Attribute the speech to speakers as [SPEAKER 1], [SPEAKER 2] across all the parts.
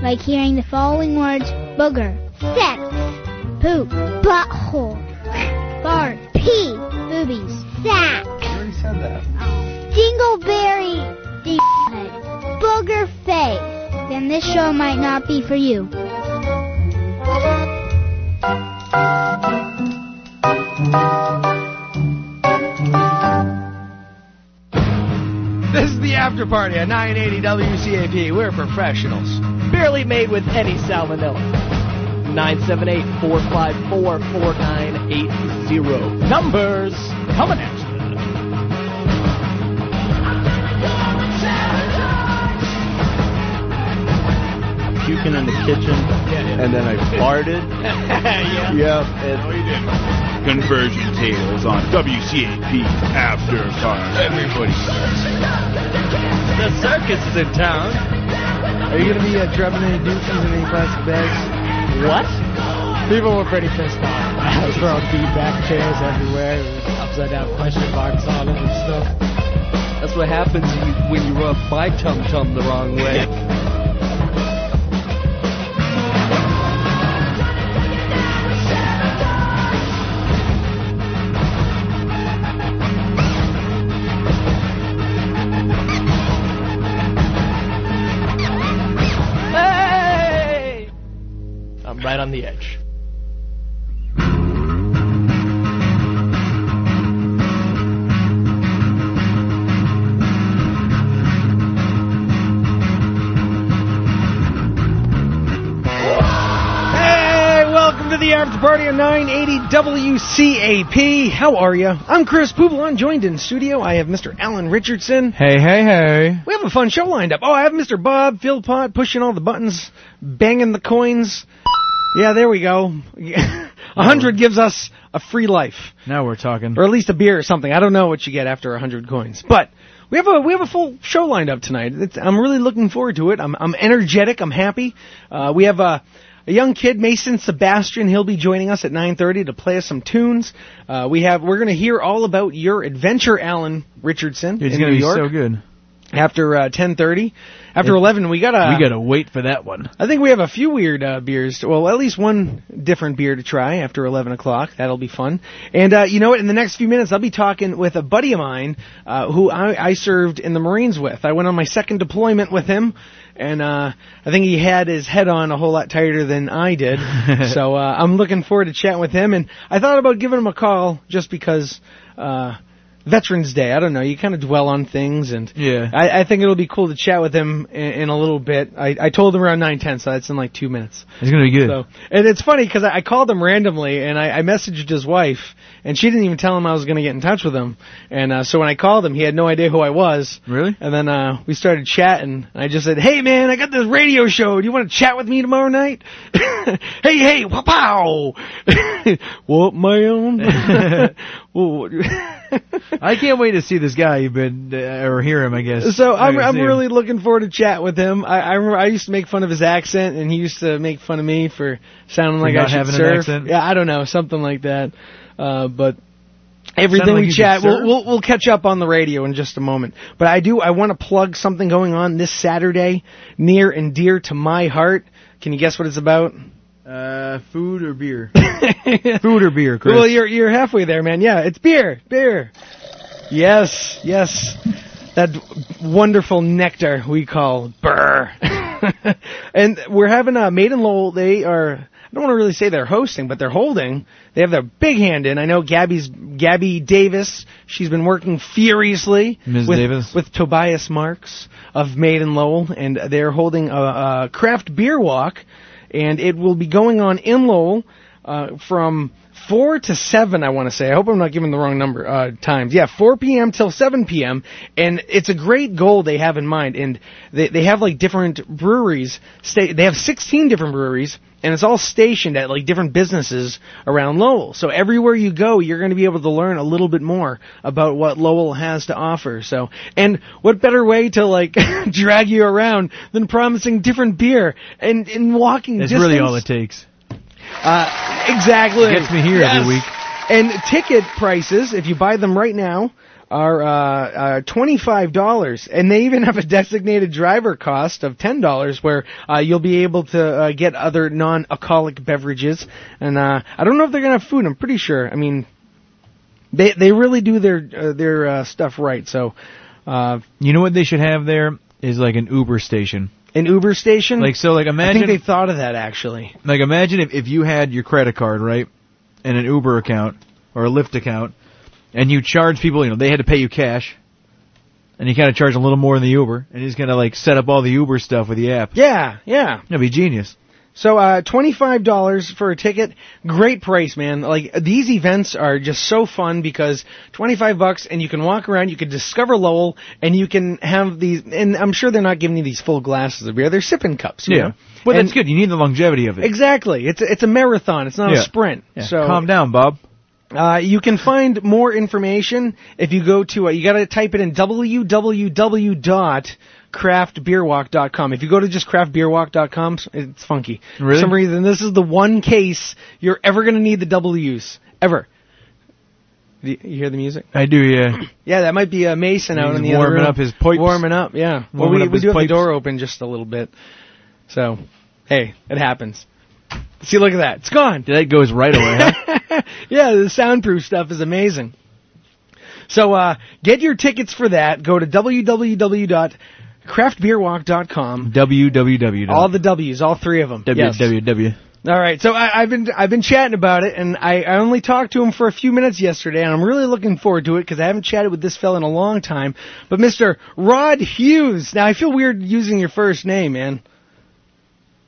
[SPEAKER 1] like hearing the following words booger, sex, poop, butthole, fart, pee, boobies, sack,
[SPEAKER 2] You already said that.
[SPEAKER 1] dingleberry, d- booger face, then this show might not be for you.
[SPEAKER 2] This is the after party at 980 WCAP. We're professionals.
[SPEAKER 3] Barely made with any salmonella. 978-454-4980. Numbers coming at you.
[SPEAKER 4] puking in the kitchen, and then I farted.
[SPEAKER 3] yeah.
[SPEAKER 4] Yep. and-
[SPEAKER 5] Conversion Tales on WCAP After Party. Everybody.
[SPEAKER 3] The circus is in town.
[SPEAKER 2] Are you going to be uh, drumming any deuces in any plastic bags?
[SPEAKER 3] What?
[SPEAKER 6] People were pretty pissed off. I was throwing feedback chairs everywhere, upside down question marks on it and stuff.
[SPEAKER 3] That's what happens when you, when you rub my tum tum the wrong way. Hey! I'm right on the edge.
[SPEAKER 2] Hey, welcome to the after party at 980 WCAP. How are you? I'm Chris Poublon, joined in studio. I have Mr. Alan Richardson.
[SPEAKER 4] Hey, hey, hey.
[SPEAKER 2] We have a fun show lined up. Oh, I have Mr. Bob Philpott pushing all the buttons, banging the coins. Yeah, there we go. A hundred gives us a free life.
[SPEAKER 4] Now we're talking.
[SPEAKER 2] or at least a beer or something. I don't know what you get after 100 coins, but we have a we have a full show lined up tonight. It's, I'm really looking forward to it. I'm I'm energetic. I'm happy. Uh, we have a. A young kid, Mason Sebastian, he'll be joining us at 9:30 to play us some tunes. Uh, we have we're going to hear all about your adventure, Alan Richardson,
[SPEAKER 4] It's
[SPEAKER 2] in
[SPEAKER 4] gonna
[SPEAKER 2] New
[SPEAKER 4] be
[SPEAKER 2] York.
[SPEAKER 4] so good.
[SPEAKER 2] After uh, 10:30, after 11, we got a
[SPEAKER 7] Ah.
[SPEAKER 4] we gotta wait for that one.
[SPEAKER 2] I think we have a few weird uh, beers. To, well, at least one different beer to try after 11 o'clock. That'll be fun. And uh, you know what? In the next few minutes, I'll be talking with a buddy of mine uh, who I, I served in the Marines with. I went on my second deployment with him, and uh, I think he had his head on a whole lot tighter than I did. so uh, I'm looking forward to chatting with him. And I thought about giving him a call just because. Uh, Veterans Day. I don't know. You kind of dwell on things, and
[SPEAKER 4] Yeah.
[SPEAKER 2] I, I think it'll be cool to chat with him in, in a little bit. I, I told him around nine ten, so that's in like two minutes.
[SPEAKER 4] It's gonna be good.
[SPEAKER 2] So, and it's funny because I, I called him randomly, and I, I messaged his wife, and she didn't even tell him I was going to get in touch with him. And uh, so when I called him, he had no idea who I was.
[SPEAKER 4] Really?
[SPEAKER 2] And then uh, we started chatting, and I just said, "Hey man, I got this radio show. Do you want to chat with me tomorrow night?" hey hey, wow, pow. what my own?
[SPEAKER 4] I can't wait to see this guy you've been, uh, or hear him, I guess.
[SPEAKER 2] So
[SPEAKER 4] I
[SPEAKER 2] I'm
[SPEAKER 4] can
[SPEAKER 2] I'm
[SPEAKER 4] see him.
[SPEAKER 2] really looking forward to chat with him. I I, remember I used to make fun of his accent, and he used to make fun of me for sounding like I
[SPEAKER 4] not
[SPEAKER 2] should
[SPEAKER 4] having an
[SPEAKER 2] surf.
[SPEAKER 4] accent?
[SPEAKER 2] Yeah, I don't know, something like that. Uh, but everything
[SPEAKER 4] Sounded like
[SPEAKER 2] we
[SPEAKER 4] you
[SPEAKER 2] chat,
[SPEAKER 4] could
[SPEAKER 2] we'll,
[SPEAKER 4] surf?
[SPEAKER 2] we'll we'll catch up on the radio in just a moment. But I do I want to plug something going on this Saturday, near and dear to my heart. Can you guess what it's about?
[SPEAKER 4] Uh, food or beer? food or beer, Chris?
[SPEAKER 2] Well, you're you're halfway there, man. Yeah, it's beer, beer. Yes, yes. That wonderful nectar we call burr. and we're having a Maiden Lowell. They are. I don't want to really say they're hosting, but they're holding. They have their big hand in. I know Gabby's Gabby Davis. She's been working furiously
[SPEAKER 4] Ms.
[SPEAKER 2] with,
[SPEAKER 4] Davis?
[SPEAKER 2] with Tobias Marks of Maiden Lowell, and they're holding a, a craft beer walk, and it will be going on in Lowell uh, from four to seven. I want to say. I hope I'm not giving the wrong number uh, times. Yeah, four p.m. till seven p.m. And it's a great goal they have in mind, and they they have like different breweries. Sta- they have sixteen different breweries. And it's all stationed at like different businesses around Lowell. So everywhere you go, you're going to be able to learn a little bit more about what Lowell has to offer. So, and what better way to like drag you around than promising different beer and in walking
[SPEAKER 4] That's
[SPEAKER 2] distance?
[SPEAKER 4] really all it takes.
[SPEAKER 2] Uh, exactly.
[SPEAKER 4] Gets me here every week.
[SPEAKER 2] And ticket prices, if you buy them right now, are uh, uh, $25, and they even have a designated driver cost of $10 where uh, you'll be able to uh, get other non-alcoholic beverages. And uh, I don't know if they're going to have food, I'm pretty sure. I mean, they they really do their uh, their uh, stuff right. So uh,
[SPEAKER 7] You know what they should have there is like an Uber station.
[SPEAKER 2] an Uber
[SPEAKER 4] Hmm.
[SPEAKER 2] station,
[SPEAKER 7] Like so, like
[SPEAKER 2] I
[SPEAKER 7] imagine,
[SPEAKER 2] think they thought of that actually.
[SPEAKER 7] like imagine if, if you had your credit card right, and an Uber account or a Lyft account, and you charge people, you know, they had to pay you cash, and you kind of charge a little more than the Uber, and he's gonna like set up all the Uber stuff with the app.
[SPEAKER 2] Yeah, yeah.
[SPEAKER 7] That'd be genius.
[SPEAKER 2] So uh, twenty-five dollars for a ticket, great price, man. Like these events are just so fun because twenty-five bucks, and you can walk around, you can discover Lowell, and you can have these. And I'm sure they're not giving you these full glasses of beer; they're sipping cups. you know?
[SPEAKER 7] Well,
[SPEAKER 2] And-
[SPEAKER 7] that's good. You need the longevity of it.
[SPEAKER 2] Exactly. It's it's a marathon. It's not
[SPEAKER 7] Yeah.
[SPEAKER 2] a sprint.
[SPEAKER 7] Yeah.
[SPEAKER 2] So
[SPEAKER 7] calm down, Bob.
[SPEAKER 2] Uh, you can find more information if you go to, uh, you gotta type it in www.craftbeerwalk.com. If you go to just craftbeerwalk.com, it's funky. For
[SPEAKER 7] Really?
[SPEAKER 2] some reason, this is the one case you're ever gonna need the W's. Ever. Do you you hear the music?
[SPEAKER 7] I do, yeah.
[SPEAKER 2] Yeah, that might be uh, Mason out
[SPEAKER 7] He's
[SPEAKER 2] in the other
[SPEAKER 7] warming
[SPEAKER 2] room.
[SPEAKER 7] up his pipes.
[SPEAKER 2] Warming up, yeah. well,
[SPEAKER 7] Warming
[SPEAKER 2] we,
[SPEAKER 7] up
[SPEAKER 2] we
[SPEAKER 7] his
[SPEAKER 2] do have
[SPEAKER 7] pipes.
[SPEAKER 2] the door open just a little bit. So, hey, it happens. See, look at that. It's gone.
[SPEAKER 7] that goes right away. Huh?
[SPEAKER 2] yeah, the soundproof stuff is amazing. So uh, get your tickets for that. Go to www.craftbeerwalk.com.
[SPEAKER 7] www.
[SPEAKER 2] All the W's, all three of them. yes.
[SPEAKER 7] www.
[SPEAKER 2] All right, so I, I've been I've been chatting about it, and I, I only talked to him for a few minutes yesterday, and I'm really looking forward to it because I haven't chatted with this fella in a long time. But Mr. Rod Hughes, now I feel weird using your first name, man.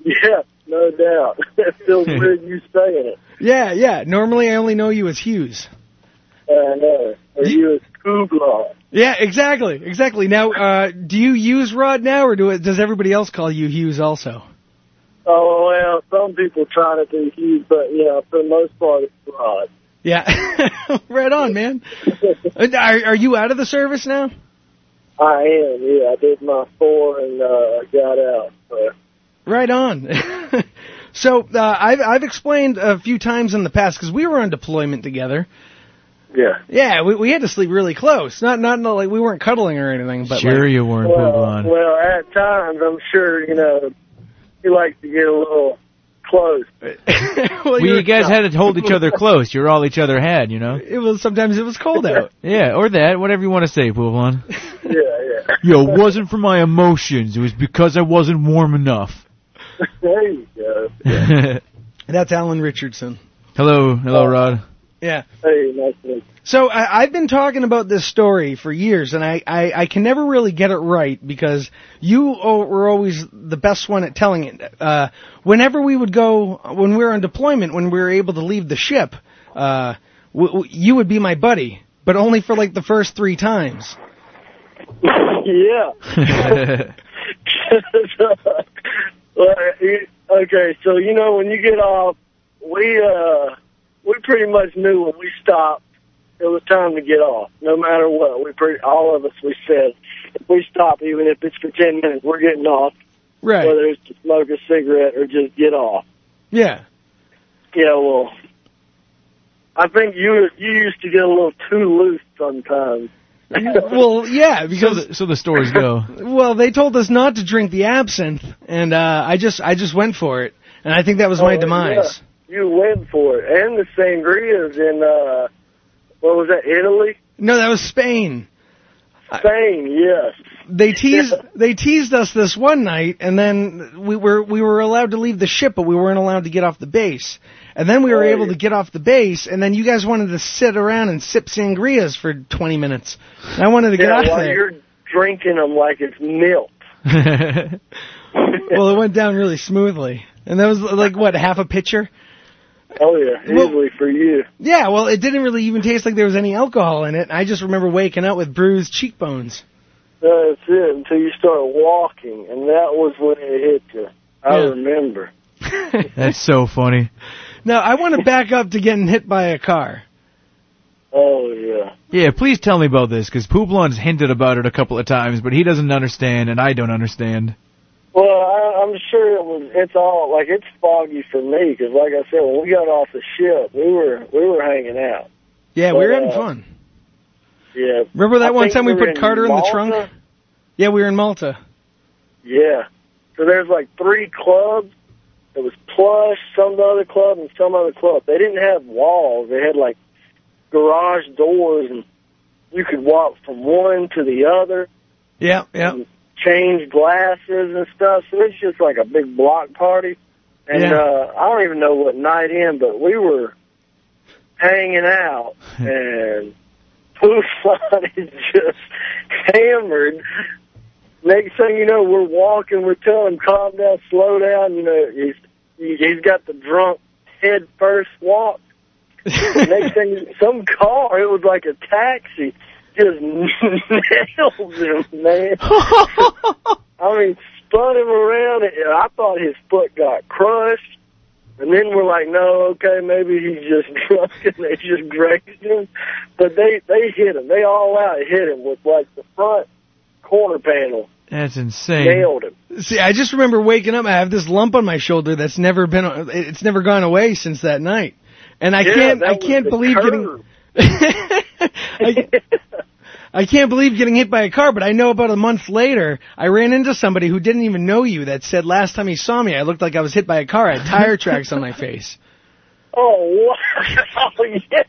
[SPEAKER 8] Yeah, no doubt. It feels weird you saying it.
[SPEAKER 2] Yeah, yeah. Normally I only know you as Hughes.
[SPEAKER 8] I know. Are uh, you a Kubla?
[SPEAKER 2] Yeah, exactly, exactly. Now, uh, do you use Rod now, or do it, does everybody else call you Hughes also?
[SPEAKER 8] Oh, well, some people try to do huge, but, you know, for the most part, it's broad.
[SPEAKER 2] Yeah, right on, man. Are, are you out of the service now?
[SPEAKER 8] I am, yeah. I did my four and uh, got out. So.
[SPEAKER 2] Right on. so uh, I've I've explained a few times in the past because we were on deployment together.
[SPEAKER 8] Yeah.
[SPEAKER 2] Yeah, we we had to sleep really close. Not not no, like we weren't cuddling or anything, but
[SPEAKER 7] sure,
[SPEAKER 2] like,
[SPEAKER 7] you weren't
[SPEAKER 8] Well,
[SPEAKER 7] Pavlon.
[SPEAKER 8] well, at times, I'm sure, you know, you like to get a little close.
[SPEAKER 2] well,
[SPEAKER 7] Well,
[SPEAKER 2] you
[SPEAKER 7] you
[SPEAKER 2] were-
[SPEAKER 7] guys had to hold each other close. You're all each other had, you know.
[SPEAKER 2] It was sometimes it was cold out.
[SPEAKER 7] Yeah, or that, whatever you want to say, Pavlon.
[SPEAKER 8] Yeah, yeah.
[SPEAKER 7] Yo, it wasn't for my emotions. It was because I wasn't warm enough.
[SPEAKER 8] There you go.
[SPEAKER 7] hello,
[SPEAKER 2] That's Alan Richardson.
[SPEAKER 7] hello, Rod.
[SPEAKER 2] Yeah.
[SPEAKER 8] Hey, nice to meet you.
[SPEAKER 2] So I, I've been talking about this story for years, and I, I, I can never really get it right because you o- were always the best one at telling it. Uh, whenever we would go, when we were on deployment, when we were able to leave the ship, uh, w- w- you would be my buddy, but only for like the first three times.
[SPEAKER 8] yeah. well, you- okay, so you know when you get off, we uh we pretty much knew when we stopped it was time to get off. No matter what, we pretty all of us we said if we stop, even if it's for ten minutes, we're getting off.
[SPEAKER 2] Right.
[SPEAKER 8] Whether it's to smoke a cigarette or just get off.
[SPEAKER 2] yeah.
[SPEAKER 8] Yeah, well, I think you you used to get a little too loose sometimes.
[SPEAKER 2] well, yeah,
[SPEAKER 7] so,
[SPEAKER 2] because
[SPEAKER 7] the, so the stories go.
[SPEAKER 2] well, they told us not to drink the absinthe, and uh, I just I just went for it, and I think that was my
[SPEAKER 8] Oh,
[SPEAKER 2] demise.
[SPEAKER 8] yeah. You went for it, and the sangrias in uh, what was that? Italy,
[SPEAKER 2] No, that was Spain.
[SPEAKER 8] Spain. Yes.
[SPEAKER 2] they teased they teased us this one night, and then we were we were allowed to leave the ship, but we weren't allowed to get off the base. And then we were able to get off the base, and then you guys wanted to sit around and sip sangrias for 20 minutes. And I wanted to get
[SPEAKER 8] Yeah,
[SPEAKER 2] out of
[SPEAKER 8] while
[SPEAKER 2] there.
[SPEAKER 8] you're drinking them like it's milk.
[SPEAKER 2] Well, it went down really smoothly, and that was like what half a pitcher.
[SPEAKER 8] Oh yeah,
[SPEAKER 2] Well-
[SPEAKER 8] easily for you.
[SPEAKER 2] Yeah, well, it didn't really even taste like there was any alcohol in it. I just remember waking up with bruised cheekbones.
[SPEAKER 8] That's it until you start walking, and that was when it hit you. I
[SPEAKER 2] Yeah.
[SPEAKER 8] remember.
[SPEAKER 7] That's so funny.
[SPEAKER 2] Now I want to back up to getting hit by a car.
[SPEAKER 8] Oh yeah.
[SPEAKER 7] Yeah, please tell me about this because Pavlon's hinted about it a couple of times, but he doesn't understand, and I don't understand.
[SPEAKER 8] Well, I, I'm sure it was. It's all like it's foggy for me because, like I said, when we got off the ship, we were we were hanging out.
[SPEAKER 2] Yeah, we were
[SPEAKER 8] Well,
[SPEAKER 2] having
[SPEAKER 8] uh,
[SPEAKER 2] fun.
[SPEAKER 8] Yeah.
[SPEAKER 2] Remember that
[SPEAKER 8] I
[SPEAKER 2] one
[SPEAKER 8] think
[SPEAKER 2] time we
[SPEAKER 8] were
[SPEAKER 2] put Carter in the trunk?
[SPEAKER 8] Malta?
[SPEAKER 2] Yeah, we were in Malta.
[SPEAKER 8] Yeah. So there's like three clubs. It was plush, some other club, and some other club. They didn't have walls. They had like garage doors, and you could walk from one to the other,
[SPEAKER 2] Yeah, yeah.
[SPEAKER 8] change glasses and stuff. So it's just like a big block party. And
[SPEAKER 2] Yeah.
[SPEAKER 8] uh, I don't even know what night in, but we were hanging out, and Pooh is just hammered. Next thing you know, we're walking. We're telling him, calm down, slow down. You know, he's he- he's got the drunk head first walk. Next thing, some car. It was like a taxi. Just nailed him, man. I mean, spun him around. And I thought his foot got crushed. And then we're like, no, okay, maybe he's just drunk and they just grazed him. But they they hit him. They all out hit him with like the front corner panel.
[SPEAKER 7] That's insane.
[SPEAKER 8] Nailed him.
[SPEAKER 2] See, I just remember waking up. I have this lump on my shoulder that's never been. It's never gone away since that night, and I
[SPEAKER 8] Yeah,
[SPEAKER 2] can't.
[SPEAKER 8] that
[SPEAKER 2] I
[SPEAKER 8] was
[SPEAKER 2] can't
[SPEAKER 8] the
[SPEAKER 2] believe
[SPEAKER 8] curve.
[SPEAKER 2] getting. I, I can't believe getting hit by a car. But I know about a month later, I ran into somebody who didn't even know you that said last time he saw me, I looked like I was hit by a car. I had tire tracks on my face.
[SPEAKER 8] Oh, wow. yeah.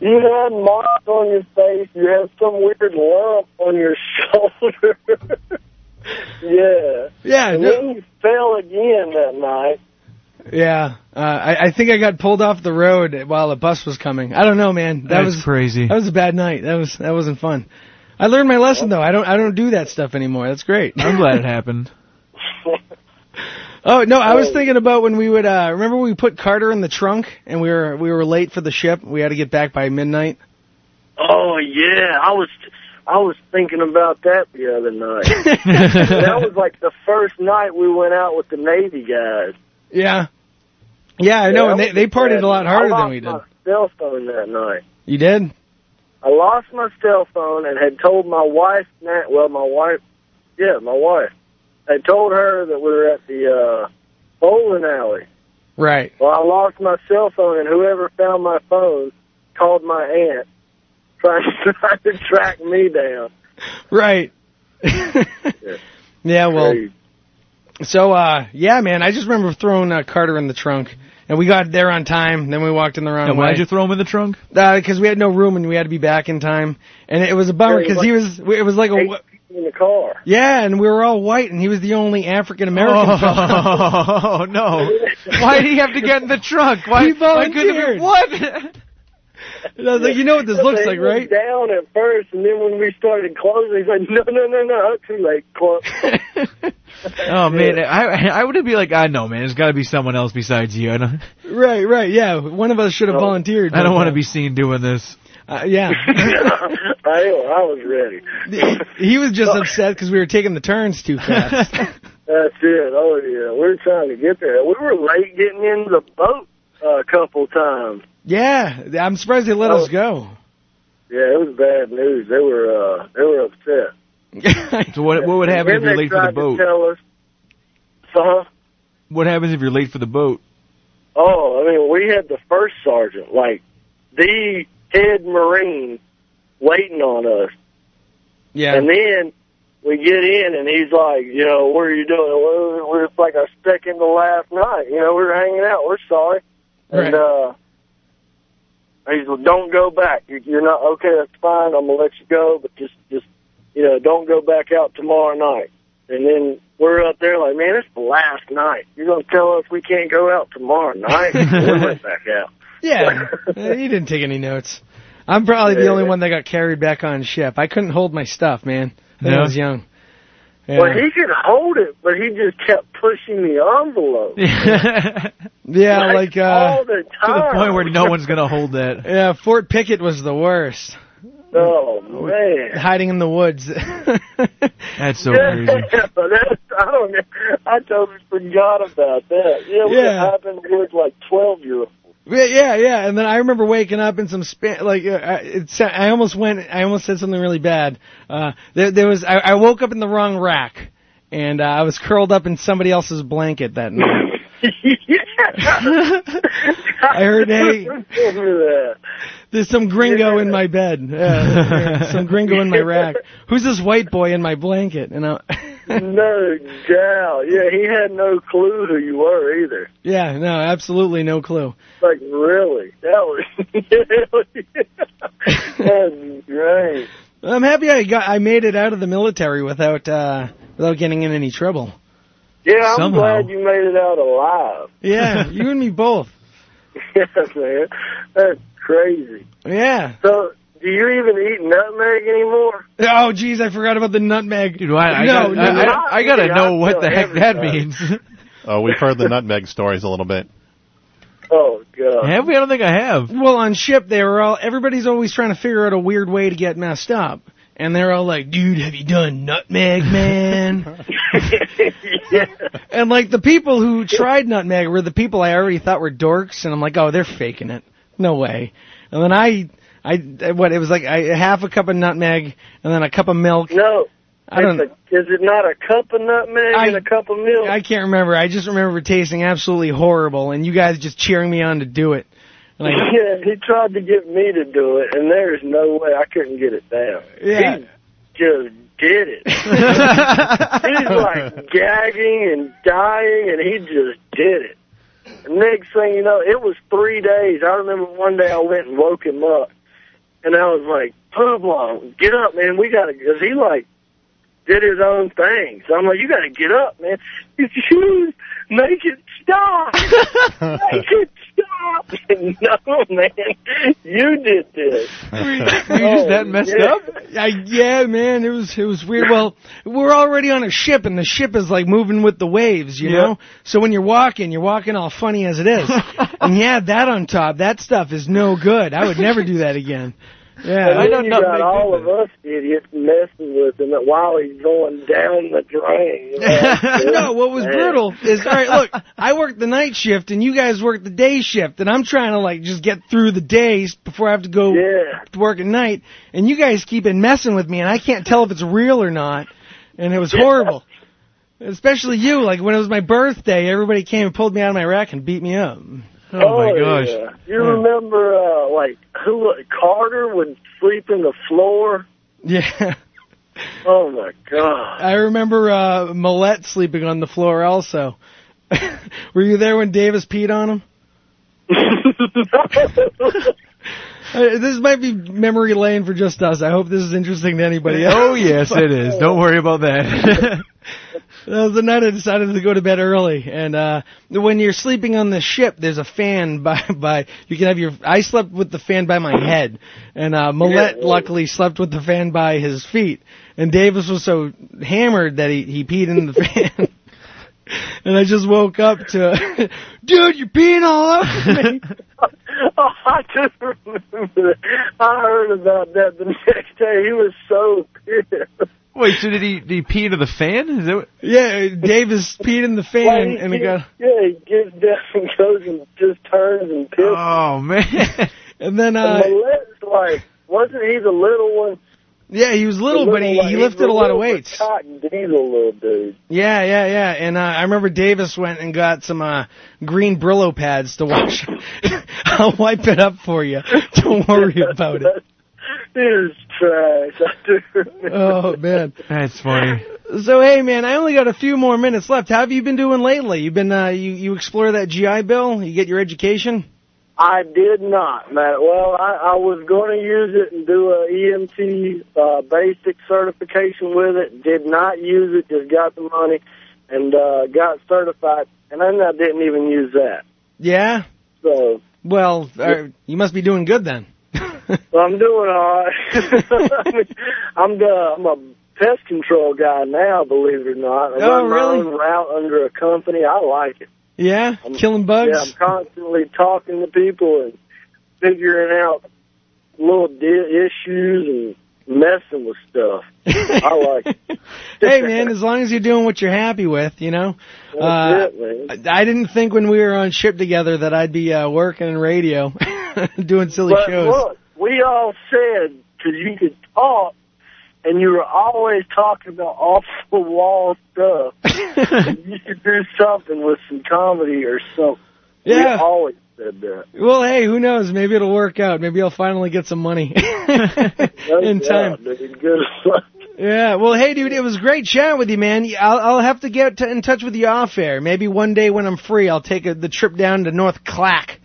[SPEAKER 8] you had marks on your face. You had some weird lump on your shoulder. yeah.
[SPEAKER 2] Yeah,
[SPEAKER 8] And
[SPEAKER 2] no-
[SPEAKER 8] then you fell again that night.
[SPEAKER 2] Yeah, uh, I, I think I got pulled off the road while a bus was coming. I don't know, man. That
[SPEAKER 7] That's
[SPEAKER 2] was
[SPEAKER 7] crazy.
[SPEAKER 2] That was a bad night. That was that wasn't fun. I learned my lesson though. I don't I don't do that stuff anymore. That's great.
[SPEAKER 7] I'm glad it happened.
[SPEAKER 2] oh no, I was thinking about when we would uh, remember we put Carter in the trunk and we were we were late for the ship. We had to get back by midnight.
[SPEAKER 8] Oh yeah, I was I was thinking about that the other night. that was like the first night we went out with the Navy guys.
[SPEAKER 2] Yeah, yeah, I know. and they they partied a lot harder than
[SPEAKER 8] I lost
[SPEAKER 2] we did.
[SPEAKER 8] My cell phone that night.
[SPEAKER 2] You did?
[SPEAKER 8] I lost my cell phone and had told my wife. That, well, my wife, yeah, my wife. I told her that we were at the uh, bowling alley.
[SPEAKER 2] Right.
[SPEAKER 8] Well, I lost my cell phone, and whoever found my phone called my aunt, trying trying to track me down.
[SPEAKER 2] Right. yeah, Oh, well.
[SPEAKER 8] Crazy.
[SPEAKER 2] So uh yeah, man, I just remember throwing uh, Carter in the trunk and we got there on time, then we walked in the wrong
[SPEAKER 7] And
[SPEAKER 2] way
[SPEAKER 7] why'd you throw him in the trunk?
[SPEAKER 2] because we had no room and we had to be back in time. And it was a bummer
[SPEAKER 8] Yeah,
[SPEAKER 2] because he was it was like a
[SPEAKER 8] Eight people in the car.
[SPEAKER 2] yeah, and we were all white and he was the only African American.
[SPEAKER 7] Oh no! Why did he have to get in the trunk? Why?
[SPEAKER 2] He
[SPEAKER 7] why couldn't
[SPEAKER 2] volunteered.
[SPEAKER 7] be- what?
[SPEAKER 2] And I was like, you know what this looks
[SPEAKER 8] They
[SPEAKER 2] like, right?
[SPEAKER 8] went Down at first, and then when we started closing, he's like, "No, no, no, no, too late, club."
[SPEAKER 7] Oh man, I I would be like, I know, man. There's got to be someone else besides you. I don't.
[SPEAKER 2] right, right, yeah. One of us should have volunteered.
[SPEAKER 7] Oh. I don't
[SPEAKER 2] but,
[SPEAKER 7] want to
[SPEAKER 2] uh,
[SPEAKER 7] be seen doing this.
[SPEAKER 2] Uh, yeah,
[SPEAKER 8] I, I was ready.
[SPEAKER 2] he was just
[SPEAKER 7] Oh.
[SPEAKER 2] upset because we were taking the turns too fast.
[SPEAKER 8] That's it. Oh yeah, we were trying to get there. We were late getting in the boat uh, a couple times.
[SPEAKER 2] yeah, I'm surprised they let us
[SPEAKER 7] Oh.
[SPEAKER 2] go.
[SPEAKER 8] Yeah, it was bad news. They were uh, they were upset.
[SPEAKER 7] So what what would happen if
[SPEAKER 8] Then
[SPEAKER 7] you're
[SPEAKER 8] they
[SPEAKER 7] late for
[SPEAKER 8] tried
[SPEAKER 7] the boat?
[SPEAKER 8] To tell us, uh-huh. huh?
[SPEAKER 7] What happens if you're late for the boat?
[SPEAKER 8] Oh, I mean, we had the first sergeant, like the head marine, waiting on us.
[SPEAKER 2] yeah,
[SPEAKER 8] And then we get in, and he's like, you know, what are you doing? We're, we're it's like our second to last night. You know, we were hanging out. We're sorry. And
[SPEAKER 2] Right.
[SPEAKER 8] uh, he's like, don't go back. You- You're not okay. That's fine. I'm gonna let you go, but just, just, you know, don't go back out tomorrow night. And then we're up there like, man, it's the last night. You're gonna tell us we can't go out tomorrow night? we went back out.
[SPEAKER 2] yeah. Uh, he didn't take any notes. I'm probably the only one that got carried back on ship. I couldn't hold my stuff, man. When I
[SPEAKER 7] No?
[SPEAKER 2] was young. Yeah.
[SPEAKER 8] Well, he could hold it, but he just kept pushing the envelope.
[SPEAKER 2] Yeah, like, uh
[SPEAKER 8] all
[SPEAKER 7] to
[SPEAKER 8] the time.
[SPEAKER 7] the point where no one's gonna hold that.
[SPEAKER 2] yeah, Fort Pickett was the worst.
[SPEAKER 8] Oh man.
[SPEAKER 2] Hiding in the woods.
[SPEAKER 7] That's so
[SPEAKER 8] Yeah,
[SPEAKER 7] crazy.
[SPEAKER 8] that's, I don't know. I totally forgot about that. Yeah, we
[SPEAKER 2] Yeah.
[SPEAKER 8] happened with like twelve year olds.
[SPEAKER 2] yeah, yeah, yeah. And then I remember waking up in some span like uh, I- it. sa- I almost went. I almost said something really bad. Uh, there, there was. I, I woke up in the wrong rack, and uh, I was curled up in somebody else's blanket that night. I heard, hey,
[SPEAKER 8] that.
[SPEAKER 2] there's some gringo in my bed. Yeah, some gringo in my rack. Who's this white boy in my blanket? And I,
[SPEAKER 8] No doubt. Yeah, he had no clue who you were either.
[SPEAKER 2] yeah, no, absolutely no clue.
[SPEAKER 8] Like, really? That was really. That's great.
[SPEAKER 2] I'm happy I got I made it out of the military without uh without getting in any trouble.
[SPEAKER 8] Yeah, I'm
[SPEAKER 2] Somehow.
[SPEAKER 8] glad you made it out alive.
[SPEAKER 2] Yeah, you and me both.
[SPEAKER 8] yeah, man. That's crazy.
[SPEAKER 2] Yeah.
[SPEAKER 8] So, do you even eat nutmeg anymore?
[SPEAKER 2] Oh, geez, I forgot about the nutmeg.
[SPEAKER 7] Dude, I, I
[SPEAKER 2] no,
[SPEAKER 7] gotta,
[SPEAKER 2] no,
[SPEAKER 7] I,
[SPEAKER 8] no.
[SPEAKER 7] I- I gotta
[SPEAKER 8] Yeah,
[SPEAKER 7] know
[SPEAKER 8] I
[SPEAKER 7] what
[SPEAKER 8] feel
[SPEAKER 7] the heck that
[SPEAKER 8] everything.
[SPEAKER 7] means.
[SPEAKER 9] Oh, we've heard the nutmeg stories a little bit.
[SPEAKER 8] Oh, God.
[SPEAKER 7] have we? I don't think I have.
[SPEAKER 2] well, on ship they were all everybody's always trying to figure out a weird way to get messed up, and they're all like, "Dude, have you done nutmeg, man?"
[SPEAKER 8] yeah.
[SPEAKER 2] and like the people who tried nutmeg were the people I already thought were dorks, and I'm like, "Oh, they're faking it. No way." And then I. I what it was like I half a cup of nutmeg and then a cup of milk.
[SPEAKER 8] No.
[SPEAKER 2] I don't.
[SPEAKER 8] It's a- is it not a cup of nutmeg
[SPEAKER 2] I-
[SPEAKER 8] and a cup of milk?
[SPEAKER 2] I can't remember. I just remember it tasting absolutely horrible, and you guys just cheering me on to do it. And I,
[SPEAKER 8] yeah, he tried to get me to do it, and there's no way I couldn't get it down.
[SPEAKER 2] yeah,
[SPEAKER 8] He just did it. He's like gagging and dying, and he just did it. Next thing you know, it was three days. I remember one day I went and woke him up, and I was like, Publon, get up, man. We got to, because he like did his own thing. So I'm like, you got to get up, man. It's shoes. Make it stop. Make it stop. no, man. You did this.
[SPEAKER 7] Were you just that messed
[SPEAKER 8] yeah.
[SPEAKER 7] up?
[SPEAKER 2] Oh, I, yeah, man, it was it was weird. Well, we're already on a ship, and the ship is like moving with the waves, you know. So when you're walking, you're walking all funny as it is, and yeah, that on top, that stuff is no good. I would never do that again.
[SPEAKER 8] And
[SPEAKER 2] Yeah,
[SPEAKER 7] I
[SPEAKER 8] then
[SPEAKER 7] don't
[SPEAKER 8] you
[SPEAKER 7] know-
[SPEAKER 8] got
[SPEAKER 7] make
[SPEAKER 8] all
[SPEAKER 7] good
[SPEAKER 8] of us idiots messing with him while he's going down the drain.
[SPEAKER 2] no, what was brutal is all right. Look, I worked the night shift, and you guys worked the day shift, and I'm trying to like just get through the days before I have to go
[SPEAKER 8] Yeah.
[SPEAKER 2] to work at night, and you guys keep in messing with me, and I can't tell if it's real or not, and it was horrible. Especially you, like when it was my birthday, everybody came and pulled me out of my rack and beat me up.
[SPEAKER 7] Oh, my gosh.
[SPEAKER 8] Yeah. You remember, uh, like, who, Carter would sleep in the floor?
[SPEAKER 2] Yeah,
[SPEAKER 8] Oh, my God.
[SPEAKER 2] I remember uh Millette sleeping on the floor also. Were you there when Davis peed on him? Uh, this might be memory lane for just us. I hope this is interesting to anybody else.
[SPEAKER 7] Oh yes, it is. Don't worry about that.
[SPEAKER 2] That was the night I decided to go to bed early. And uh when you're sleeping on the ship, there's a fan by by you can have your I slept with the fan by my head. And uh Millette
[SPEAKER 8] Yeah.
[SPEAKER 2] luckily slept with the fan by his feet. And Davis was so hammered that he he peed in the fan. And I just woke up to, dude, you're peeing all over me.
[SPEAKER 8] oh, I just remember that. I heard about that the next day. He was so pissed.
[SPEAKER 7] Wait, so did he did he pee into the fan? Is that what?
[SPEAKER 2] yeah, Davis peed in the fan,
[SPEAKER 8] Like,
[SPEAKER 2] and
[SPEAKER 8] he
[SPEAKER 2] it got.
[SPEAKER 8] gets- Yeah, he gets down and goes and just turns and pisses.
[SPEAKER 7] Oh man.
[SPEAKER 2] And then, uh,
[SPEAKER 8] And Millette's like, wasn't he the little one?
[SPEAKER 2] yeah, he was little, but he, he lifted a lot of weights.
[SPEAKER 8] Cotton diesel little dude.
[SPEAKER 2] Yeah, yeah, yeah. And uh, I remember Davis went and got some uh, green Brillo pads to wash. I'll wipe it up for you. Don't worry about it.
[SPEAKER 8] It is trash. I do remember.
[SPEAKER 2] Oh man.
[SPEAKER 7] That's funny.
[SPEAKER 2] So hey man, I only got a few more minutes left. How have you been doing lately? You've been uh, you you explore that GI Bill. You get your education.
[SPEAKER 8] I did not, Matt. Well, I, I was going to use it and do a EMT uh, basic certification with it. Did not use it. Just got the money and uh, got certified. And then I didn't even use that.
[SPEAKER 2] Yeah.
[SPEAKER 8] So,
[SPEAKER 2] Well, uh, you must be doing good then.
[SPEAKER 8] so I'm doing all right. I'm the I'm a pest control guy now, believe it or not. I
[SPEAKER 2] Oh,
[SPEAKER 8] run
[SPEAKER 2] really?
[SPEAKER 8] my own route under a company. I like it.
[SPEAKER 2] yeah.
[SPEAKER 8] I'm-
[SPEAKER 2] Killing
[SPEAKER 8] Yeah, I'm
[SPEAKER 2] bugs.
[SPEAKER 8] constantly talking to people and figuring out little di- issues and messing with stuff. I like it.
[SPEAKER 2] hey man, as long as you're doing what you're happy with, you know.
[SPEAKER 8] That's
[SPEAKER 2] Uh,
[SPEAKER 8] it, man.
[SPEAKER 2] I didn't think when we were on ship together that I'd be uh, working in radio, doing silly
[SPEAKER 8] But
[SPEAKER 2] shows.
[SPEAKER 8] look, we all said because you could talk and you were always talking about off the wall stuff. you should do something with some comedy or something.
[SPEAKER 2] Yeah.
[SPEAKER 8] You always said that.
[SPEAKER 2] Well, hey, who knows? Maybe it'll work out. Maybe I'll finally get some money
[SPEAKER 8] No
[SPEAKER 2] in
[SPEAKER 8] doubt,
[SPEAKER 2] time.
[SPEAKER 8] dude. Good as fuck.
[SPEAKER 2] Yeah. Well, hey, dude, it was great chatting with you, man. I'll, I'll have to get t- in touch with you off air. Maybe one day when I'm free, I'll take a, the trip down to North Clack.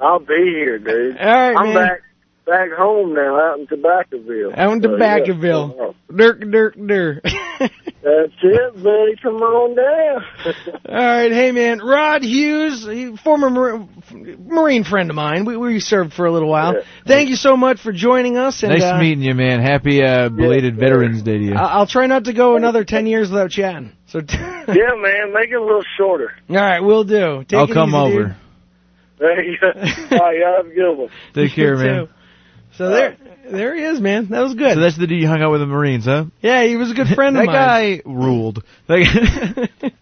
[SPEAKER 8] I'll be here, dude.
[SPEAKER 2] All right,
[SPEAKER 8] I'm
[SPEAKER 2] man.
[SPEAKER 8] back back home now, out in Tobaccoville.
[SPEAKER 2] Out in
[SPEAKER 8] So, yeah. Oh,
[SPEAKER 2] Tobaccoville. Dirk, dirk, dirk.
[SPEAKER 8] That's it, buddy. Come on down.
[SPEAKER 2] All right, hey man, Rod Hughes, he- former Mar- Marine friend of mine. We, we served for a little while. Thank you so much for joining us. And,
[SPEAKER 7] nice
[SPEAKER 2] uh,
[SPEAKER 7] meeting you, man. Happy uh, belated Veterans Day to you.
[SPEAKER 2] I- I'll try not to go another ten years without chatting. So,
[SPEAKER 8] yeah, man. Make it a little shorter.
[SPEAKER 2] all right, we'll do. Take
[SPEAKER 7] I'll
[SPEAKER 2] it
[SPEAKER 7] come
[SPEAKER 2] easy,
[SPEAKER 7] over.
[SPEAKER 2] dude.
[SPEAKER 8] There you go. All right, y'all have a good one.
[SPEAKER 7] Take care,
[SPEAKER 2] You
[SPEAKER 7] man.
[SPEAKER 2] too. So there, there he is, man. That was good.
[SPEAKER 7] So that's the dude you hung out with in the Marines, huh?
[SPEAKER 2] yeah, he was a good friend
[SPEAKER 7] that
[SPEAKER 2] of mine.
[SPEAKER 7] guy ruled. Like,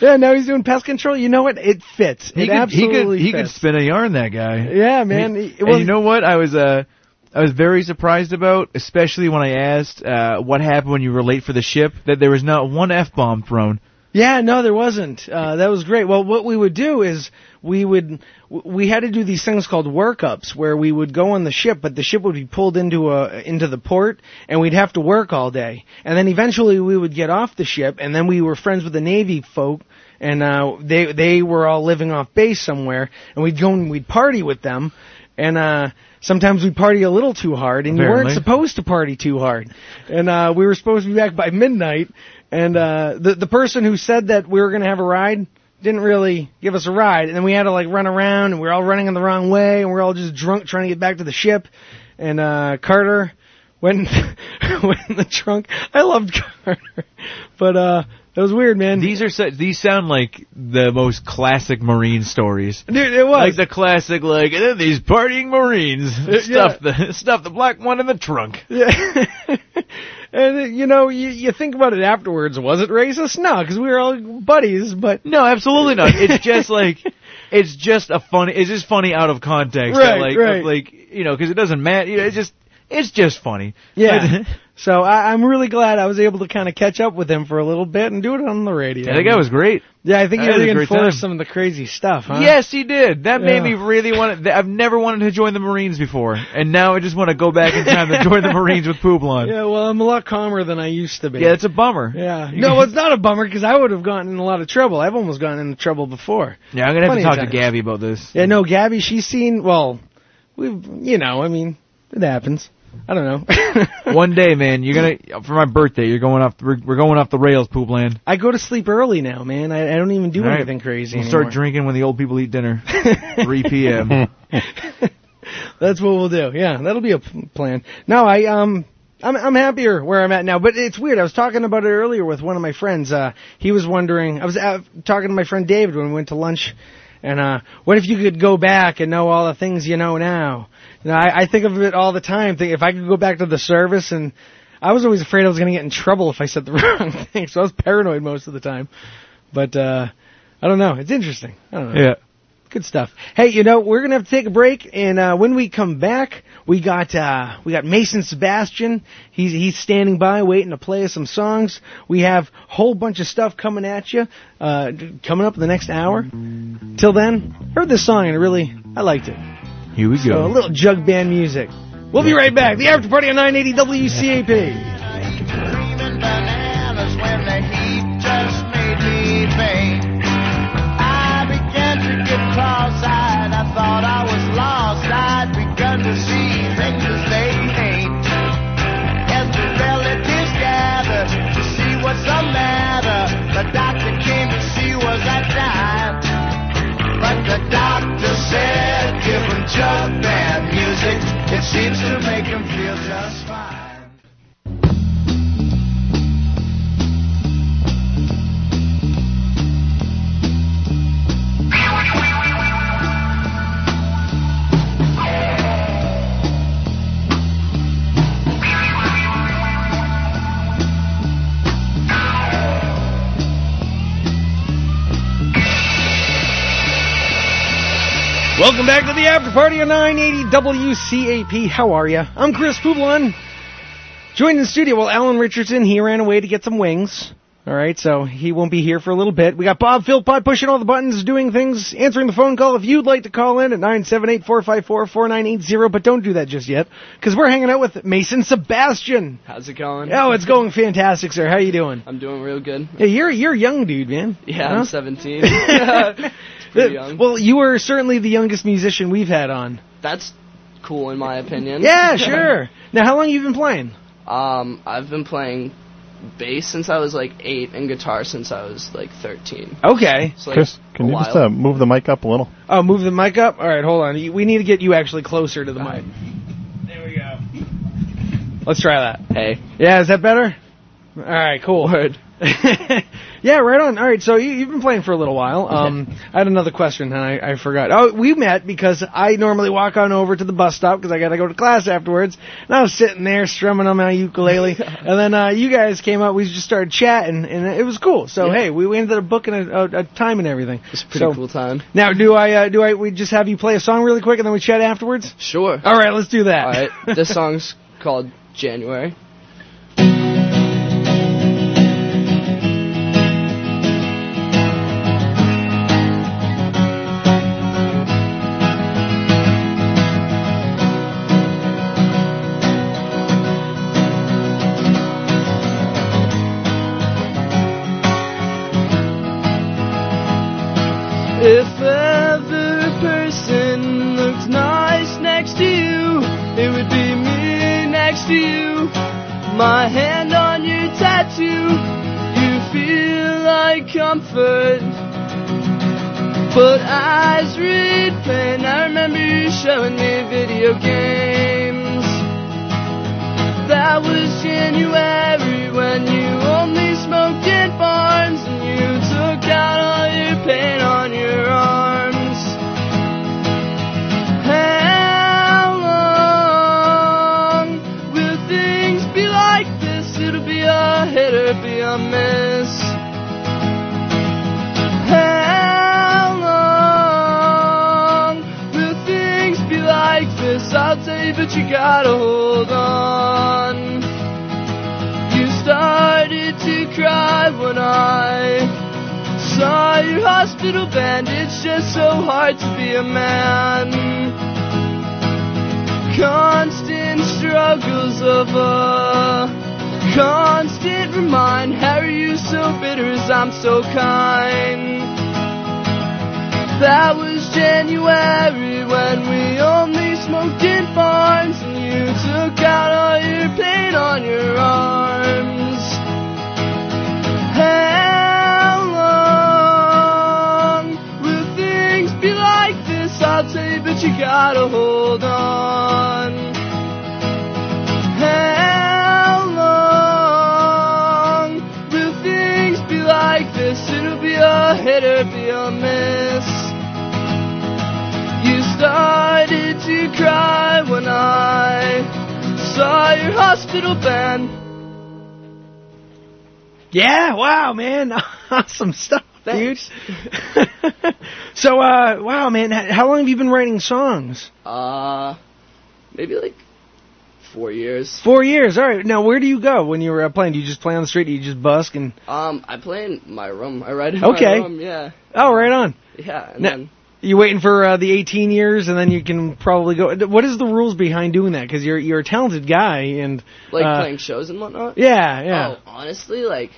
[SPEAKER 2] yeah, now he's doing pest control. You know what? It fits.
[SPEAKER 7] he
[SPEAKER 2] it
[SPEAKER 7] could, he could
[SPEAKER 2] absolutely
[SPEAKER 7] he could
[SPEAKER 2] fits.
[SPEAKER 7] spin a yarn. That guy.
[SPEAKER 2] yeah, man.
[SPEAKER 7] He-
[SPEAKER 2] He-
[SPEAKER 7] and
[SPEAKER 2] well,
[SPEAKER 7] you know what? I was uh, I was very surprised about, especially when I asked uh, what happened when you were late for the ship, that there was not one f bomb thrown.
[SPEAKER 2] Yeah, no, there wasn't. Uh, that was great. Well, what we would do is we would w- we had to do these things called workups, where we would go on the ship, but the ship would be pulled into a into the port, and we'd have to work all day. And then eventually we would get off the ship, and then we were friends with the Navy folk, and uh, they they were all living off base somewhere, and we'd go and we'd party with them, and uh, sometimes we'd party a little too hard, and you
[SPEAKER 7] Apparently.
[SPEAKER 2] weren't supposed supposed to party too hard, and uh, we were supposed to be back by midnight. And uh, the the person who said that we were going to have a ride didn't really give us a ride, and then we had to like run around, and we were all running in the wrong way, and we were all just drunk trying to get back to the ship. And uh, Carter went went in the trunk. I loved Carter, but uh, that was weird, man.
[SPEAKER 7] These are such, these sound like the most classic Marine stories.
[SPEAKER 2] Dude, it was
[SPEAKER 7] Like the classic, like and then these partying Marines stuff the stuff the black one in the trunk.
[SPEAKER 2] Yeah. and uh, you know, you, you think about it afterwards. Was it racist? No, because we were all buddies. But
[SPEAKER 7] No, absolutely not. It's just like it's just a funny. It's just funny out of context. that,
[SPEAKER 2] Right,
[SPEAKER 7] like
[SPEAKER 2] right.
[SPEAKER 7] like you know because it doesn't matter. You know, it's just it's just funny.
[SPEAKER 2] Yeah. so I, I'm really glad I was able to kind of catch up with him for a little bit and do it on the radio.
[SPEAKER 7] Yeah, that guy was great.
[SPEAKER 2] Yeah, I think he
[SPEAKER 7] that was a great
[SPEAKER 2] reinforced
[SPEAKER 7] time.
[SPEAKER 2] some of the crazy stuff. Huh?
[SPEAKER 7] Yes, he did. That made
[SPEAKER 2] Yeah.
[SPEAKER 7] me really want. to... I've never wanted to join the Marines before, and now I just want to go back in time to join the Marines with Poublon.
[SPEAKER 2] Yeah. Well, I'm a lot calmer than I used to be.
[SPEAKER 7] yeah, it's a bummer.
[SPEAKER 2] Yeah. No, it's not a bummer because I would have gotten in a lot of trouble. I've almost gotten into trouble before.
[SPEAKER 7] Yeah, I'm gonna have
[SPEAKER 2] Plenty
[SPEAKER 7] to
[SPEAKER 2] of
[SPEAKER 7] talk
[SPEAKER 2] times.
[SPEAKER 7] to Gabby about this.
[SPEAKER 2] Yeah. No, Gabby, she's seen. Well, we've. You know, I mean, it happens. I don't know.
[SPEAKER 7] One day, man, you're gonna for my birthday. You're going off. We're, we're going off the rails, Poopland.
[SPEAKER 2] I go to sleep early now, man. I, I don't even do
[SPEAKER 7] All right.
[SPEAKER 2] anything crazy.
[SPEAKER 7] We'll start
[SPEAKER 2] anymore.
[SPEAKER 7] drinking when the old people eat dinner. 3 p.m.
[SPEAKER 2] That's what we'll do. Yeah, that'll be a p- plan. No, I um. I'm I'm happier where I'm at now, but it's weird. I was talking about it earlier with one of my friends. Uh, he was wondering. I was uh, talking to my friend David when we went to lunch, and uh, what if you could go back and know all the things you know now? You know, I, I think of it all the time. Think if I could go back to the service, and I was always afraid I was going to get in trouble if I said the wrong thing, so I was paranoid most of the time. But uh, I don't know. It's interesting. I don't know.
[SPEAKER 7] yeah.
[SPEAKER 2] Good stuff. Hey, you know we're gonna have to take a break, and uh, when we come back, we got uh, we got Mason Sebastian. He's he's standing by, waiting to play us some songs. We have a whole bunch of stuff coming at you, uh, d- coming up in the next hour. Till then, heard this song and it really I liked it.
[SPEAKER 7] Here we
[SPEAKER 2] So a
[SPEAKER 7] go.
[SPEAKER 2] little jug band music. We'll be right back. The after party on 980 WCAP.
[SPEAKER 10] screaming bananas when the heat just made me faint. I began to get cross-eyed. I thought I was lost. I'd begun to see things as they ain't. As the relatives gathered to see what's the matter, the doctor came to see was I died. But the doctor said, give him jug band music. It seems to make him feel just fine.
[SPEAKER 2] Welcome back to the After Party of 980 WCAP. How are you? I'm Chris Poubelon. Joined in the studio, well, Alan Richardson, he ran away to get some wings. All right, so he won't be here for a little bit. We got Bob Philpott pushing all the buttons, doing things, answering the phone call. If you'd like to call in at 978-454-4980, but don't do that just yet, because we're hanging out with Mason Sebastian.
[SPEAKER 11] How's it going?
[SPEAKER 2] Oh, it's going fantastic, sir. How you doing?
[SPEAKER 11] I'm doing real good.
[SPEAKER 2] Yeah, you're you're a young dude, man.
[SPEAKER 11] Yeah,
[SPEAKER 2] Huh?
[SPEAKER 11] I'm 17. It's pretty young.
[SPEAKER 2] Well, you are certainly the youngest musician we've had on.
[SPEAKER 11] That's cool in my opinion.
[SPEAKER 2] Yeah, sure. now, how long you been playing?
[SPEAKER 11] um, I've been playing bass since I was like eight and guitar since I was like 13.
[SPEAKER 2] Okay.
[SPEAKER 11] So, like,
[SPEAKER 9] Chris, can
[SPEAKER 11] a
[SPEAKER 9] you just
[SPEAKER 11] while.
[SPEAKER 9] uh, move the mic up a little?
[SPEAKER 2] Oh, move the mic up. All right, hold on. You- We need to get you actually closer to the mic. There we go. Let's try that.
[SPEAKER 9] uh,
[SPEAKER 11] Hey.
[SPEAKER 2] Yeah, is that better? All right, cool. yeah, right on. All right, so you, you've been playing for a little while. Um, I had another question and I, I forgot. Oh, we met because I normally walk on over to the bus stop because I got to go to class afterwards. And I was sitting there strumming on my ukulele, and then uh, you guys came up. We just started chatting, and it was cool. So
[SPEAKER 11] Yeah.
[SPEAKER 2] hey, we, we ended up booking a, a, a time and everything.
[SPEAKER 11] It's a pretty
[SPEAKER 2] So-
[SPEAKER 11] cool time.
[SPEAKER 2] now, do I uh, do I we just have you play a song really quick and then we chat afterwards?
[SPEAKER 11] Sure.
[SPEAKER 2] All right, let's do that.
[SPEAKER 11] All right. This song's called January. If every person looked nice next to you, it would be me next to you. My hand on your tattoo, you feel like comfort. But eyes read pen, I remember you showing me video games. That was January when you only smoked in farms and you took out all your pain on your arms. How long will things be like this? It'll be a hit or be a miss. How long will things be like this? I'll tell you, but you gotta hold on. You started to cry when I saw your hospital band. It's just so hard to be a man. Constant struggles of a constant remind. How are you so bitter as I'm so kind? That was January when we only smoked in farms and you took out all your pain on your arms. How long will things be like this? I'll tell you, but you gotta hold on. How long will things be like this? It'll be a hit or be a miss. You started to cry when I saw your hospital band.
[SPEAKER 2] Yeah, wow, man, awesome stuff, dude. so, uh, wow, man, h- how long have you been writing songs?
[SPEAKER 11] Uh, maybe like four years.
[SPEAKER 2] Four years. All right. Now, where do you go when you're uh, playing? Do you just play on the street? Do you just busk and?
[SPEAKER 11] Um, I play in my room. I write in
[SPEAKER 2] Okay.
[SPEAKER 11] my room. Yeah,
[SPEAKER 2] Oh, right on.
[SPEAKER 11] yeah. And
[SPEAKER 2] Now-
[SPEAKER 11] then
[SPEAKER 2] You waiting for uh, the 18 years, and then you can probably go. What is the rules behind doing that? Because you're you're a talented guy, and
[SPEAKER 11] like
[SPEAKER 2] uh,
[SPEAKER 11] playing shows and whatnot.
[SPEAKER 2] Yeah, yeah.
[SPEAKER 11] Oh, honestly, like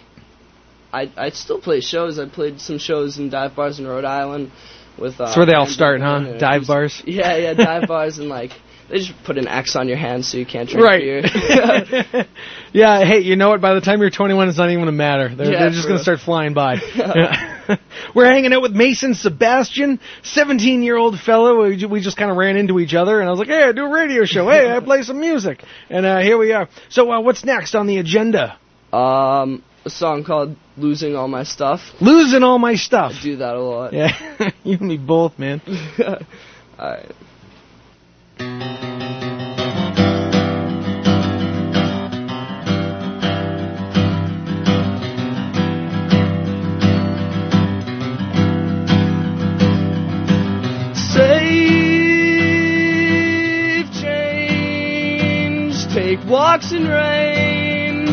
[SPEAKER 11] I I still play shows. I played some shows in dive bars in Rhode Island with. Uh,
[SPEAKER 2] That's where they all
[SPEAKER 11] Randy
[SPEAKER 2] start, huh?
[SPEAKER 11] Newman and
[SPEAKER 2] Dive
[SPEAKER 11] who's-
[SPEAKER 2] bars?
[SPEAKER 11] Yeah, yeah, dive bars and like they just put an X on your hand so you can't drink
[SPEAKER 2] Right.
[SPEAKER 11] beer.
[SPEAKER 2] Yeah, hey, you know what? By the time you're 21, it's not even going to matter. They're,
[SPEAKER 11] Yeah,
[SPEAKER 2] they're just
[SPEAKER 11] for
[SPEAKER 2] going to
[SPEAKER 11] real.
[SPEAKER 2] start flying by. Yeah. We're hanging out with Mason Sebastian, 17 year old fellow. We, ju- we just kind of ran into each other, and I was like, hey, I do a radio show. Hey, I play some music. And uh, here we are. So, uh, what's next on the agenda?
[SPEAKER 11] um, a song called "Losing All My Stuff."
[SPEAKER 2] Losing all my stuff.
[SPEAKER 11] I do that a lot.
[SPEAKER 2] Yeah, you and me both, man.
[SPEAKER 11] all right. Save change, take what sparks and rain.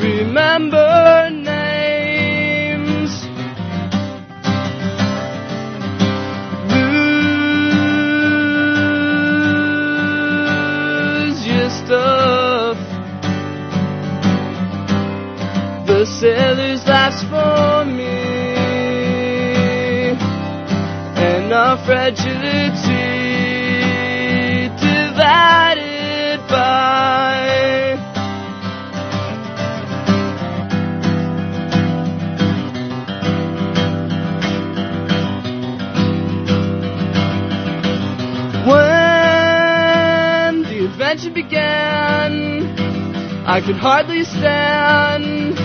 [SPEAKER 11] Remember names. Lose your stuff. The sailor's life's for me. And our fragility divided by When the adventure began, I could hardly stand.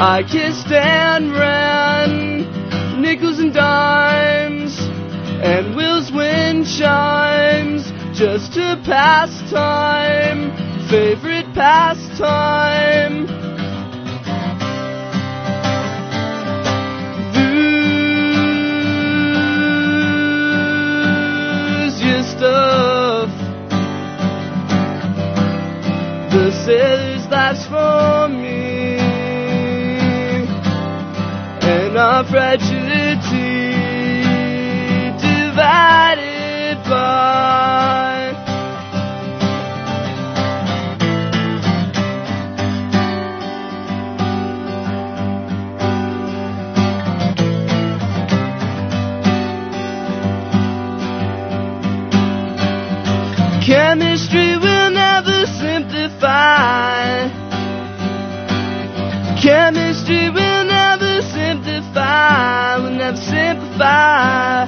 [SPEAKER 11] I kissed and ran nickels and dimes and Will's wind chimes just to pass time. Favorite pastime. lose your stuff. The sailor's life's for me, and our fragility divided by. Chemistry will never simplify. Chemistry will never simplify, will never simplify.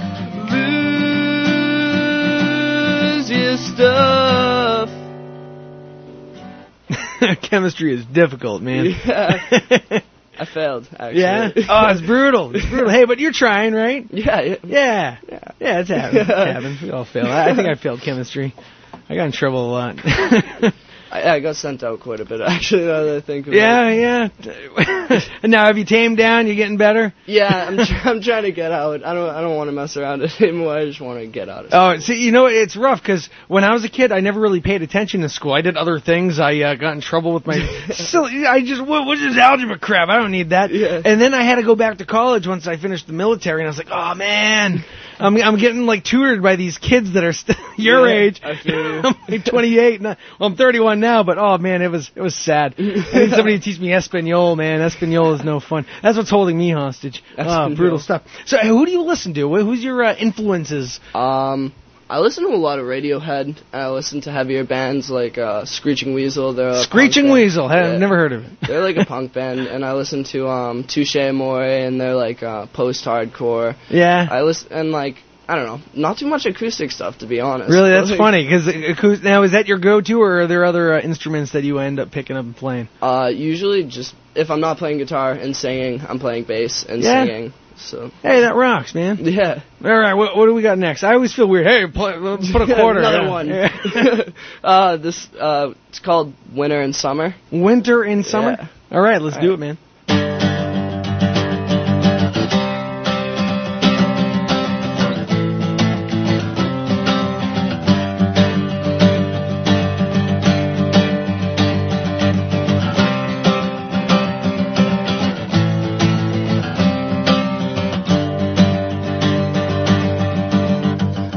[SPEAKER 11] Lose your stuff.
[SPEAKER 2] Chemistry is difficult, man.
[SPEAKER 11] Yeah. I failed, actually.
[SPEAKER 2] Yeah. Oh, it's brutal. It's brutal. Hey, but you're trying, right?
[SPEAKER 11] Yeah. Yeah.
[SPEAKER 2] Yeah. Yeah. It's happened. It's happened. We all fail. I, I think I failed chemistry. I got in trouble a lot.
[SPEAKER 11] I, I got sent out quite a bit, actually, now that I think about
[SPEAKER 2] yeah,
[SPEAKER 11] it.
[SPEAKER 2] yeah. And now, have you tamed down? You're getting better.
[SPEAKER 11] Yeah, I'm, tr- I'm trying to get out. I don't I don't want to mess around anymore. I just want to get out of it.
[SPEAKER 2] Oh, see, you know, it's rough because when I was a kid, I never really paid attention to school. I did other things. I uh, got in trouble with my silly. I just what was this algebra crap? I don't need that. And then I had to go back to college once I finished the military, and I was like, oh man, I'm I'm getting like tutored by these kids that are st- your
[SPEAKER 11] Yeah,
[SPEAKER 2] age.
[SPEAKER 11] I feel you.
[SPEAKER 2] I'm like 28. And I, well, I'm 31 now, but oh man, it was it was sad. I need somebody to teach me Espanol, man. Espanol is no fun. That's what's holding me hostage. Ah,
[SPEAKER 11] Espanol.
[SPEAKER 2] brutal stuff. So, who do you listen to? Wh- Who's your uh, influences?
[SPEAKER 11] Um, I listen to a lot of Radiohead. I listen to heavier bands like uh, Screeching Weasel. They're a punk
[SPEAKER 2] Screeching
[SPEAKER 11] band.
[SPEAKER 2] Weasel. Hey,
[SPEAKER 11] Yeah.
[SPEAKER 2] I've never heard of it.
[SPEAKER 11] they're like a punk band, and I listen to um, Touche Amore, and they're like uh, post-hardcore.
[SPEAKER 2] Yeah.
[SPEAKER 11] I listen and like I don't know, not too much acoustic stuff to be honest.
[SPEAKER 2] Really, that's
[SPEAKER 11] Like,
[SPEAKER 2] funny 'cause funny because now is that your go-to, or are there other uh, instruments that you end up picking up and playing?
[SPEAKER 11] Uh, usually just if I'm not playing guitar and singing, I'm playing bass and
[SPEAKER 2] Yeah.
[SPEAKER 11] singing. So
[SPEAKER 2] Hey, that rocks, man.
[SPEAKER 11] Yeah.
[SPEAKER 2] All right, what, what do we got next? I always feel weird. Hey, play, let's put a quarter.
[SPEAKER 11] Another
[SPEAKER 2] Yeah.
[SPEAKER 11] one.
[SPEAKER 2] Yeah.
[SPEAKER 11] uh, this uh, it's called Winter and Summer.
[SPEAKER 2] Winter in summer.
[SPEAKER 11] Yeah.
[SPEAKER 2] All right, let's
[SPEAKER 11] All
[SPEAKER 2] do it,
[SPEAKER 11] right.
[SPEAKER 2] man.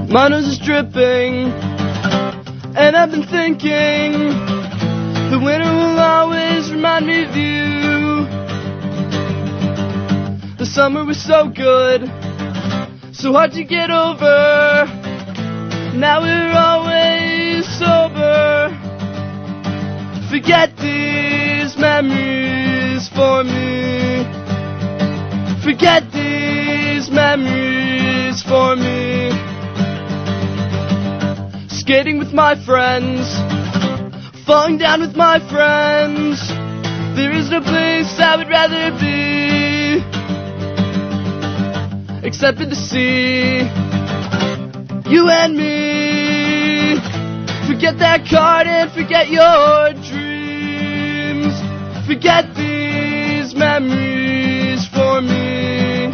[SPEAKER 11] My nose is dripping, and I've been thinking the winter will always remind me of you. The summer was so good, so hard to get over. Now we're always sober. Forget these memories for me. Forget these memories for me. Skating with my friends, falling down with my friends. There is no place I would rather be except in the sea. You and me. Forget that card and forget your dreams. Forget these memories for me.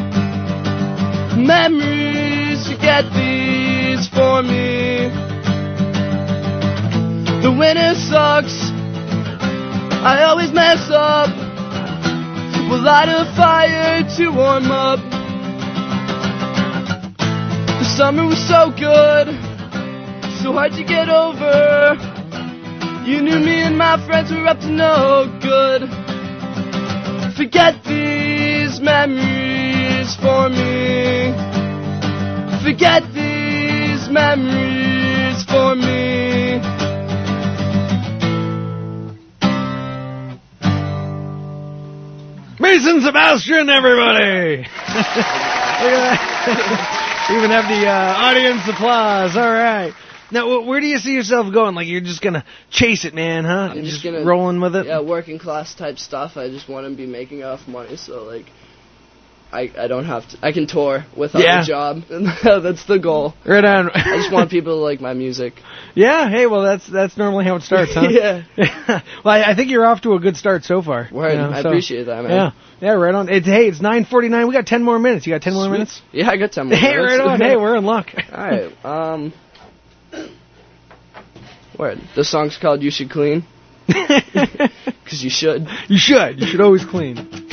[SPEAKER 11] Memories, forget these for me. The winter sucks. I always mess up. Will light a fire to warm up. The summer was so good, so hard to get over. You knew me and my friends were up to no good. Forget these memories for me. Forget these memories for me.
[SPEAKER 2] Mason Sebastian, everybody! Look at that. Even have the uh, audience applause. All right. Now, wh- where do you see yourself going? Like, you're just going to chase it, man, huh?
[SPEAKER 12] I'm just
[SPEAKER 2] You're
[SPEAKER 12] gonna
[SPEAKER 2] rolling with it?
[SPEAKER 12] Yeah, working class type stuff. I just want to be making off money, so like, I I don't have to. I can tour without
[SPEAKER 2] Yeah.
[SPEAKER 12] a job. That's the goal.
[SPEAKER 2] Right on.
[SPEAKER 12] I just want people to like my music.
[SPEAKER 2] Yeah, hey, well, that's that's normally how it starts, huh?
[SPEAKER 12] Yeah.
[SPEAKER 2] well, I, I think you're off to a good start so far.
[SPEAKER 12] Word. I appreciate that, man.
[SPEAKER 2] Yeah, yeah, right on. It's, hey, it's 9:49. We got 10 more minutes. You got 10 more minutes?
[SPEAKER 12] Yeah, I got time. more
[SPEAKER 2] Hey,
[SPEAKER 12] minutes.
[SPEAKER 2] right on. Hey, we're in luck.
[SPEAKER 12] All right. Um. Word. The song's called "You Should Clean." Cause you should.
[SPEAKER 2] You should. You should always clean.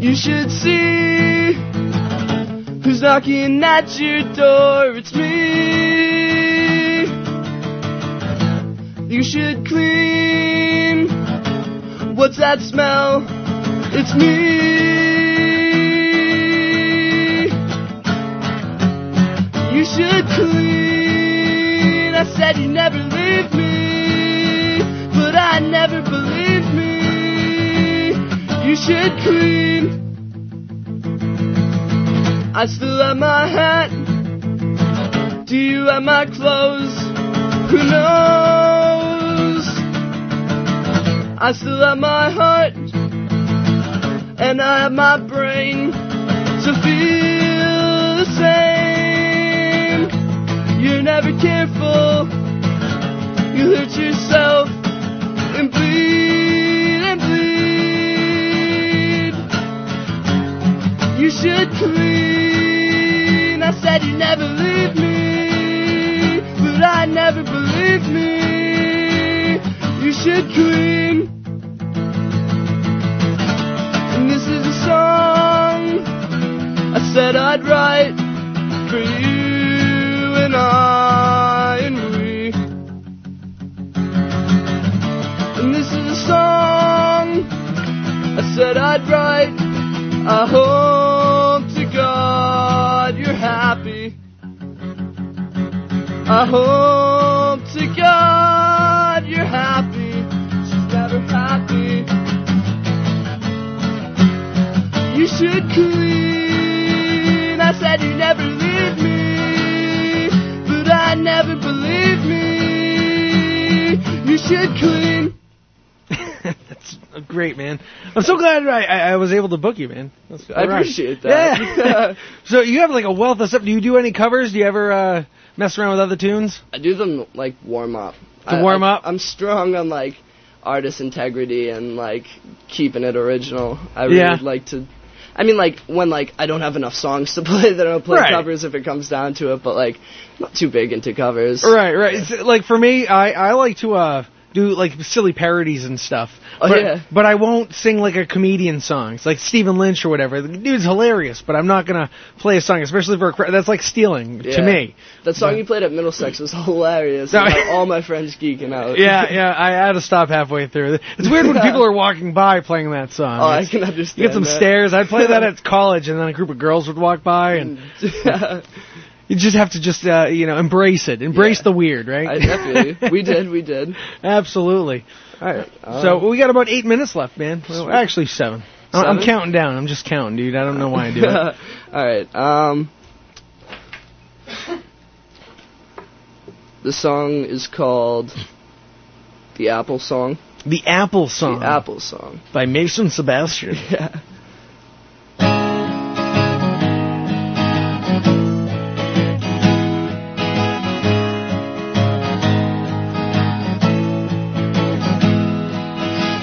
[SPEAKER 11] You should see who's knocking at your door. It's me. You should clean. What's that smell? It's me. You should clean. I said you never leave me, but I never believed me. You should clean. I still have my hat. Do you have my clothes? Who knows? I still have my heart. And I have my brain to feel the same. You're never careful. You hurt yourself and bleed and bleed. You should clean. I said you never leave me, but I never believed me. You should clean. And this is a song I said I'd write for you and I and we. And this is a song I said I'd write. I hope to God you're happy. I hope to God you're happy. She's never happy. You should clean. I said you never leave me, but I never believed me. You should clean.
[SPEAKER 2] Great, man. I'm so glad I, I, I was able to book you, man. That's,
[SPEAKER 12] I
[SPEAKER 2] all right.
[SPEAKER 12] appreciate that.
[SPEAKER 2] Yeah. so you have like a wealth of stuff. Do you do any covers? Do you ever uh, mess around with other tunes?
[SPEAKER 12] I do them like warm up.
[SPEAKER 2] To
[SPEAKER 12] I-
[SPEAKER 2] warm
[SPEAKER 12] I, up. I'm strong on like artist integrity and like keeping it original. I really
[SPEAKER 2] Yeah.
[SPEAKER 12] would like to. I mean, like when like I don't have enough songs to play, then I'll play
[SPEAKER 2] Right.
[SPEAKER 12] covers if it comes down to it. But like, not too big into covers.
[SPEAKER 2] Right, right. It's, like for me, I I like to uh do like silly parodies and stuff.
[SPEAKER 12] Oh,
[SPEAKER 2] but,
[SPEAKER 12] yeah.
[SPEAKER 2] But I won't sing like a comedian songs, like Stephen Lynch or whatever. The dude's hilarious, but I'm not gonna play a song, especially for a crowd. That's like stealing
[SPEAKER 12] Yeah.
[SPEAKER 2] to me.
[SPEAKER 12] That song you played at Middlesex was hilarious.
[SPEAKER 2] No.
[SPEAKER 12] I had all my friends geeking out.
[SPEAKER 2] Yeah, yeah. I had to stop halfway through. It's weird when people are walking by playing that song.
[SPEAKER 12] Oh, I
[SPEAKER 2] It's-
[SPEAKER 12] can
[SPEAKER 2] You get
[SPEAKER 12] understand
[SPEAKER 2] some
[SPEAKER 12] that.
[SPEAKER 2] stares. I'd play that at college, and then a group of girls would walk by, and you just have to just uh, you know embrace it, embrace the weird, right?
[SPEAKER 12] I definitely. we did. We did. Um,
[SPEAKER 2] Absolutely. All right. so we got about eight minutes left, man. Well, actually, seven. I- I'm
[SPEAKER 12] Seven?
[SPEAKER 2] counting down. I'm just counting, dude. I don't know why I do it.
[SPEAKER 12] All right. Um, the song is called "The Apple Song."
[SPEAKER 2] The Apple Song.
[SPEAKER 12] The Apple Song.
[SPEAKER 2] By Mason Sebastian.
[SPEAKER 12] Yeah.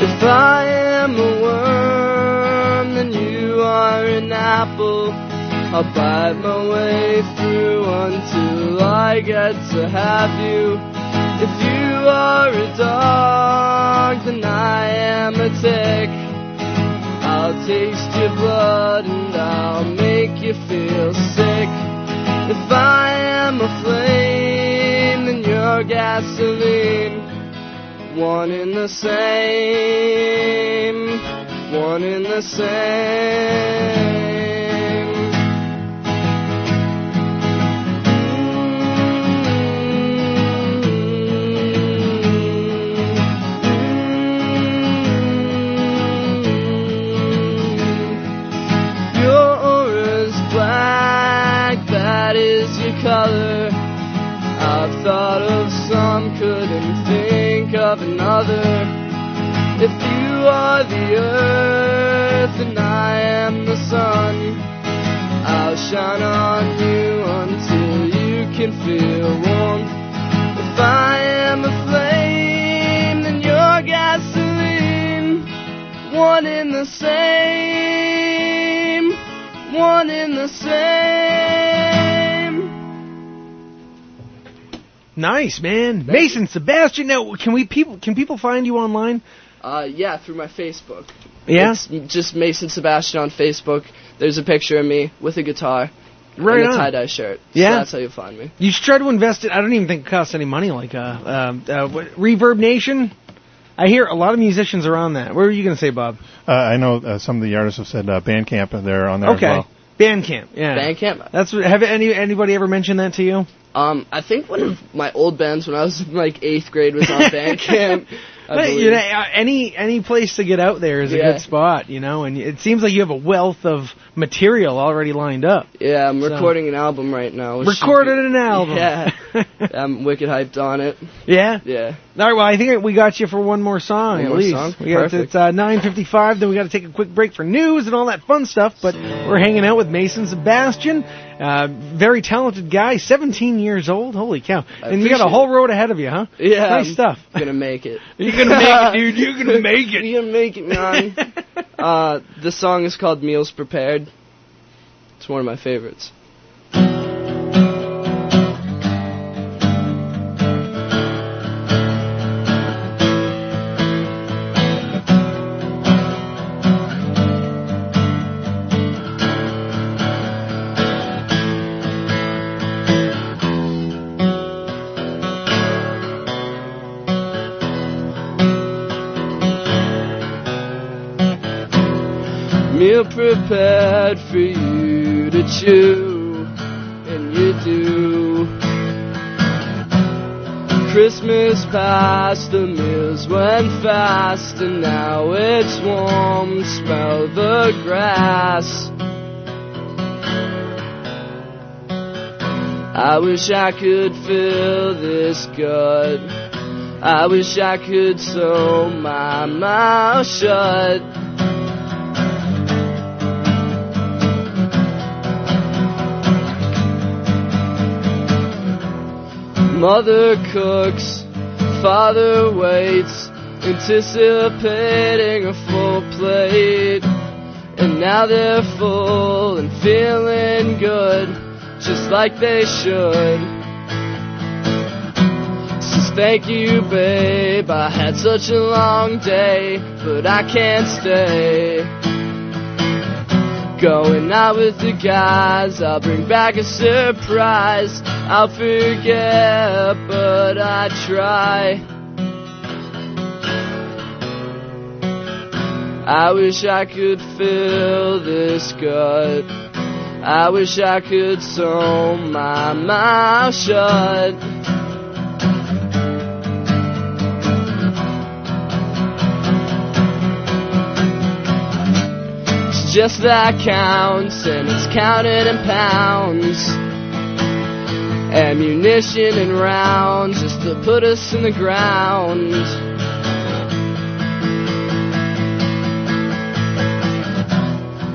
[SPEAKER 11] If I am a worm, then you are an apple.
[SPEAKER 13] apple. I'll bite my way through until I get to have you. If you are a dog, then I am a tick. I'll taste your blood and I'll make you feel sick. If I am a flame, then you're gasoline. One in the same, one in the same. Mm. Your aura's black, that is your color. I've thought of some, couldn't think of another. If you are the earth and I am the sun, I'll shine on you until you can feel warmth. If I am a flame, then you're gasoline. One in the same, one in the same.
[SPEAKER 2] Nice man, Mason Sebastian. Now, can we people can people find you online?
[SPEAKER 11] Uh, yeah, through my Facebook.
[SPEAKER 2] Yeah?
[SPEAKER 11] It's just Mason Sebastian on Facebook. There's a picture of me with a guitar
[SPEAKER 2] Right
[SPEAKER 11] and
[SPEAKER 2] on.
[SPEAKER 11] a tie dye shirt. So
[SPEAKER 2] Yeah.
[SPEAKER 11] that's how you find me.
[SPEAKER 2] You should try to invest it. I don't even think it costs any money. Like uh, um, uh, what, Reverb Nation. I hear a lot of musicians are on that. What were you going to say, Bob?
[SPEAKER 9] Uh, I know uh, some of the artists have said uh, Bandcamp. They're on there
[SPEAKER 2] okay,
[SPEAKER 9] as well.
[SPEAKER 2] Bandcamp. Yeah,
[SPEAKER 11] Bandcamp.
[SPEAKER 2] That's what- have any anybody ever mentioned that to you?
[SPEAKER 11] Um, I think one of my old bands when I was in, like eighth grade was on Bandcamp. I
[SPEAKER 2] But,
[SPEAKER 11] believe.
[SPEAKER 2] you know, uh, any any place to get out there is
[SPEAKER 11] Yeah.
[SPEAKER 2] a good spot, you know. And it seems like you have a wealth of material already lined up.
[SPEAKER 11] yeah, I'm
[SPEAKER 2] So-
[SPEAKER 11] recording an album right now. which should
[SPEAKER 2] Recorded
[SPEAKER 11] be-
[SPEAKER 2] an album.
[SPEAKER 11] Yeah, I'm wicked hyped on it.
[SPEAKER 2] Yeah.
[SPEAKER 11] Yeah.
[SPEAKER 2] All right. Well, I think we got you for one more song
[SPEAKER 11] One
[SPEAKER 2] at
[SPEAKER 11] more
[SPEAKER 2] least.
[SPEAKER 11] song?
[SPEAKER 2] We got
[SPEAKER 11] Perfect.
[SPEAKER 2] it's uh, 9:55. Then we got to take a quick break for news and all that fun stuff. But we're hanging out with Mason Sebastian, uh, very talented guy, 17 years old. Holy cow! and you got a
[SPEAKER 11] appreciate
[SPEAKER 2] whole road ahead of you, huh?
[SPEAKER 11] Yeah,
[SPEAKER 2] Nice
[SPEAKER 11] I'm
[SPEAKER 2] stuff.
[SPEAKER 11] Gonna make it.
[SPEAKER 2] You're gonna make it, dude. You're gonna make it.
[SPEAKER 11] You're gonna make it, man. uh, the song is called "Meals Prepared." It's one of my favorites. meal prepared for you to chew, and you do. Christmas past, the meals went fast, and now it's warm. Smell the grass. I wish I could feel this good. I wish I could sew my mouth shut. Mother cooks, father waits, anticipating a full plate. And now they're full and feeling good, just like they should. Says thank you, babe, I had such a long day, but I can't stay. Going out with the guys, I'll bring back a surprise. I'll forget, but I try. I wish I could feel this gut. I wish I could sew my mouth shut. It's just that counts, and it's counted in pounds. Ammunition and rounds just to put us in the ground.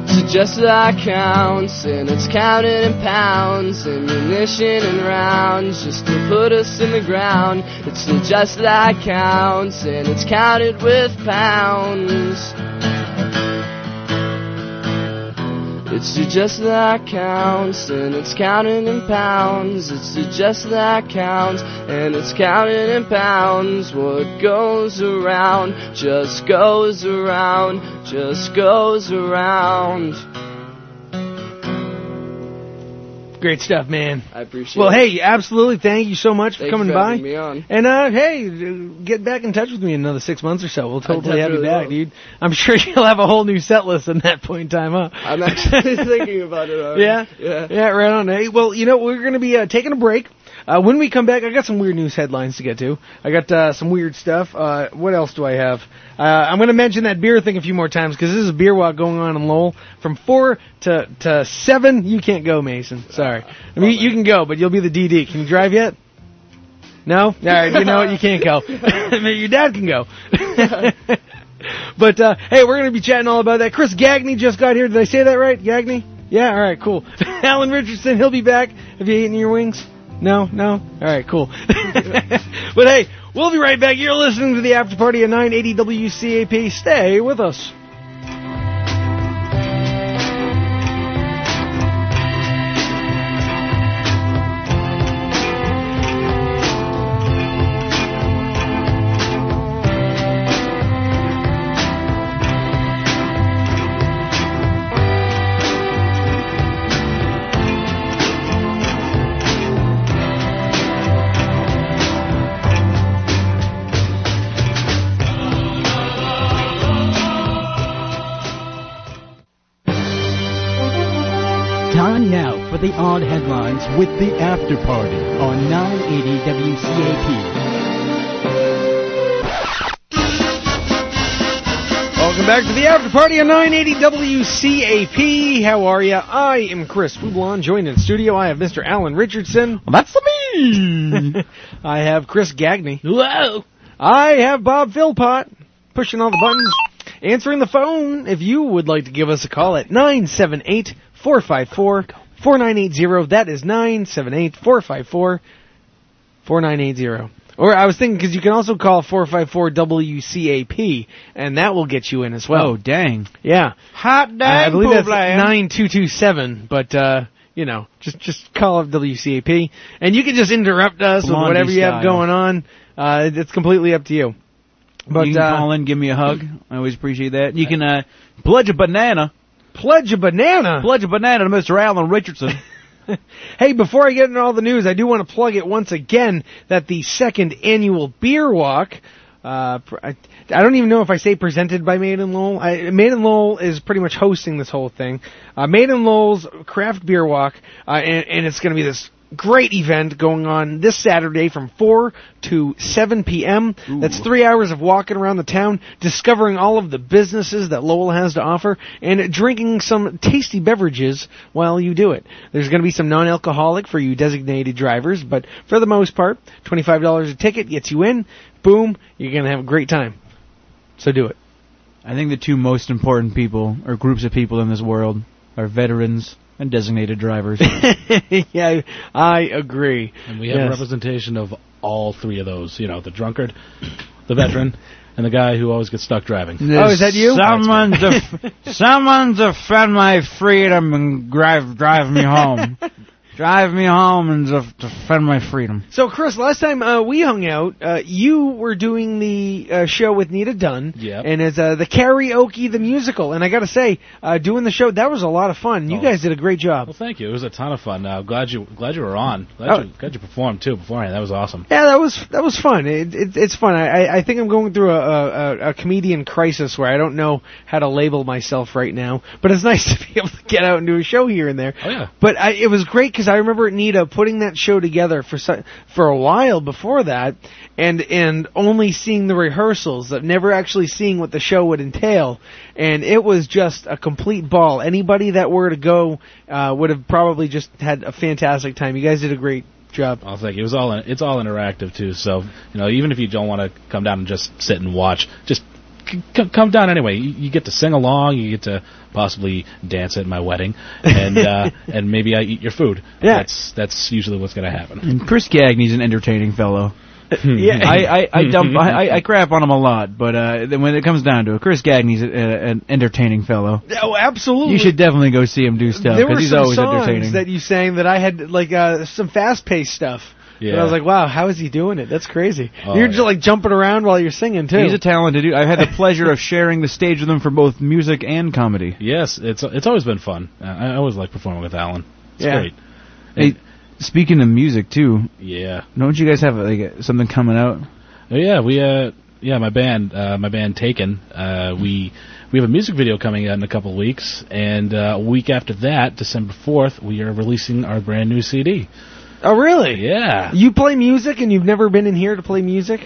[SPEAKER 11] So just that counts, and it's counted in pounds. Ammunition and rounds just to put us in the ground. It's the just that counts, and it's counted with pounds.
[SPEAKER 12] It's the just that counts, and it's counted in pounds. It's the just that counts, and it's counted in pounds. What goes around just goes around, just goes around.
[SPEAKER 2] Great stuff, man.
[SPEAKER 12] I appreciate
[SPEAKER 2] Well,
[SPEAKER 12] it.
[SPEAKER 2] hey, absolutely. Thank you so much
[SPEAKER 12] Thank
[SPEAKER 2] for coming
[SPEAKER 12] you for
[SPEAKER 2] by.
[SPEAKER 12] having me on.
[SPEAKER 2] And uh, hey, d- get back in touch with me in another six months or so. We'll totally have you
[SPEAKER 12] definitely
[SPEAKER 2] back,
[SPEAKER 12] will.
[SPEAKER 2] dude. I'm sure you'll have a whole new set list in that point in time, huh?
[SPEAKER 12] I'm actually thinking about it already.
[SPEAKER 2] yeah,
[SPEAKER 12] Yeah.
[SPEAKER 2] yeah, right on.
[SPEAKER 7] eh?
[SPEAKER 2] Hey, well, you know we're gonna be uh, taking a break. Uh, when we come back, I got some weird news headlines to get to. I got uh, some weird stuff. Uh, what else do I have? Uh, I'm going to mention that beer thing a few more times because this is a beer walk going on in Lowell from four to to seven. You can't go, Mason. Sorry.
[SPEAKER 12] Uh,
[SPEAKER 2] I mean, you can go, but you'll be the DD. Can you drive yet? No. All right. You know what? You can't go. Your dad can go. But uh, hey, we're going to be chatting all about that. Chris Gagney just got here. Did I say that right? Gagney? Yeah. All right. Cool. Alan Richardson, he'll be back. Have you eaten your wings? No. No. All right. Cool. but hey, we'll be right back. You're listening to the after party at 980 WCAP. Stay with us.
[SPEAKER 14] Time now for the odd headlines with the after party on 980 WCAP.
[SPEAKER 2] Welcome back to the after party on 980 WCAP. How are you? I am Chris Poublon. Joined in studio, I have Mr. Alan Richardson. that's me. Mm-hmm. I have Chris Gagney. Hello. I have Bob Philpott pushing all the buttons, answering the phone. If you would like to give us a call at 978 454 4980, that is 978 454 4980. Or I was thinking because you can also call 454 WCAP and that will get you in as well.
[SPEAKER 7] Oh, dang.
[SPEAKER 2] Yeah.
[SPEAKER 7] Hot dang,
[SPEAKER 2] I, I believe that's
[SPEAKER 7] Poobland.
[SPEAKER 2] 9227, but uh you know, just just call up WCAP and you can just interrupt us with
[SPEAKER 7] Blondie
[SPEAKER 2] whatever you have
[SPEAKER 7] style.
[SPEAKER 2] going on. Uh it's completely up to you. But
[SPEAKER 7] you can
[SPEAKER 2] uh,
[SPEAKER 7] call in, give me a hug. I always appreciate that. You can uh, pledge a banana.
[SPEAKER 2] Pledge a banana.
[SPEAKER 7] Pledge a banana to Mr. Alan Richardson.
[SPEAKER 2] Hey, before I get into all the news, I do want to plug it once again that the second annual beer walk. Uh, pr- I, I don't even know if I say presented by Maiden Lowell. I, Maiden Lowell is pretty much hosting this whole thing. Uh, Maiden Lowell's craft beer walk, uh, and, and it's going to be this great event going on this Saturday from 4 to 7 p.m. That's three hours of walking around the town, discovering all of the businesses that Lowell has to offer, and drinking some tasty beverages while you do it. There's going to be some non-alcoholic for you designated drivers, but for the most part, $25 a ticket gets you in. Boom, you're going to have a great time. So do it.
[SPEAKER 7] I think the two most important people or groups of people in this world are veterans and designated drivers.
[SPEAKER 2] yeah, I agree.
[SPEAKER 15] And we have a
[SPEAKER 2] Yes.
[SPEAKER 15] representation of all three of those. You know, the drunkard, the veteran, and the guy who always gets stuck driving.
[SPEAKER 2] Oh, is that you?
[SPEAKER 7] Someone,
[SPEAKER 2] That's
[SPEAKER 7] def- someone defend my freedom and drive drive me home. drive me home and def- defend my freedom.
[SPEAKER 2] So, Chris, last time uh, we hung out, uh, you were doing the uh, show with Nita Dunn,
[SPEAKER 15] Yep.
[SPEAKER 2] and it's uh, the karaoke, the musical. And I got to say, uh, doing the show that was a lot of fun. You guys did a great job.
[SPEAKER 15] Well, thank you. It was a ton of fun. Uh, glad you glad you were on. Glad,
[SPEAKER 2] Oh.
[SPEAKER 15] you, glad you performed too beforehand. That was awesome.
[SPEAKER 2] Yeah, that was that was fun. It, it, it's fun. I, I- I think I'm going through a, a, a- a comedian crisis where I don't know how to label myself right now. But it's nice to be able to get out and do a show here and there.
[SPEAKER 15] Oh yeah.
[SPEAKER 2] But I, it was great because I remember Nita putting that show together for so, for a while before that, and and only seeing the rehearsals, of never actually seeing what the show would entail, and it was just a complete ball. Anybody that were to go uh, would have probably just had a fantastic time. You guys did a great job.
[SPEAKER 15] I'll thank you. It was all in, it's all interactive too. So you know, even if you don't want to come down and just sit and watch, just c- c- come down anyway. You, you get to sing along. You get to possibly dance at my wedding, and uh, and maybe I eat your food. Yeah. That's that's usually what's going to happen.
[SPEAKER 7] And Chris Gagney's an entertaining fellow. yeah, I, I, I dump, I, I- I crap on him a lot, but uh, then when it comes down to it, Chris Gagney's a, a, an entertaining fellow.
[SPEAKER 2] Oh, absolutely.
[SPEAKER 7] You should definitely go see him do stuff
[SPEAKER 2] there were
[SPEAKER 7] because he's
[SPEAKER 2] some
[SPEAKER 7] always
[SPEAKER 2] songs
[SPEAKER 7] entertaining.
[SPEAKER 2] that you sang that I had like uh, some fast-paced stuff.
[SPEAKER 7] Yeah.
[SPEAKER 2] And I was like, wow, how is he doing it? That's crazy.
[SPEAKER 7] Oh,
[SPEAKER 2] you're just like jumping around while you're singing too.
[SPEAKER 7] He's a talented dude. I've had the pleasure of sharing the stage with him for both music and comedy.
[SPEAKER 15] Yes, it's it's always been fun. Uh, I, I always like performing with Alan. It's
[SPEAKER 7] Yeah.
[SPEAKER 15] great.
[SPEAKER 7] Hey, speaking of music too,
[SPEAKER 15] Yeah.
[SPEAKER 7] don't you guys have like something coming out?
[SPEAKER 15] Oh, yeah, we uh yeah, my band, uh, my band Taken, uh, we we have a music video coming out in a couple of weeks, and uh, a week after that, December fourth, we are releasing our brand new CD.
[SPEAKER 2] Oh, really?
[SPEAKER 15] Yeah.
[SPEAKER 2] You play music and you've never been in here to play music?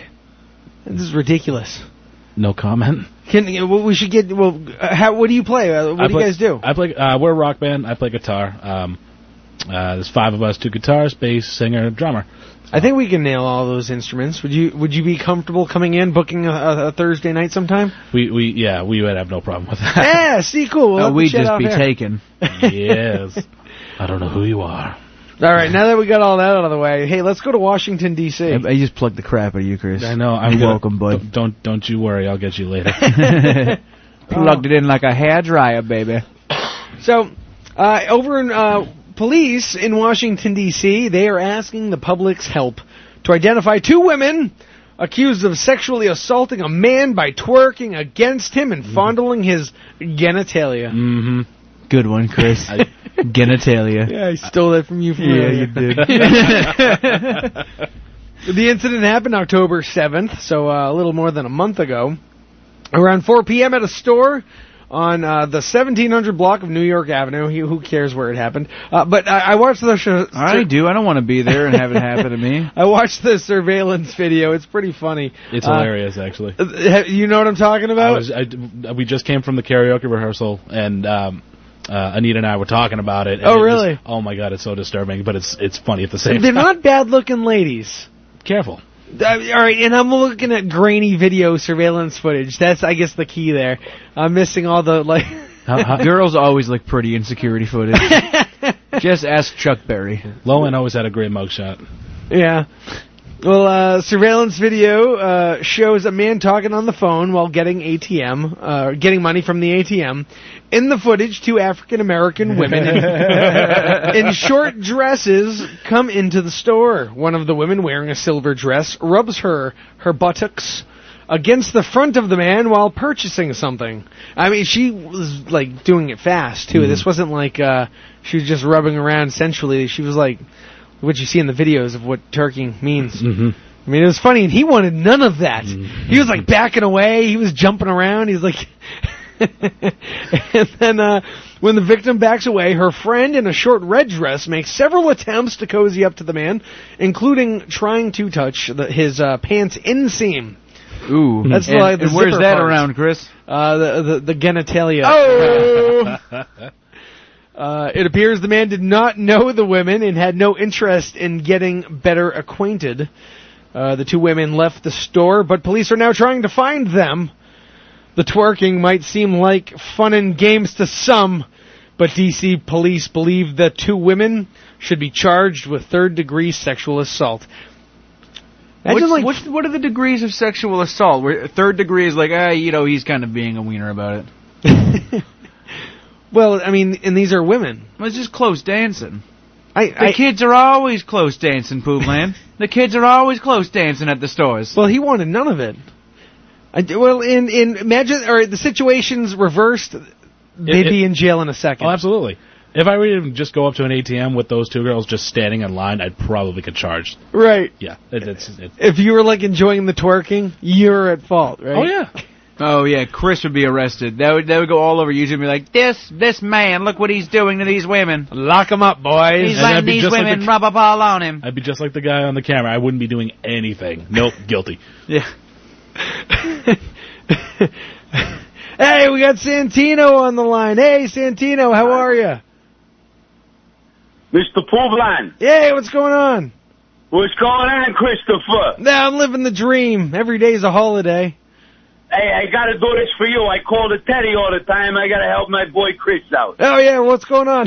[SPEAKER 2] This is ridiculous.
[SPEAKER 15] No comment.
[SPEAKER 2] Can uh, well, we should get well? uh, How, what do you play? Uh, What
[SPEAKER 15] I
[SPEAKER 2] do
[SPEAKER 15] play-
[SPEAKER 2] you guys do?
[SPEAKER 15] I play. Uh, we're a rock band. I play guitar. Um, uh, there's five of us: two guitars, bass, singer, drummer.
[SPEAKER 2] I think we can nail all those instruments. Would you Would you be comfortable coming in booking a, a, a Thursday night sometime?
[SPEAKER 15] We we yeah, we would have no problem with that.
[SPEAKER 2] yeah. See, cool.
[SPEAKER 7] Uh,
[SPEAKER 2] We'll let the shit out here.
[SPEAKER 15] yes. I don't know who you are.
[SPEAKER 2] All right. Now that we got all that out of the way, hey, let's go to Washington D.C.
[SPEAKER 7] I, I just plugged the crap out of you, Chris.
[SPEAKER 15] I know. I'm
[SPEAKER 7] You're
[SPEAKER 15] gonna-
[SPEAKER 7] welcome, bud.
[SPEAKER 15] Don't, don't don't you worry. I'll get you later.
[SPEAKER 7] Plugged it in like a hairdryer, baby.
[SPEAKER 2] So, uh, over in uh, police in Washington D.C., they are asking the public's help to identify two women accused of sexually assaulting a man by twerking against him
[SPEAKER 7] Mm-hmm.
[SPEAKER 2] and fondling his genitalia.
[SPEAKER 15] Mm-hmm.
[SPEAKER 7] Good one, Chris. Genitalia.
[SPEAKER 2] Yeah, I stole that from you. From
[SPEAKER 7] Yeah,
[SPEAKER 2] earlier.
[SPEAKER 7] you did.
[SPEAKER 2] the incident happened October 7th, so uh, a little more than a month ago. Around 4 p.m. at a store on uh, the 1700 block of New York Avenue. He, who cares where it happened? Uh, but I, I watched the show.
[SPEAKER 7] I do. I don't want to be there and have it happen to me.
[SPEAKER 2] I watched the surveillance video. It's pretty funny.
[SPEAKER 15] It's
[SPEAKER 2] Uh,
[SPEAKER 15] hilarious, actually.
[SPEAKER 2] uh, you know what I'm talking
[SPEAKER 15] I
[SPEAKER 2] about?
[SPEAKER 15] was, I d we just came from the karaoke rehearsal, and um, uh, Anita and I were talking about it. and
[SPEAKER 2] Oh,
[SPEAKER 15] it just-
[SPEAKER 2] really?
[SPEAKER 15] oh my God, it's so disturbing, but it's it's funny at the same
[SPEAKER 2] They're
[SPEAKER 15] time.
[SPEAKER 2] not bad-looking ladies.
[SPEAKER 15] Careful.
[SPEAKER 2] Uh, all right, and I'm looking at grainy video surveillance footage. That's, I guess, the key there. I'm missing all the like.
[SPEAKER 7] Girls always look pretty in security footage. Just ask Chuck Berry.
[SPEAKER 15] Lowen always had a great mugshot.
[SPEAKER 2] Yeah. Well, uh, surveillance video uh, shows a man talking on the phone while getting ATM, uh, getting money from the ATM. In the footage, two African American women in, in short dresses come into the store. One of the women, wearing a silver dress, rubs her her buttocks against the front of the man while purchasing something. I mean, she was like doing it fast too. This wasn't like uh, she was just rubbing around sensually. She was like what you see in the videos of what turking means. I mean, it was funny, and he wanted none of that. He was like backing away. He was jumping around. He's like, and then uh, when the victim backs away, her friend in a short red dress makes several attempts to cozy up to the man, including trying to touch the, his uh, pants inseam.
[SPEAKER 7] Ooh,
[SPEAKER 2] that's
[SPEAKER 7] and,
[SPEAKER 2] like the
[SPEAKER 7] and where's
[SPEAKER 2] zipper
[SPEAKER 7] that
[SPEAKER 2] part.
[SPEAKER 7] around, Chris?
[SPEAKER 2] Uh, the, the the genitalia.
[SPEAKER 7] Oh!
[SPEAKER 2] Uh, it appears the man did not know the women and had no interest in getting better acquainted. Uh, the two women left the store, but police are now trying to find them. The twerking might seem like fun and games to some, but DC police believe the two women should be charged with third degree sexual assault.
[SPEAKER 7] What's,
[SPEAKER 2] Imagine, like,
[SPEAKER 7] what's- what are the degrees of sexual assault? Where third degree is like, ah, you know, he's kind of being a wiener about it.
[SPEAKER 2] well, I mean, and these are women.
[SPEAKER 7] Well, It's just close dancing.
[SPEAKER 2] I,
[SPEAKER 7] the kids are always close dancing, Poopland. the kids are always close dancing at the stores.
[SPEAKER 2] Well, he wanted none of it. I, d- well, in in imagine or the situation's reversed, they'd
[SPEAKER 15] it-
[SPEAKER 2] be in jail in a second.
[SPEAKER 15] Oh, absolutely. If I were to just go up to an ATM with those two girls just standing in line, I'd probably get charged.
[SPEAKER 2] Right.
[SPEAKER 15] Yeah, it, it's, it,
[SPEAKER 2] If you were like enjoying the twerking, you're at fault, right?
[SPEAKER 15] Oh, yeah.
[SPEAKER 7] Oh yeah, Chris would be arrested. That would that would go all over YouTube and be like, this this man, look what he's doing to these women.
[SPEAKER 2] Lock them up, boys.
[SPEAKER 7] He's
[SPEAKER 15] And that'd
[SPEAKER 7] letting
[SPEAKER 15] be
[SPEAKER 7] these
[SPEAKER 15] just like
[SPEAKER 7] women
[SPEAKER 15] the-
[SPEAKER 7] rub a ball on him.
[SPEAKER 15] I'd be just like the guy on the camera. I wouldn't be doing anything. Nope, guilty.
[SPEAKER 7] Yeah.
[SPEAKER 2] Hey, we got Santino on the line. Hey, Santino, how are you?
[SPEAKER 16] Mr. Pooblan.
[SPEAKER 2] Hey, what's going on?
[SPEAKER 16] What's going on, Christopher?
[SPEAKER 2] Nah, I'm living the dream. Every day's a holiday.
[SPEAKER 16] Hey, I gotta do this for you. I call the Teddy all the time. I gotta help my boy Chris out.
[SPEAKER 2] Oh yeah, what's going on?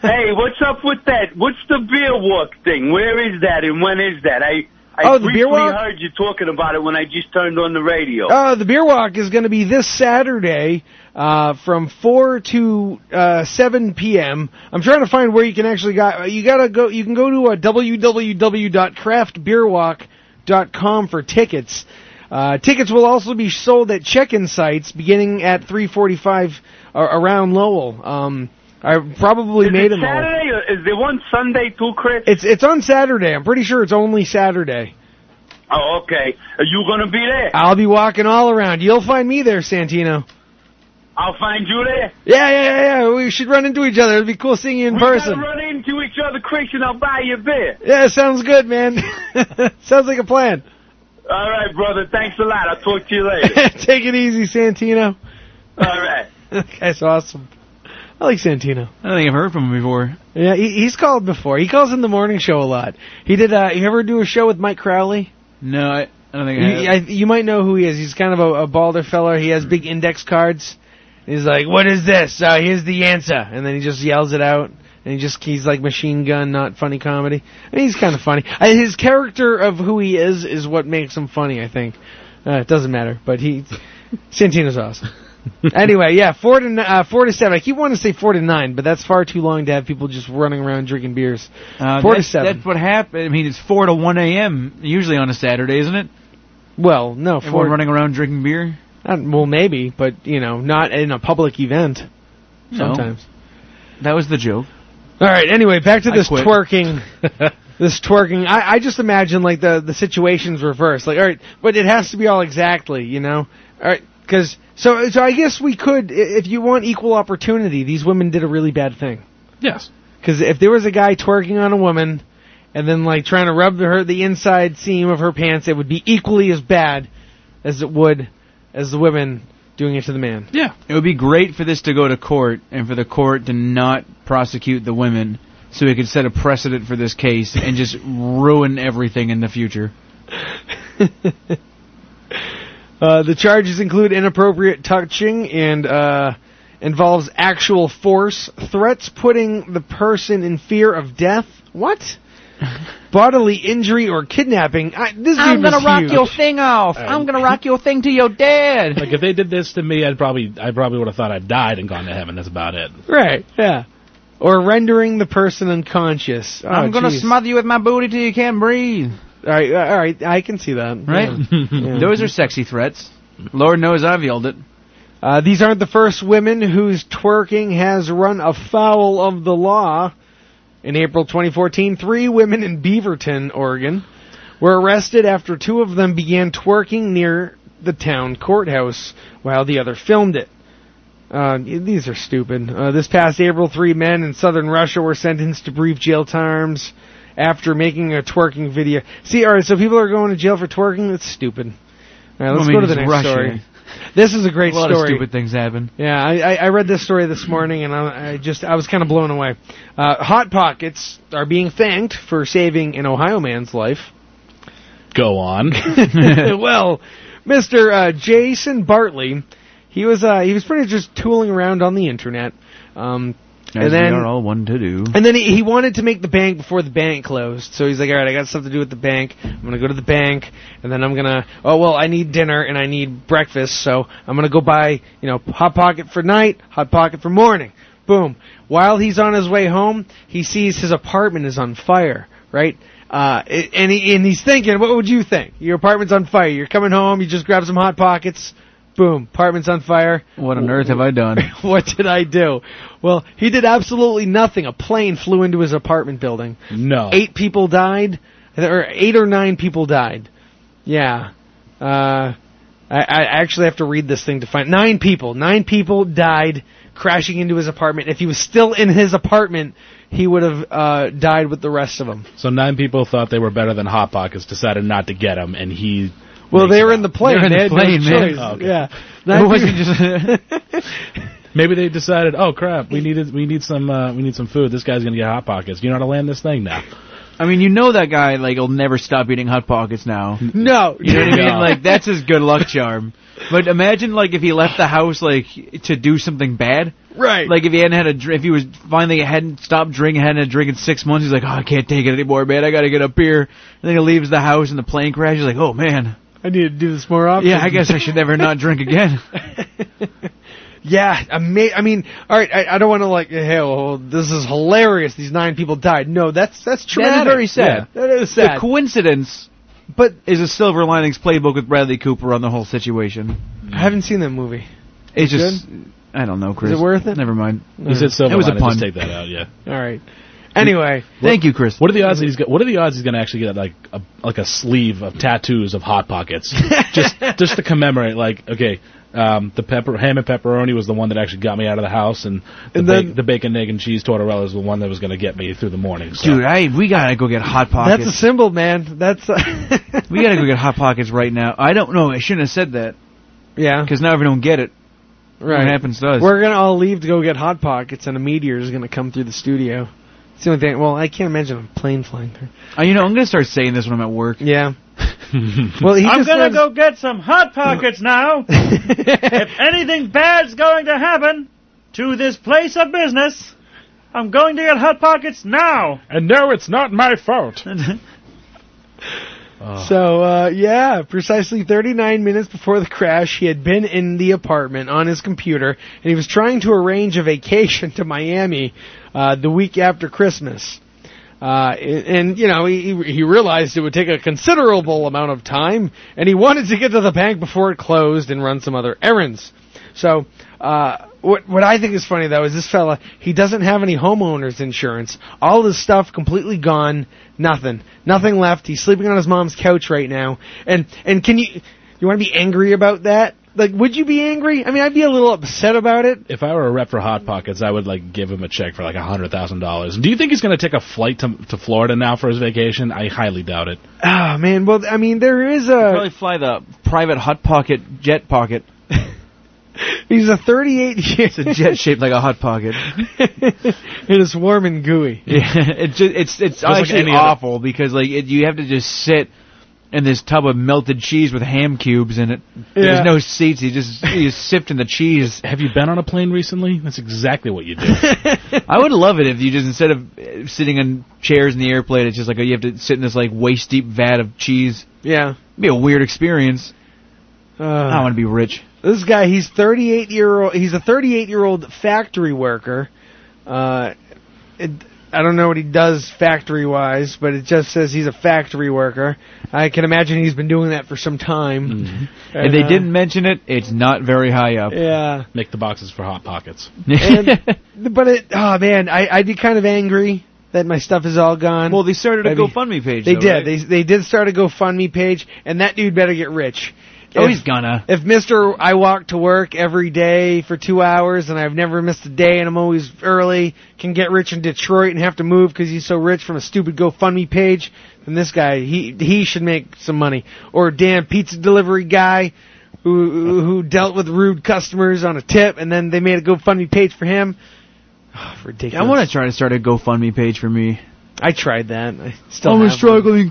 [SPEAKER 16] hey, what's up with that? What's the beer walk thing? Where is that and when is that? I I
[SPEAKER 2] Oh, the
[SPEAKER 16] briefly
[SPEAKER 2] beer walk?
[SPEAKER 16] heard you talking about it when I just turned on the radio.
[SPEAKER 2] Uh, the beer walk is going to be this Saturday uh, from four to uh, seven p.m. I'm trying to find where you can actually got. You gotta go. You can go to uh, www.craftbeerwalk.com for tickets. Uh, tickets will also be sold at check-in sites beginning at 3:45 a- around Lowell. Um, I probably
[SPEAKER 16] is
[SPEAKER 2] made
[SPEAKER 16] it
[SPEAKER 2] them all.
[SPEAKER 16] Saturday? Or is there one Sunday too, Chris?
[SPEAKER 2] It's it's on Saturday. I'm pretty sure it's only Saturday.
[SPEAKER 16] Oh, okay. Are you going to be there?
[SPEAKER 2] I'll be walking all around. You'll find me there, Santino.
[SPEAKER 16] I'll find you there.
[SPEAKER 2] Yeah, yeah, yeah, yeah. We should run into each other. It'd be cool seeing you in
[SPEAKER 16] we
[SPEAKER 2] person.
[SPEAKER 16] gotta run into each other, Chris, and I'll buy you a beer.
[SPEAKER 2] Yeah, sounds good, man. sounds like a plan.
[SPEAKER 16] All right, brother. Thanks a lot. I'll talk to you later.
[SPEAKER 2] Take it easy, Santino.
[SPEAKER 16] All right.
[SPEAKER 2] That's awesome. I like Santino.
[SPEAKER 7] I don't think I've heard from him before.
[SPEAKER 2] Yeah, he, he's called before. He calls in the morning show a lot. He did. Uh, you ever do a show with Mike Crowley?
[SPEAKER 7] No, I, I don't think I
[SPEAKER 2] You,
[SPEAKER 7] have.
[SPEAKER 2] I, you might know who he is. He's kind of a, a balder fella. He has big index cards. He's like, "What is this? Uh, here's the answer," and then he just yells it out. And he just he's like machine gun, not funny comedy. And he's kind of funny. I, his character of who he is is what makes him funny. I think. Uh, it doesn't matter, but he Santino's awesome. anyway, yeah, four to n- uh, four to seven. I keep wanting to say four to nine, but that's far too long to have people just running around drinking beers.
[SPEAKER 7] Uh,
[SPEAKER 2] four to
[SPEAKER 7] that's-
[SPEAKER 2] seven.
[SPEAKER 7] That's what happened. I mean, it's four to one a.m. usually on a Saturday, isn't it?
[SPEAKER 2] Well, no,
[SPEAKER 7] Everyone
[SPEAKER 2] four
[SPEAKER 7] running around drinking beer.
[SPEAKER 2] Uh, well, maybe, but you know, not in a public event.
[SPEAKER 7] No.
[SPEAKER 2] Sometimes.
[SPEAKER 7] That was the joke.
[SPEAKER 2] All right. Anyway, back to
[SPEAKER 7] I
[SPEAKER 2] this
[SPEAKER 7] quit.
[SPEAKER 2] twerking. this twerking. I, I just imagine like the the situation's reversed. Like, all right, but it has to be all exactly, you know. All right, because so so I guess we could, i- if you want equal opportunity, these women did a really bad thing.
[SPEAKER 15] Yes.
[SPEAKER 2] Because if there was a guy twerking on a woman, and then like trying to rub her the inside seam of her pants, it would be equally as bad as it would as the women doing it to the man.
[SPEAKER 15] Yeah.
[SPEAKER 7] It would be great for this to go to court and for the court to not prosecute the women so we could set a precedent for this case and just ruin everything in the future.
[SPEAKER 2] Uh, the charges include inappropriate touching and uh, involves actual force, threats putting the person in fear of death. What? Bodily injury or kidnapping. I, this dude was huge.
[SPEAKER 7] thing off.
[SPEAKER 2] I'm
[SPEAKER 7] gonna rock your thing till you're dead.
[SPEAKER 15] Like if they did this to me, I'd probably I probably would have thought I'd died and gone to heaven. That's about it.
[SPEAKER 2] Right, yeah. Or rendering the person unconscious. Oh,
[SPEAKER 7] I'm gonna
[SPEAKER 2] jeez.
[SPEAKER 7] smother you with my booty till you can't breathe.
[SPEAKER 2] All right, all right, I can see that.
[SPEAKER 7] Right?
[SPEAKER 2] Yeah. Yeah.
[SPEAKER 7] Those are sexy threats. Lord knows I've yelled it.
[SPEAKER 2] Uh, these aren't the first women whose twerking has run afoul of the law. In April 2014, three women in Beaverton, Oregon, were arrested after two of them began twerking near the town courthouse while the other filmed it. Uh, these are stupid. Uh, this past April, three men in southern Russia were sentenced to brief jail terms after making a twerking video. See, all right, so people are going to jail for twerking. That's stupid. All right,
[SPEAKER 7] Well, I
[SPEAKER 2] let's
[SPEAKER 7] mean,
[SPEAKER 2] go to the
[SPEAKER 7] it's
[SPEAKER 2] next
[SPEAKER 7] Russia.
[SPEAKER 2] story. This is a great
[SPEAKER 7] a lot
[SPEAKER 2] story.
[SPEAKER 7] of stupid things happen.
[SPEAKER 2] Yeah, I, I, I read this story this morning, and I, I just I was kind of blown away. Uh, Hot pockets are being thanked for saving an Ohio man's life.
[SPEAKER 15] Go on.
[SPEAKER 2] well, Mister uh, Jason Bartley, he was uh, he was pretty just tooling around on the internet, um,
[SPEAKER 7] As
[SPEAKER 2] and then
[SPEAKER 7] we are all one to do.
[SPEAKER 2] and then he, he wanted to make the bank before the bank closed. So he's like, all right, I got stuff to do at the bank. I'm going to go to the bank and then I'm going to, oh, well, I need dinner and I need breakfast. So I'm going to go buy, you know, Hot Pocket for night, Hot Pocket for morning. Boom. While he's on his way home, he sees his apartment is on fire, right? Uh, a- and he, and he's thinking, what would you think? Your apartment's on fire. You're coming home. You just grab some Hot Pockets. Boom. Apartment's on fire.
[SPEAKER 7] What on earth have I done?
[SPEAKER 2] what did I do? Well, he did absolutely nothing. A plane flew into his apartment building.
[SPEAKER 15] No.
[SPEAKER 2] Eight people died, or eight or nine people died. Yeah. Uh, I, I actually have to read this thing to find nine people. Nine people died crashing into his apartment. If he was still in his apartment, he would have uh, died with the rest of them.
[SPEAKER 15] So nine people thought they were better than Hot Pockets, decided not to get them, and he.
[SPEAKER 2] Well, they were in the plane.
[SPEAKER 15] They were in the
[SPEAKER 2] had no
[SPEAKER 15] plane, man.
[SPEAKER 2] choice.
[SPEAKER 15] Oh, okay.
[SPEAKER 2] Yeah.
[SPEAKER 15] It
[SPEAKER 2] Nine
[SPEAKER 15] wasn't
[SPEAKER 2] people-
[SPEAKER 15] Maybe they decided, oh crap, we needed we need some uh, we need some food. This guy's gonna get Hot Pockets. You know how to land this thing now.
[SPEAKER 7] I mean, you know that guy like will never stop eating hot pockets now.
[SPEAKER 2] No,
[SPEAKER 7] you know what I mean.
[SPEAKER 2] No.
[SPEAKER 7] Like that's his good luck charm. But imagine like if he left the house like to do something bad.
[SPEAKER 2] Right.
[SPEAKER 7] Like if he hadn't had a dr- if he was finally hadn't stopped drinking hadn't had a drink in six months he's like oh I can't take it anymore man I gotta get a beer and then he leaves the house and the plane crashes like oh man
[SPEAKER 2] I need to do this more often.
[SPEAKER 7] yeah I guess I should never not drink again.
[SPEAKER 2] Yeah, ama- I mean, all right. I, I don't want to like, hey, well, this is hilarious. These nine people died. No, that's that's traumatic.
[SPEAKER 7] That is very sad.
[SPEAKER 2] Yeah, that is sad.
[SPEAKER 7] The coincidence,
[SPEAKER 2] but
[SPEAKER 7] is a Silver Linings Playbook with Bradley Cooper on the whole situation.
[SPEAKER 2] I haven't seen that movie.
[SPEAKER 7] It's
[SPEAKER 2] Good?
[SPEAKER 7] just, I don't know, Chris.
[SPEAKER 2] Is it worth it?
[SPEAKER 7] Never mind.
[SPEAKER 2] Mm.
[SPEAKER 15] He said Silver
[SPEAKER 7] It was a
[SPEAKER 15] Linings,
[SPEAKER 7] pun.
[SPEAKER 15] just take that out, yeah.
[SPEAKER 2] All right. Anyway,
[SPEAKER 7] Thank you, Chris.
[SPEAKER 15] What are the odds that he's got, What are the odds he's going to actually get like a like a sleeve of tattoos of hot pockets, just just to commemorate? Like, okay, um, the pepper ham and pepperoni was the one that actually got me out of the house, and the,
[SPEAKER 2] And
[SPEAKER 15] ba-
[SPEAKER 2] then-
[SPEAKER 15] the bacon, egg, and cheese tortorella is the one that was going to get me through the morning. So.
[SPEAKER 7] Dude, I we gotta go get hot pockets.
[SPEAKER 2] that's a symbol, man. That's a
[SPEAKER 7] we gotta go get hot pockets right now. I don't know. I shouldn't have said that
[SPEAKER 2] yeah.
[SPEAKER 7] because now everyone get it.
[SPEAKER 2] Right.
[SPEAKER 7] What happens to us?
[SPEAKER 2] We're gonna all leave to go get hot pockets, and a meteor is gonna come through the studio. It's the only thing. Well, I can't imagine a plane flying through.
[SPEAKER 7] Uh, you know, I'm gonna start saying this when I'm at work.
[SPEAKER 2] Yeah. Well, he
[SPEAKER 17] I'm
[SPEAKER 2] just
[SPEAKER 17] gonna
[SPEAKER 2] said-
[SPEAKER 17] go get some hot pockets now. if anything bad's going to happen to this place of business, I'm going to get hot pockets now.
[SPEAKER 15] And no, it's not my fault.
[SPEAKER 2] So, uh, yeah, precisely 39 minutes before the crash, he had been in the apartment on his computer, and he was trying to arrange a vacation to Miami uh, the week after Christmas. Uh, and, and, you know, he, he realized it would take a considerable amount of time, and he wanted to get to the bank before it closed and run some other errands. So, uh, what what I think is funny though is this fella. He doesn't have any homeowners insurance. All his stuff completely gone. Nothing. Nothing left. He's sleeping on his mom's couch right now. And and can you you want to be angry about that? Like, would you be angry? I mean, I'd be a little upset about it.
[SPEAKER 15] If I were a rep for Hot Pockets, I would like give him a check for like a hundred thousand dollars. Do you think he's going to take a flight to to Florida now for his vacation? I highly doubt it.
[SPEAKER 2] Ah, man. Well, I mean, there is a
[SPEAKER 7] Probably fly the private hot pocket jet pocket.
[SPEAKER 2] he's a 38 year
[SPEAKER 7] It's a jet shaped like a hot pocket.
[SPEAKER 2] it is warm and gooey.
[SPEAKER 7] Yeah, it ju it's it's
[SPEAKER 2] Just like
[SPEAKER 7] actually
[SPEAKER 2] any other-
[SPEAKER 7] awful because like it, you have to just sit in this tub of melted cheese with ham cubes in it.
[SPEAKER 15] Yeah.
[SPEAKER 7] There's no seats. You just you just sipped in the cheese.
[SPEAKER 15] Have you been on a plane recently? That's exactly what you do.
[SPEAKER 7] I would love it if you just instead of uh, sitting in chairs in the airplane, it's just like you have to sit in this like waist deep vat of cheese.
[SPEAKER 2] Yeah.
[SPEAKER 7] It'd be a weird experience.
[SPEAKER 2] Uh,
[SPEAKER 7] I want to be rich.
[SPEAKER 2] This guy, he's 38 year old. He's a 38 year old factory worker. Uh, it, I don't know what he does factory wise, but it just says he's a factory worker. I can imagine he's been doing that for some time.
[SPEAKER 7] If they
[SPEAKER 2] uh,
[SPEAKER 7] didn't mention it, it's not very high up.
[SPEAKER 2] Yeah.
[SPEAKER 15] Make the boxes for Hot Pockets.
[SPEAKER 2] And, but it, oh man, I, I'd be kind of angry that my stuff is all gone.
[SPEAKER 7] Well, they started a
[SPEAKER 2] I'd be-
[SPEAKER 7] GoFundMe page,
[SPEAKER 2] They
[SPEAKER 7] though,
[SPEAKER 2] did.
[SPEAKER 7] right?
[SPEAKER 2] They they did start a GoFundMe page, and that dude better get rich.
[SPEAKER 7] Oh,
[SPEAKER 2] If-
[SPEAKER 7] he's gonna.
[SPEAKER 2] If Mister, I walk to work every day for two hours, and I've never missed a day, and I'm always early, can get rich in Detroit and have to move because he's so rich from a stupid GoFundMe page, then this guy he he should make some money. Or damn pizza delivery guy. Who, who dealt with rude customers on a tip, and then they made a GoFundMe page for him. ridiculous.
[SPEAKER 7] I want to try to start a GoFundMe page for me.
[SPEAKER 2] I tried that. I still
[SPEAKER 7] I'm
[SPEAKER 2] have
[SPEAKER 7] a
[SPEAKER 2] one.
[SPEAKER 7] Oh, struggling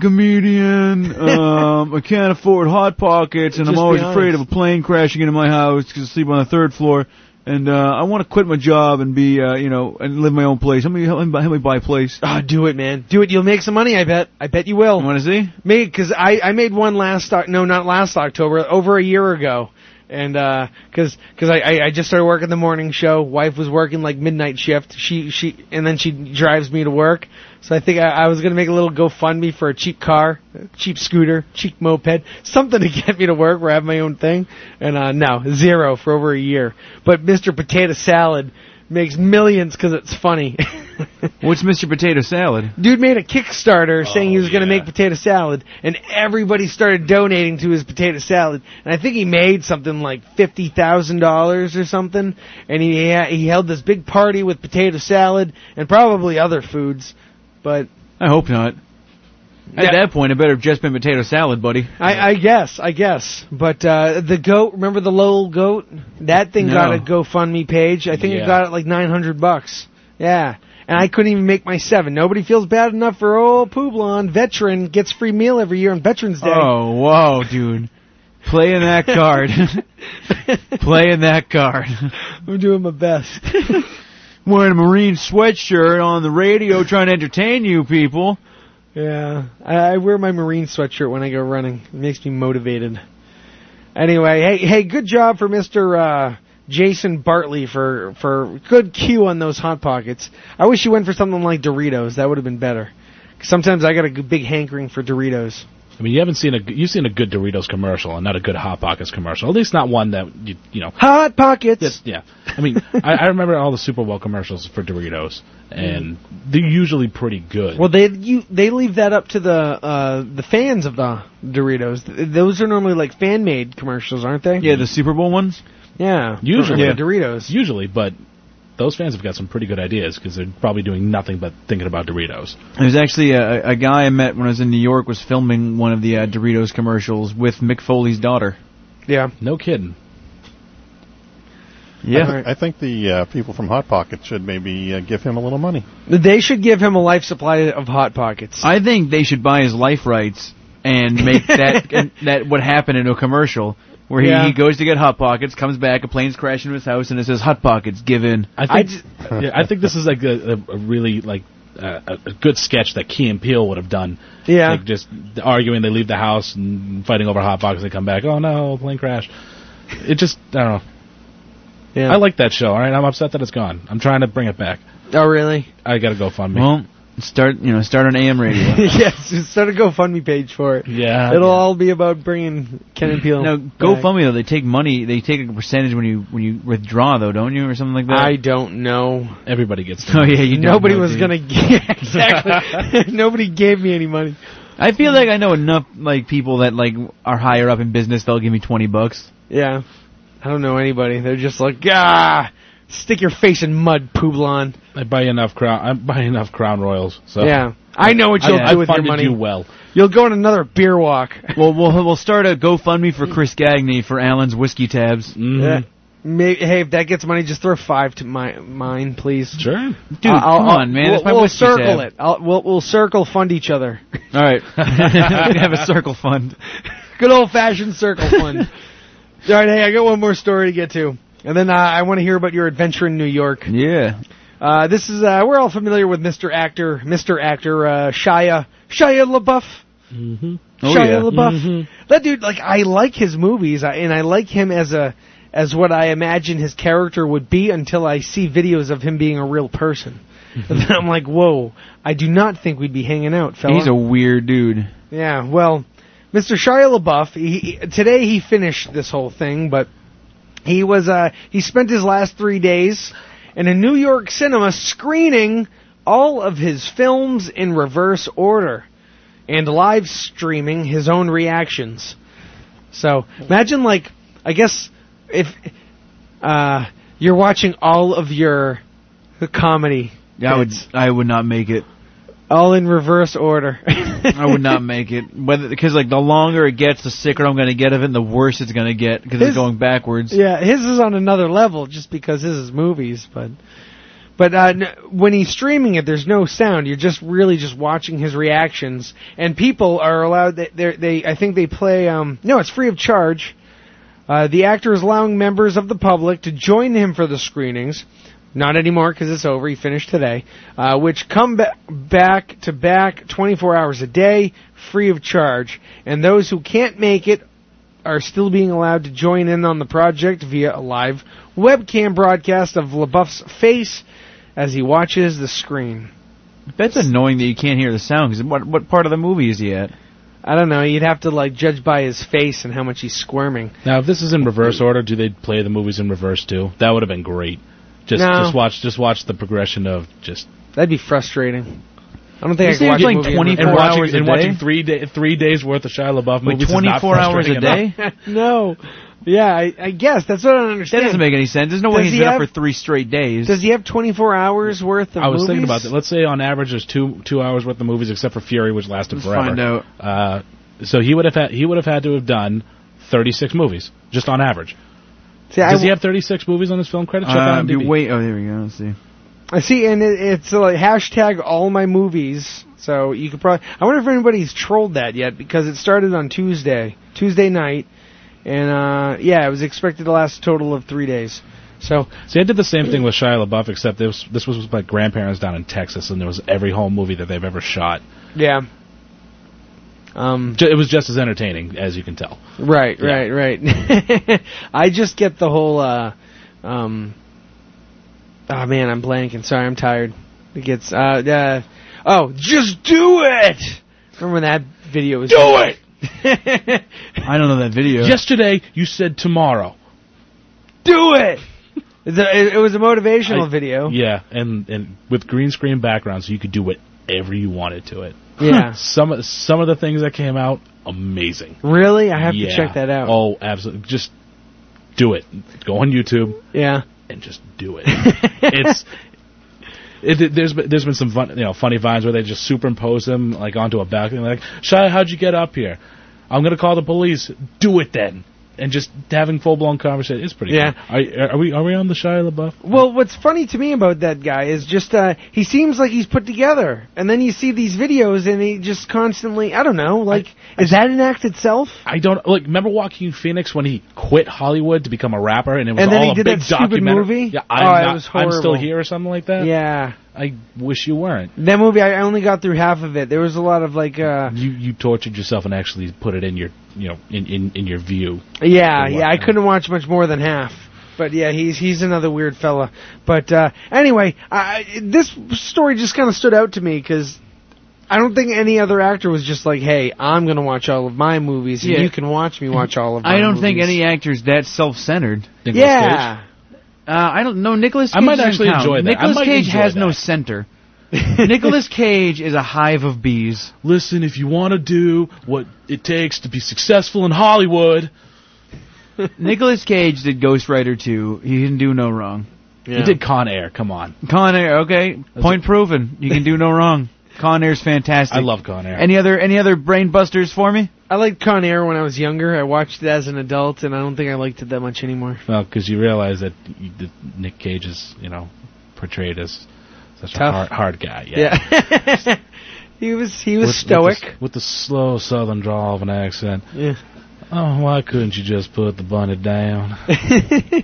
[SPEAKER 7] comedian. Um, I can't afford hot pockets, and I'm
[SPEAKER 2] Just be
[SPEAKER 7] always
[SPEAKER 2] honest.
[SPEAKER 7] afraid of a plane crashing into my house because I sleep on the third floor. And uh, I want to quit my job and be, uh, you know, and live my own place. Help me, help me, buy- help me buy a place.
[SPEAKER 2] Oh, do it, man. Do it. You'll make some money. I bet. I bet you will.
[SPEAKER 7] Want to see?
[SPEAKER 2] Me, because I I made one last Oc- no, not last October, over a year ago, and because because I, I I just started working the morning show. Wife was working like midnight shift. She she and then she drives me to work. So I think I, I was gonna make a little GoFundMe for a cheap car, cheap scooter, cheap moped, something to get me to work where I have my own thing. And uh no, zero for over a year. But Mr. Potato Salad makes millions because it's funny.
[SPEAKER 7] What's Mr. Potato Salad?
[SPEAKER 2] Dude made a Kickstarter saying he was going to make potato salad, and everybody started donating to his potato salad. And I think he made something like fifty thousand dollars or something. And he ha- he held this big party with potato salad and probably other foods, but
[SPEAKER 7] I hope not. At
[SPEAKER 2] Yeah.
[SPEAKER 7] that point, it better have just been potato salad, buddy.
[SPEAKER 2] I, I guess I guess. But uh, the goat, remember the Lowell goat? That thing
[SPEAKER 7] No.
[SPEAKER 2] got a GoFundMe page. I think
[SPEAKER 7] Yeah.
[SPEAKER 2] it got it like nine hundred bucks. Yeah. and I couldn't even make my seven. Nobody feels bad enough for old Poublon. Veteran gets free meal every year on Veterans Day.
[SPEAKER 7] Oh, whoa, dude. Playing that card. Playing that card.
[SPEAKER 2] I'm doing my best.
[SPEAKER 7] Wearing a Marine sweatshirt on the radio trying to entertain you people.
[SPEAKER 2] Yeah, I, I wear my Marine sweatshirt when I go running. It makes me motivated. Anyway, hey, hey, good job for Mister uh, Jason Bartley for for good cue on those hot pockets. I wish you went for something like Doritos. That would have been better. 'Cause sometimes I got a g- big hankering for Doritos.
[SPEAKER 15] I mean, you haven't seen a you've seen a good Doritos commercial and not a good Hot Pockets commercial. At least not one that you you know.
[SPEAKER 2] Hot pockets.
[SPEAKER 15] Yes, yeah. I mean, I, I remember all the Super Bowl commercials for Doritos, and they're usually pretty good.
[SPEAKER 2] Well, they you they leave that up to the uh, the fans of the Doritos. Th- Those are normally like fan made commercials, aren't they?
[SPEAKER 7] Yeah, the Super Bowl ones.
[SPEAKER 2] Yeah,
[SPEAKER 15] Usually,
[SPEAKER 2] for- for Doritos.
[SPEAKER 15] Usually, but those fans have got some pretty good ideas because they're probably doing nothing but thinking about Doritos.
[SPEAKER 7] There's actually a, a guy I met when I was in New York was filming one of the uh, Doritos commercials with Mick Foley's daughter.
[SPEAKER 2] Yeah.
[SPEAKER 15] No kidding.
[SPEAKER 9] I, thi- I think the uh, people from Hot Pocket should maybe uh, give him a little money.
[SPEAKER 2] They should give him a life supply of hot pockets.
[SPEAKER 7] I think they should buy his life rights and make that and that what happened in a commercial where he,
[SPEAKER 2] Yeah.
[SPEAKER 7] he goes to get hot pockets, comes back, a plane's crashing into his house, and it says hot pockets given.
[SPEAKER 15] I think, yeah, I think this is like a, a, a really like uh, a, a good sketch that Key and Peele would have done.
[SPEAKER 2] Yeah.
[SPEAKER 15] like just arguing. They leave the house and fighting over hot box. They come back. Oh no, plane crash. It just I don't know.
[SPEAKER 2] Yeah.
[SPEAKER 15] I like that show. All right, I'm upset that it's gone. I'm trying to bring it back.
[SPEAKER 2] Oh really?
[SPEAKER 15] I got to go fund me.
[SPEAKER 7] well, start you know start on AM radio.
[SPEAKER 2] yes, just start a GoFundMe page for it.
[SPEAKER 15] Yeah,
[SPEAKER 2] it'll all be about bringing Ken and Peele.
[SPEAKER 7] No,
[SPEAKER 2] back.
[SPEAKER 7] GoFundMe though they take money. They take a percentage when you when you withdraw though, don't you, or something like that?
[SPEAKER 2] I don't know.
[SPEAKER 15] Everybody gets.
[SPEAKER 7] Oh yeah, you. don't
[SPEAKER 2] Nobody
[SPEAKER 7] know,
[SPEAKER 2] was
[SPEAKER 7] do you?
[SPEAKER 2] gonna g- exactly. Nobody gave me any money.
[SPEAKER 7] I feel like I know enough like people that like are higher up in business. They'll give me twenty bucks.
[SPEAKER 2] Yeah, I don't know anybody. They're just like, ah, stick your face in mud, Poublon.
[SPEAKER 15] I buy enough crown. I buy enough crown royals. So
[SPEAKER 2] Yeah. I know what you'll
[SPEAKER 15] I,
[SPEAKER 2] do with
[SPEAKER 15] I
[SPEAKER 2] your
[SPEAKER 15] funded
[SPEAKER 2] money.
[SPEAKER 15] You well.
[SPEAKER 2] You'll go on another beer walk.
[SPEAKER 7] Well, we'll we'll start a GoFundMe for Chris Gagne for Allen's whiskey tabs.
[SPEAKER 15] Mm-hmm.
[SPEAKER 2] Yeah. May hey, if that gets money, just throw five to my mine, please.
[SPEAKER 15] Sure.
[SPEAKER 7] Dude, come on, man.
[SPEAKER 2] We'll,
[SPEAKER 7] That's my
[SPEAKER 2] we'll
[SPEAKER 7] whiskey
[SPEAKER 2] circle
[SPEAKER 7] tab.
[SPEAKER 2] it. I'll, we'll we'll circle fund each other.
[SPEAKER 7] All right, we have a circle fund.
[SPEAKER 2] Good old fashioned circle fund. All right, hey, I got one more story to get to, and then uh, I want to hear about your adventure in New York.
[SPEAKER 7] Yeah.
[SPEAKER 2] Uh, this is uh, we're all familiar with Mr. Actor, Mr. Actor uh, Shia Shia LaBeouf.
[SPEAKER 15] Mm-hmm.
[SPEAKER 7] Oh,
[SPEAKER 2] Shia
[SPEAKER 7] yeah.
[SPEAKER 2] LaBeouf. That dude, like, I like his movies, I- and I like him as a as what I imagine his character would be until I see videos of him being a real person. and then I'm like, whoa, I do not think we'd be hanging out, fella.
[SPEAKER 7] He's a weird dude.
[SPEAKER 2] Yeah, well, Mr. Shia LaBeouf, he, he- today he finished this whole thing, but he was uh he spent his last 3 days in a New York cinema screening all of his films in reverse order and live streaming his own reactions. So, imagine like I guess if uh you're watching all of your comedy
[SPEAKER 7] I would I would not make it.
[SPEAKER 2] all in reverse order.
[SPEAKER 7] I would not make it. Whether because like the longer it gets, the sicker I'm going to get of it, and the worse it's going to get because it's
[SPEAKER 2] His-
[SPEAKER 7] going backwards.
[SPEAKER 2] Yeah, his is on another level just because his is movies, but but uh, n- when he's streaming it, there's no sound. You're just really just watching his reactions, and people are allowed. They they're- they I think they play. Um, no, it's free of charge. Uh, the actor is allowing members of the public to join him for the screenings. Not anymore because it's over. He finished today, uh, which come ba- back to back 24 hours a day, free of charge. And those who can't make it are still being allowed to join in on the project via a live webcam broadcast of LaBeouf's face as he watches the screen.
[SPEAKER 7] That's annoying that you can't hear the sound. Because what what part of the movie is he at?
[SPEAKER 2] I don't know. You'd have to like judge by his face and how much he's squirming.
[SPEAKER 15] Now, if this is in reverse order, do they play the movies in reverse too? That would have been great. Just,
[SPEAKER 2] No.
[SPEAKER 15] just watch, just watch the progression of just.
[SPEAKER 2] That'd be frustrating. I don't think
[SPEAKER 7] You
[SPEAKER 2] I
[SPEAKER 7] say
[SPEAKER 2] could watch
[SPEAKER 7] it's
[SPEAKER 2] a
[SPEAKER 7] like
[SPEAKER 2] movie in
[SPEAKER 7] 24
[SPEAKER 15] And
[SPEAKER 2] reverse-
[SPEAKER 15] watching,
[SPEAKER 7] hours a
[SPEAKER 15] and
[SPEAKER 7] day?
[SPEAKER 15] watching three day, three days worth of Shia LaBeouf
[SPEAKER 7] Like
[SPEAKER 15] movies. is not
[SPEAKER 7] 24 hours a
[SPEAKER 15] frustrating
[SPEAKER 7] day?
[SPEAKER 15] enough.
[SPEAKER 2] no. Yeah, I, I guess that's what I don't
[SPEAKER 7] That
[SPEAKER 2] understand.
[SPEAKER 7] doesn't make any sense. There's no
[SPEAKER 2] Does
[SPEAKER 7] way he's
[SPEAKER 2] he
[SPEAKER 7] been
[SPEAKER 2] have-
[SPEAKER 7] up for three straight days.
[SPEAKER 2] Does he have 24 hours worth of
[SPEAKER 15] I was thinking
[SPEAKER 2] movies?
[SPEAKER 15] about that. Let's say on average there's two two hours worth of movies, except for Fury, which lasted
[SPEAKER 7] Let's
[SPEAKER 15] forever.
[SPEAKER 7] find out.
[SPEAKER 15] Uh, so he would have had he would have had to have done 36 movies just on average.
[SPEAKER 2] See, I
[SPEAKER 15] Does he
[SPEAKER 2] w-
[SPEAKER 15] have 36 movies on his film credit? Check
[SPEAKER 2] Um,
[SPEAKER 7] Uh,
[SPEAKER 15] IMDb.
[SPEAKER 7] wait, oh there we go. Let's see.
[SPEAKER 2] I see, and it, it's like hashtag all my movies. So you could probably. I wonder if anybody's trolled that yet because it started on Tuesday, Tuesday night, and uh, yeah, it was expected to last a total of three days. So
[SPEAKER 15] See, I did the same thing with Shia LaBeouf, except this this was with my grandparents down in Texas, and there was every home movie that they've ever shot.
[SPEAKER 2] yeah, Um,
[SPEAKER 15] Ju- it was just as entertaining as you can tell.
[SPEAKER 2] Right, right, right. I just get the whole. Uh, um, oh man, I'm blanking. Sorry, I'm tired. It gets. Uh, uh, oh, just do it. Remember when that video was? Do it.
[SPEAKER 7] I don't know that video.
[SPEAKER 15] Yesterday you said tomorrow.
[SPEAKER 2] Do it. It's a- it, it was a motivational
[SPEAKER 15] I-
[SPEAKER 2] video.
[SPEAKER 15] Yeah, and and with green screen background, so you could do whatever you wanted to it.
[SPEAKER 2] Yeah.
[SPEAKER 15] some of- some of the things that came out amazing.
[SPEAKER 2] Really, I have
[SPEAKER 15] Yeah.
[SPEAKER 2] to check that out.
[SPEAKER 15] Oh, absolutely. Just do it. Go on YouTube
[SPEAKER 2] Yeah.
[SPEAKER 15] and just do it. it's it, it- there's been- there's been some fun, you know funny vines where they just superimpose them like onto a balcony like Shia, how'd you get up here? I'm gonna call the police. Do it then, and just having full blown conversation. It's pretty.
[SPEAKER 2] Yeah.
[SPEAKER 15] Good. Are, are we are we on the Shia LaBeouf?
[SPEAKER 2] Well, what's funny to me about that guy is just uh, he seems like he's put together, and then you see these videos, and he just constantly—I don't know—like is that an act itself?
[SPEAKER 15] I don't like. Remember Joaquin Phoenix when he quit Hollywood to become a rapper, and it was
[SPEAKER 2] And then
[SPEAKER 15] all
[SPEAKER 2] he did
[SPEAKER 15] a big
[SPEAKER 2] that stupid
[SPEAKER 15] documentary.
[SPEAKER 2] movie?
[SPEAKER 15] Yeah,
[SPEAKER 2] Oh, it
[SPEAKER 15] I'm, not-
[SPEAKER 2] was
[SPEAKER 15] I'm still
[SPEAKER 2] horrible.
[SPEAKER 15] here or something like that.
[SPEAKER 2] Yeah.
[SPEAKER 15] I wish you weren't.
[SPEAKER 2] That movie, I I only got through half of it. There was a lot of like, uh,
[SPEAKER 15] You you tortured yourself and actually put it in your you know in in, in your view.
[SPEAKER 2] yeah,
[SPEAKER 15] Or
[SPEAKER 2] yeah. I
[SPEAKER 15] whatnot.
[SPEAKER 2] couldn't watch much more than half. But yeah, he's he's another weird fella. But uh, anyway, I, I- this story just kind of stood out to me because I don't think any other actor was just like, "Hey, I'm gonna watch all of my movies, and
[SPEAKER 7] Yeah.
[SPEAKER 2] you can watch me watch all of." My
[SPEAKER 7] I don't think
[SPEAKER 2] movies."
[SPEAKER 7] any actor's that self-centered.
[SPEAKER 15] Nicolas
[SPEAKER 2] Yeah.
[SPEAKER 7] Cage? Uh, I don't know. Nicholas.
[SPEAKER 15] I might actually enjoy that. I
[SPEAKER 7] Nicholas
[SPEAKER 15] might
[SPEAKER 7] Cage
[SPEAKER 15] enjoy
[SPEAKER 7] has
[SPEAKER 15] that.
[SPEAKER 7] no center. Nicholas Cage is a hive of bees.
[SPEAKER 15] Listen, if you want to do what it takes to be successful in Hollywood,
[SPEAKER 7] Nicholas Cage did Ghost Rider 2. He didn't do no wrong.
[SPEAKER 15] you did Con Air. Come on,
[SPEAKER 7] Con Air, okay. Point proven. You can do no wrong. Con Air's fantastic.
[SPEAKER 15] I love Con Air.
[SPEAKER 7] Any other any other brain busters for me?
[SPEAKER 2] I liked Con Air when I was younger. I watched it as an adult, and I don't think I liked it that much anymore.
[SPEAKER 15] Well, because you realize that, you, that Nick Cage is, you know, portrayed as such a
[SPEAKER 2] Tough.
[SPEAKER 15] hard, hard guy. Yeah.
[SPEAKER 2] Yeah. he was he was
[SPEAKER 15] With-
[SPEAKER 2] stoic.
[SPEAKER 15] With the, with the slow southern drawl of an accent.
[SPEAKER 2] Yeah.
[SPEAKER 15] Oh, why couldn't you just put the bunny down?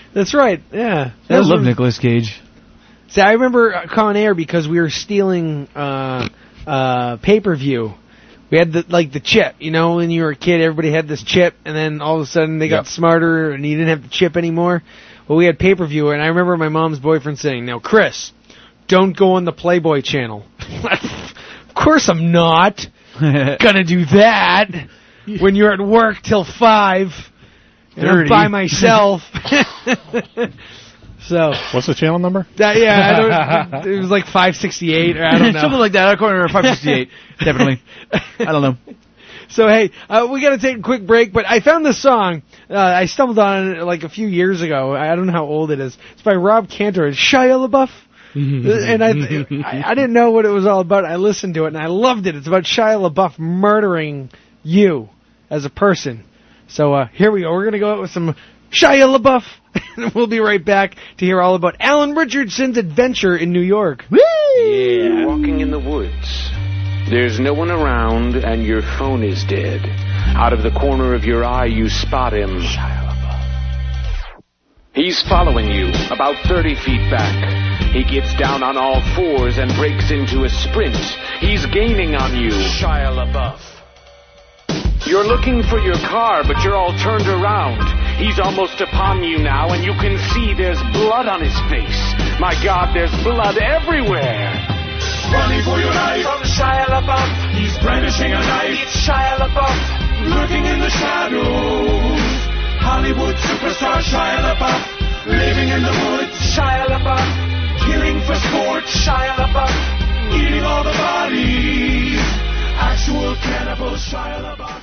[SPEAKER 2] That's right. Yeah.
[SPEAKER 7] I
[SPEAKER 2] Those
[SPEAKER 7] love
[SPEAKER 2] were-
[SPEAKER 7] Nicolas Cage.
[SPEAKER 2] See, I remember uh, Con Air because we were stealing uh, uh, pay per view. We had the like the chip, you know, when you were a kid, everybody had this chip, and then all of a sudden they got smarter, and you didn't have the chip anymore. Well, we had pay per view, and I remember my mom's boyfriend saying, "Now, Chris, don't go on the Playboy channel." of course, I'm not gonna do that when you're at work till five. And I'm
[SPEAKER 9] Dirty.
[SPEAKER 2] by myself. so
[SPEAKER 9] What's the channel number?
[SPEAKER 2] that yeah, I don't, it was like 568 or I don't know.
[SPEAKER 7] Something like that. I don't remember 568. Definitely. I don't know.
[SPEAKER 2] So hey, uh, we got to take a quick break, but I found this song. Uh, I stumbled on it like a few years ago. I don't know how old it is. It's by Rob Cantor and Shia LaBeouf. and I, I, I didn't know what it was all about. I listened to it and I loved it. It's about Shia LaBeouf murdering you as a person. So uh, here we go. We're gonna go out with some Shia LaBeouf, and we'll be right back to hear all about Alan Richardson's adventure in New York. Woo!
[SPEAKER 18] Yeah. Walking in the woods. There's no one around, and your phone is dead. Out of the corner of your eye, you spot him. He's following you, about 30 feet back. He gets down on all fours and breaks into a sprint. He's gaining on you. Shia LaBeouf. You're looking for your car, but you're all turned around. He's almost upon you now, and you can see there's blood on his face. My God, there's blood everywhere.
[SPEAKER 10] Running for your life from Shia LaBeouf. He's brandishing a knife. It's Shia LaBeouf, lurking in the shadows. Hollywood superstar Shia LaBeouf, living in the woods. Shia LaBeouf, killing for sport. Shia LaBeouf, eating all the bodies. Actual cannibal Shia LaBeouf.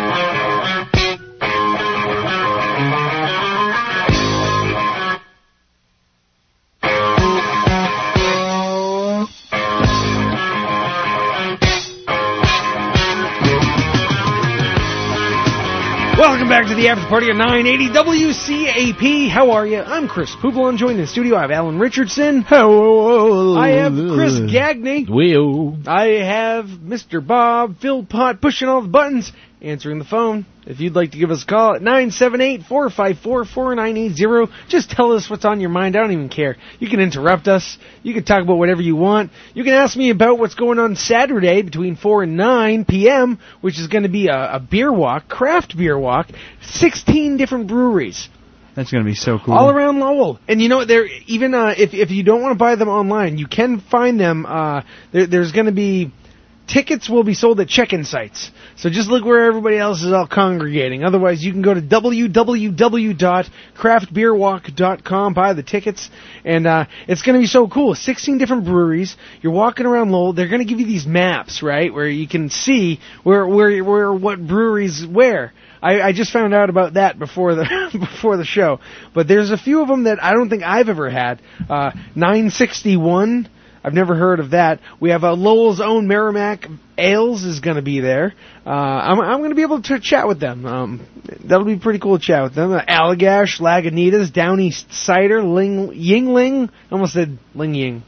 [SPEAKER 2] the after party at 980 WCAP. How are you? I'm Chris Poublon. Joined in the studio, I have Alan Richardson. Hello. I have Chris Gagney.
[SPEAKER 15] Will.
[SPEAKER 2] I have Mr. Bob Philpott pushing all the buttons, answering the phone. If you'd like to give us a call at 978-454-4980, just tell us what's on your mind. I don't even care. You can interrupt us. You can talk about whatever you want. You can ask me about what's going on Saturday between 4 and 9 p.m., which is going to be a, a beer walk, craft beer walk, 16 different breweries.
[SPEAKER 7] That's going to be so cool.
[SPEAKER 2] All around Lowell, and you know they're even uh, if if you don't want to buy them online, you can find them. Uh, there, there's going to be tickets will be sold at check-in sites. So just look where everybody else is all congregating. Otherwise, you can go to www.craftbeerwalk.com, buy the tickets, and uh, it's going to be so cool. 16 different breweries. You're walking around Lowell. They're going to give you these maps, right, where you can see where where where what breweries where. I, I just found out about that before the before the show. But there's a few of them that I don't think I've ever had. Uh, 961. I've never heard of that. We have uh, Lowell's own Merrimack Ales is going to be there. Uh, I'm, I'm going to be able to chat with them. Um, that'll be pretty cool to chat with them. Uh, Allagash, Lagunitas, Down East Cider, Ling, Yingling. I almost said Ling Ying.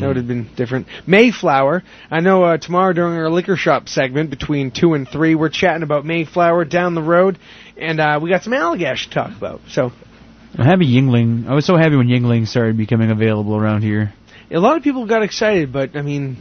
[SPEAKER 2] That would have been different. Mayflower. I know uh, tomorrow during our liquor shop segment between 2 and 3, we're chatting about Mayflower down the road, and uh, we got some Allagash to talk about. So
[SPEAKER 7] I'm happy Yingling. I was so happy when Yingling started becoming available around here.
[SPEAKER 2] a lot of people got excited, but I mean,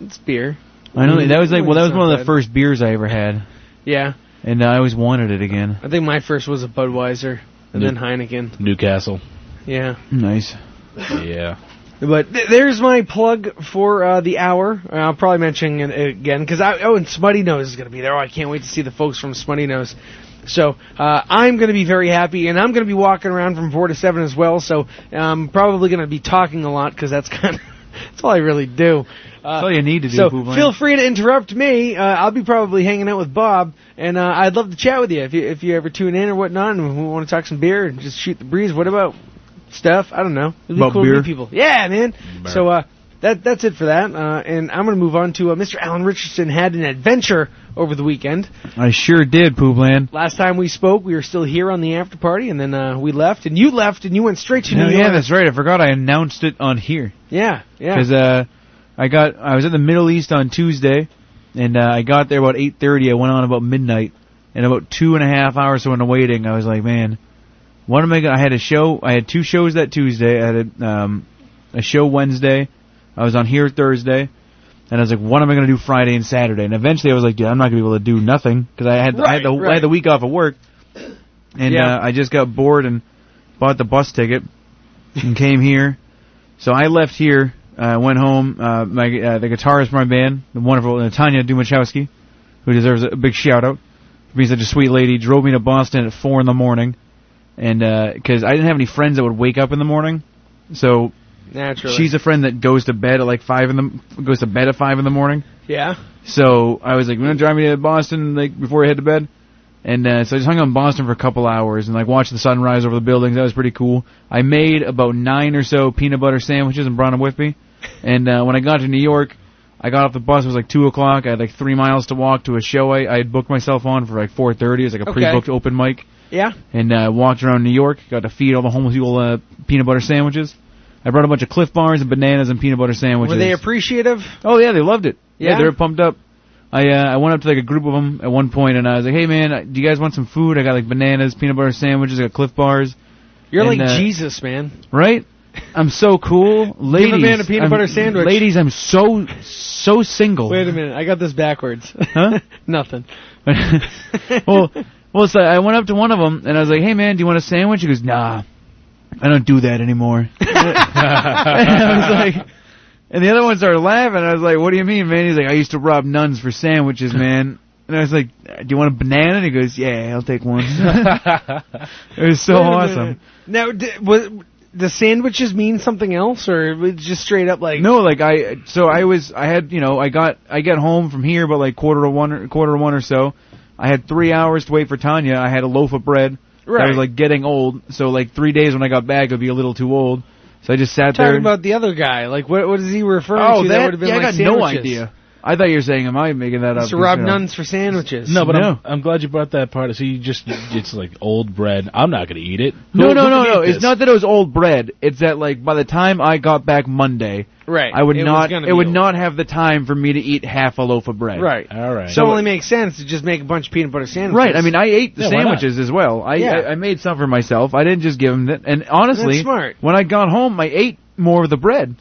[SPEAKER 2] it's beer.
[SPEAKER 7] I know that was like well, that was
[SPEAKER 2] It's not
[SPEAKER 7] one of the
[SPEAKER 2] bad.
[SPEAKER 7] first beers I ever had,
[SPEAKER 2] Yeah.
[SPEAKER 7] and I always wanted it again.
[SPEAKER 2] I think my first was a Budweiser and
[SPEAKER 7] Yeah.
[SPEAKER 2] then Heineken.
[SPEAKER 15] Newcastle.
[SPEAKER 2] Yeah.
[SPEAKER 7] Nice.
[SPEAKER 15] Yeah.
[SPEAKER 2] But th- there's my plug for uh, the hour. Uh, I'll probably mention it again because I oh and Smutty Nose is going to be there. Oh, I can't wait to see the folks from Smutty Nose. So uh, I'm going to be very happy, and I'm going to be walking around from four to seven as well. So I'm probably going to be talking a lot because that's kind of that's all I really do. Uh,
[SPEAKER 7] That's all you need to do.
[SPEAKER 2] so
[SPEAKER 7] Booblin.
[SPEAKER 2] feel free to interrupt me. Uh, I'll be probably hanging out with Bob, and uh, I'd love to chat with you if you if you ever tune in or whatnot, and we want to talk some beer and just shoot the breeze. What about stuff? I don't know. It'd be
[SPEAKER 7] About
[SPEAKER 2] cool to meet
[SPEAKER 7] beer?
[SPEAKER 2] people. Yeah, man. So uh, that that's it for that, uh, and I'm going to move on to uh, Mr. Alan Richardson had an adventure over the weekend.
[SPEAKER 7] I sure did, Poobland.
[SPEAKER 2] Last time we spoke, we were still here on the after party, and then uh, we left, and you left, and you went straight to
[SPEAKER 7] No,
[SPEAKER 2] New
[SPEAKER 7] yeah,
[SPEAKER 2] York.
[SPEAKER 7] that's right. I forgot I announced it on here.
[SPEAKER 2] Yeah, yeah.
[SPEAKER 7] Because uh, I got I was in the Middle East on Tuesday, and uh, I got there about eight thirty. I went on about midnight, and about two and a half hours of waiting, I was like, man, what am I gonna? I had a show. I had two shows that Tuesday. I had a, um, a show Wednesday. I was on here Thursday, and I was like, what am I gonna do Friday and Saturday? And eventually, I was like, yeah, I'm not gonna be able to do nothing because I had I had the
[SPEAKER 2] Right,
[SPEAKER 7] I had the
[SPEAKER 2] right.
[SPEAKER 7] week off of work, and
[SPEAKER 2] Yeah.
[SPEAKER 7] uh, I just got bored and bought the bus ticket and came here. So I left here, uh, went home. Uh, my uh, the guitarist for my band, the wonderful uh, Tanya Dumachowski, who deserves a big shout out for being such a sweet lady, drove me to Boston at four in the morning, and because I didn't have any friends that would wake up in the morning, so
[SPEAKER 2] Naturally.
[SPEAKER 7] uh, she's a friend that goes to bed at like five in the goes to bed at five in the morning.
[SPEAKER 2] yeah.
[SPEAKER 7] So I was like, "You gonna drive me to Boston like before I head to bed?" And uh, so I just hung out in Boston for a couple hours and like watched the sunrise over the buildings. That was pretty cool. I made about nine or so peanut butter sandwiches and brought them with me. And uh, when I got to New York, I got off the bus. It was like two o'clock. I had like three miles to walk to a show I, I had booked myself on for like four thirty. It was like a
[SPEAKER 2] Okay.
[SPEAKER 7] pre-booked open mic.
[SPEAKER 2] Yeah.
[SPEAKER 7] And uh, walked around New York. Got to feed all the homeless people uh, peanut butter sandwiches. I brought a bunch of Cliff Bars and bananas and peanut butter sandwiches.
[SPEAKER 2] Were they appreciative?
[SPEAKER 7] Oh yeah, they loved it. Yeah,
[SPEAKER 2] Yeah?
[SPEAKER 7] they were pumped up. I uh, I went up to like a group of them at one point, and I was like, "Hey man, uh, do you guys want some food? I got like bananas, peanut butter sandwiches, I got Cliff bars."
[SPEAKER 2] You're
[SPEAKER 7] And,
[SPEAKER 2] like
[SPEAKER 7] uh,
[SPEAKER 2] Jesus, man.
[SPEAKER 7] right? I'm so cool, ladies.
[SPEAKER 2] man a peanut
[SPEAKER 7] I'm-
[SPEAKER 2] butter sandwich.
[SPEAKER 7] Ladies, I'm so so single.
[SPEAKER 2] Wait a minute, I got this backwards.
[SPEAKER 7] Huh?
[SPEAKER 2] Nothing.
[SPEAKER 7] well, well, so I went up to one of them and I was like, "Hey, man, do you want a sandwich?" He goes, "Nah, I don't do that anymore." and I was like, and the other one started laughing. I was like, "What do you mean, man?" He's like, "I used to rob nuns for sandwiches, man." And I was like, "Do you want a banana?" And he goes, "Yeah, I'll take one." it was so
[SPEAKER 2] Wait a
[SPEAKER 7] Oh, awesome.
[SPEAKER 2] minute. Now, d- was, the sandwiches mean something else, or it was just straight up like
[SPEAKER 7] No, like I, so I was, I had, you know, I got, I get home from here, but like quarter to one, or- quarter to one or so. I had three hours to wait for Tanya. I had a loaf of bread. I
[SPEAKER 2] Right.
[SPEAKER 7] was like getting old, so like three days when I got back, it would be a little too old. So I just sat there.
[SPEAKER 2] talking about the other guy? Like, what what is he referring
[SPEAKER 7] oh,
[SPEAKER 2] to?
[SPEAKER 7] that,
[SPEAKER 2] would have been
[SPEAKER 7] yeah,
[SPEAKER 2] like
[SPEAKER 7] I got no
[SPEAKER 2] sandwiches?
[SPEAKER 7] idea. I thought you were saying, am I making that
[SPEAKER 2] It's
[SPEAKER 7] up?
[SPEAKER 2] Rob
[SPEAKER 7] You know.
[SPEAKER 2] Nuns for sandwiches.
[SPEAKER 15] No, but
[SPEAKER 7] No.
[SPEAKER 15] I'm, I'm glad you brought that part. So you just it's like old bread. I'm not going to eat it.
[SPEAKER 7] No,
[SPEAKER 15] Who-
[SPEAKER 7] no,
[SPEAKER 15] who
[SPEAKER 7] no,
[SPEAKER 15] can
[SPEAKER 7] no.
[SPEAKER 15] eat
[SPEAKER 7] It's
[SPEAKER 15] this?
[SPEAKER 7] not that it was old bread. It's that like by the time I got back Monday,
[SPEAKER 2] Right.
[SPEAKER 7] I would
[SPEAKER 2] It was
[SPEAKER 7] not.
[SPEAKER 2] gonna
[SPEAKER 7] It
[SPEAKER 2] be
[SPEAKER 7] would
[SPEAKER 2] old.
[SPEAKER 7] not have the time for me to eat half a loaf of bread.
[SPEAKER 2] Right.
[SPEAKER 15] All right.
[SPEAKER 2] So it only makes sense to just make a bunch of peanut butter sandwiches.
[SPEAKER 7] Right. I mean, I ate the sandwiches as well. I,
[SPEAKER 2] Yeah.
[SPEAKER 7] I I made some for myself. I didn't just give them that. And honestly,
[SPEAKER 2] That's smart.
[SPEAKER 7] when I got home, I ate more of the bread.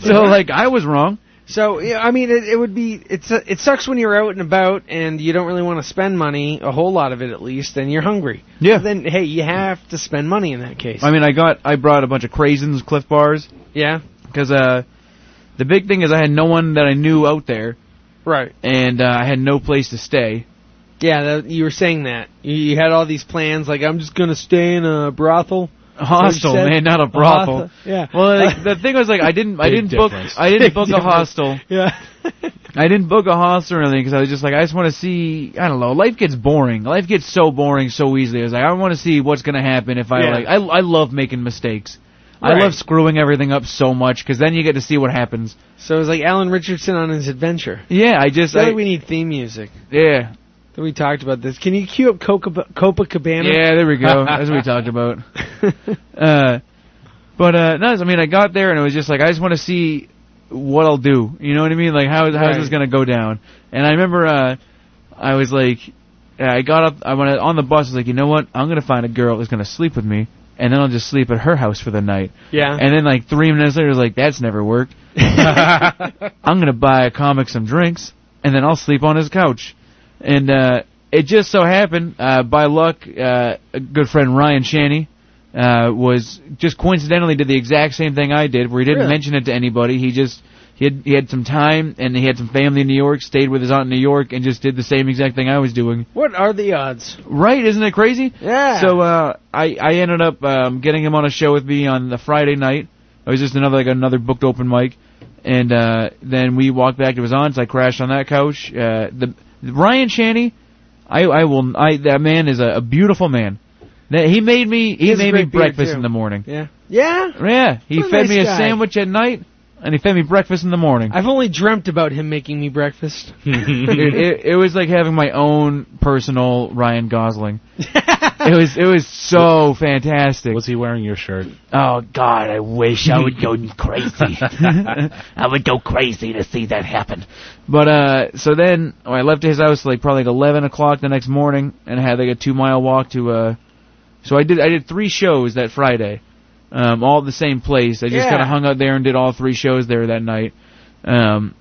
[SPEAKER 7] so like I was wrong.
[SPEAKER 2] So yeah, I mean, it, it would be it's a, it sucks when you're out and about and you don't really want to spend money, a whole lot of it at least, and you're hungry.
[SPEAKER 7] Yeah.
[SPEAKER 2] then hey, you have to spend money in that case.
[SPEAKER 7] I mean, I got I brought a bunch of craisins, Cliff Bars,
[SPEAKER 2] yeah,
[SPEAKER 7] because uh, the big thing is I had no one that I knew out there,
[SPEAKER 2] right.
[SPEAKER 7] and uh, I had no place to stay.
[SPEAKER 2] Yeah, that, you were saying that you, you had all these plans, like I'm just gonna stay in a brothel,
[SPEAKER 7] A hostel,
[SPEAKER 2] Is that what you said?
[SPEAKER 7] man, not a brothel.
[SPEAKER 2] hostel, Yeah.
[SPEAKER 7] Well, like, the thing was like I didn't I
[SPEAKER 2] Big
[SPEAKER 7] didn't book
[SPEAKER 2] difference.
[SPEAKER 7] I didn't
[SPEAKER 2] Big
[SPEAKER 7] book a
[SPEAKER 2] difference.
[SPEAKER 7] hostel.
[SPEAKER 2] Yeah.
[SPEAKER 7] I didn't book a hostel or anything because I was just like I just want to see I don't know life gets boring life gets so boring so easily I was like I want to see what's gonna happen if I
[SPEAKER 15] Yeah.
[SPEAKER 7] like I I love making mistakes
[SPEAKER 2] Right.
[SPEAKER 7] I love screwing everything up so much because then you get to see what happens
[SPEAKER 2] So it was like Alan Richardson on his adventure.
[SPEAKER 7] yeah I just
[SPEAKER 2] I
[SPEAKER 7] I,
[SPEAKER 2] think we need theme music.
[SPEAKER 7] yeah
[SPEAKER 2] That we talked about this. Can you cue up Coca- Copacabana?
[SPEAKER 7] Yeah, there we go. That's what we talked about. Uh, but uh, no, I mean, I got there and it was just like I just want to see what I'll do. You know what I mean? Like how how's this
[SPEAKER 15] Right.
[SPEAKER 7] gonna go down? And I remember uh, I was like, I got up. I went on the bus. I was like, you know what? I'm gonna find a girl that's gonna sleep with me, and then I'll just sleep at her house for the night.
[SPEAKER 2] Yeah.
[SPEAKER 7] And then like three minutes later, I was like, that's never worked. I'm gonna buy a comic some drinks, and then I'll sleep on his couch. And uh, it just so happened, uh, by luck, uh, a good friend Ryan Shanny uh, was just coincidentally did the exact same thing I did, where he didn't
[SPEAKER 15] Really?
[SPEAKER 7] mention it to anybody. He just he had he had some time and he had some family in New York, stayed with his aunt in New York, and just did the same exact thing I was doing.
[SPEAKER 2] What are the odds?
[SPEAKER 7] Right? Isn't it crazy?
[SPEAKER 2] Yeah.
[SPEAKER 7] So uh, I I ended up um, getting him on a show with me on the Friday night. It was just another like another booked open mic, and uh, then we walked back to his aunt's. I crashed on that couch. Uh, the Ryan Shanny, I I will I that man is a, a beautiful man. That he made me he
[SPEAKER 2] He has a
[SPEAKER 7] made me
[SPEAKER 2] great beard,
[SPEAKER 7] breakfast
[SPEAKER 2] too.
[SPEAKER 7] in the morning.
[SPEAKER 2] Yeah. Yeah.
[SPEAKER 7] Yeah, he
[SPEAKER 2] What a
[SPEAKER 7] fed
[SPEAKER 2] nice
[SPEAKER 7] me a
[SPEAKER 2] guy.
[SPEAKER 7] sandwich at night, and he fed me breakfast in the morning.
[SPEAKER 2] I've only dreamt about him making me breakfast.
[SPEAKER 7] Dude, it, it was like having my own personal Ryan Gosling. it was it was so fantastic. Was
[SPEAKER 15] he wearing your shirt?
[SPEAKER 7] Oh God, I wish I would go crazy. I would go crazy to see that happen. But uh, so then oh, I left his house like probably like eleven o'clock the next morning, and had like a two mile walk to uh. So I did I did three shows that Friday, um, all at the same place. I just
[SPEAKER 2] Yeah.
[SPEAKER 7] kind of hung out there and did all three shows there that night, um,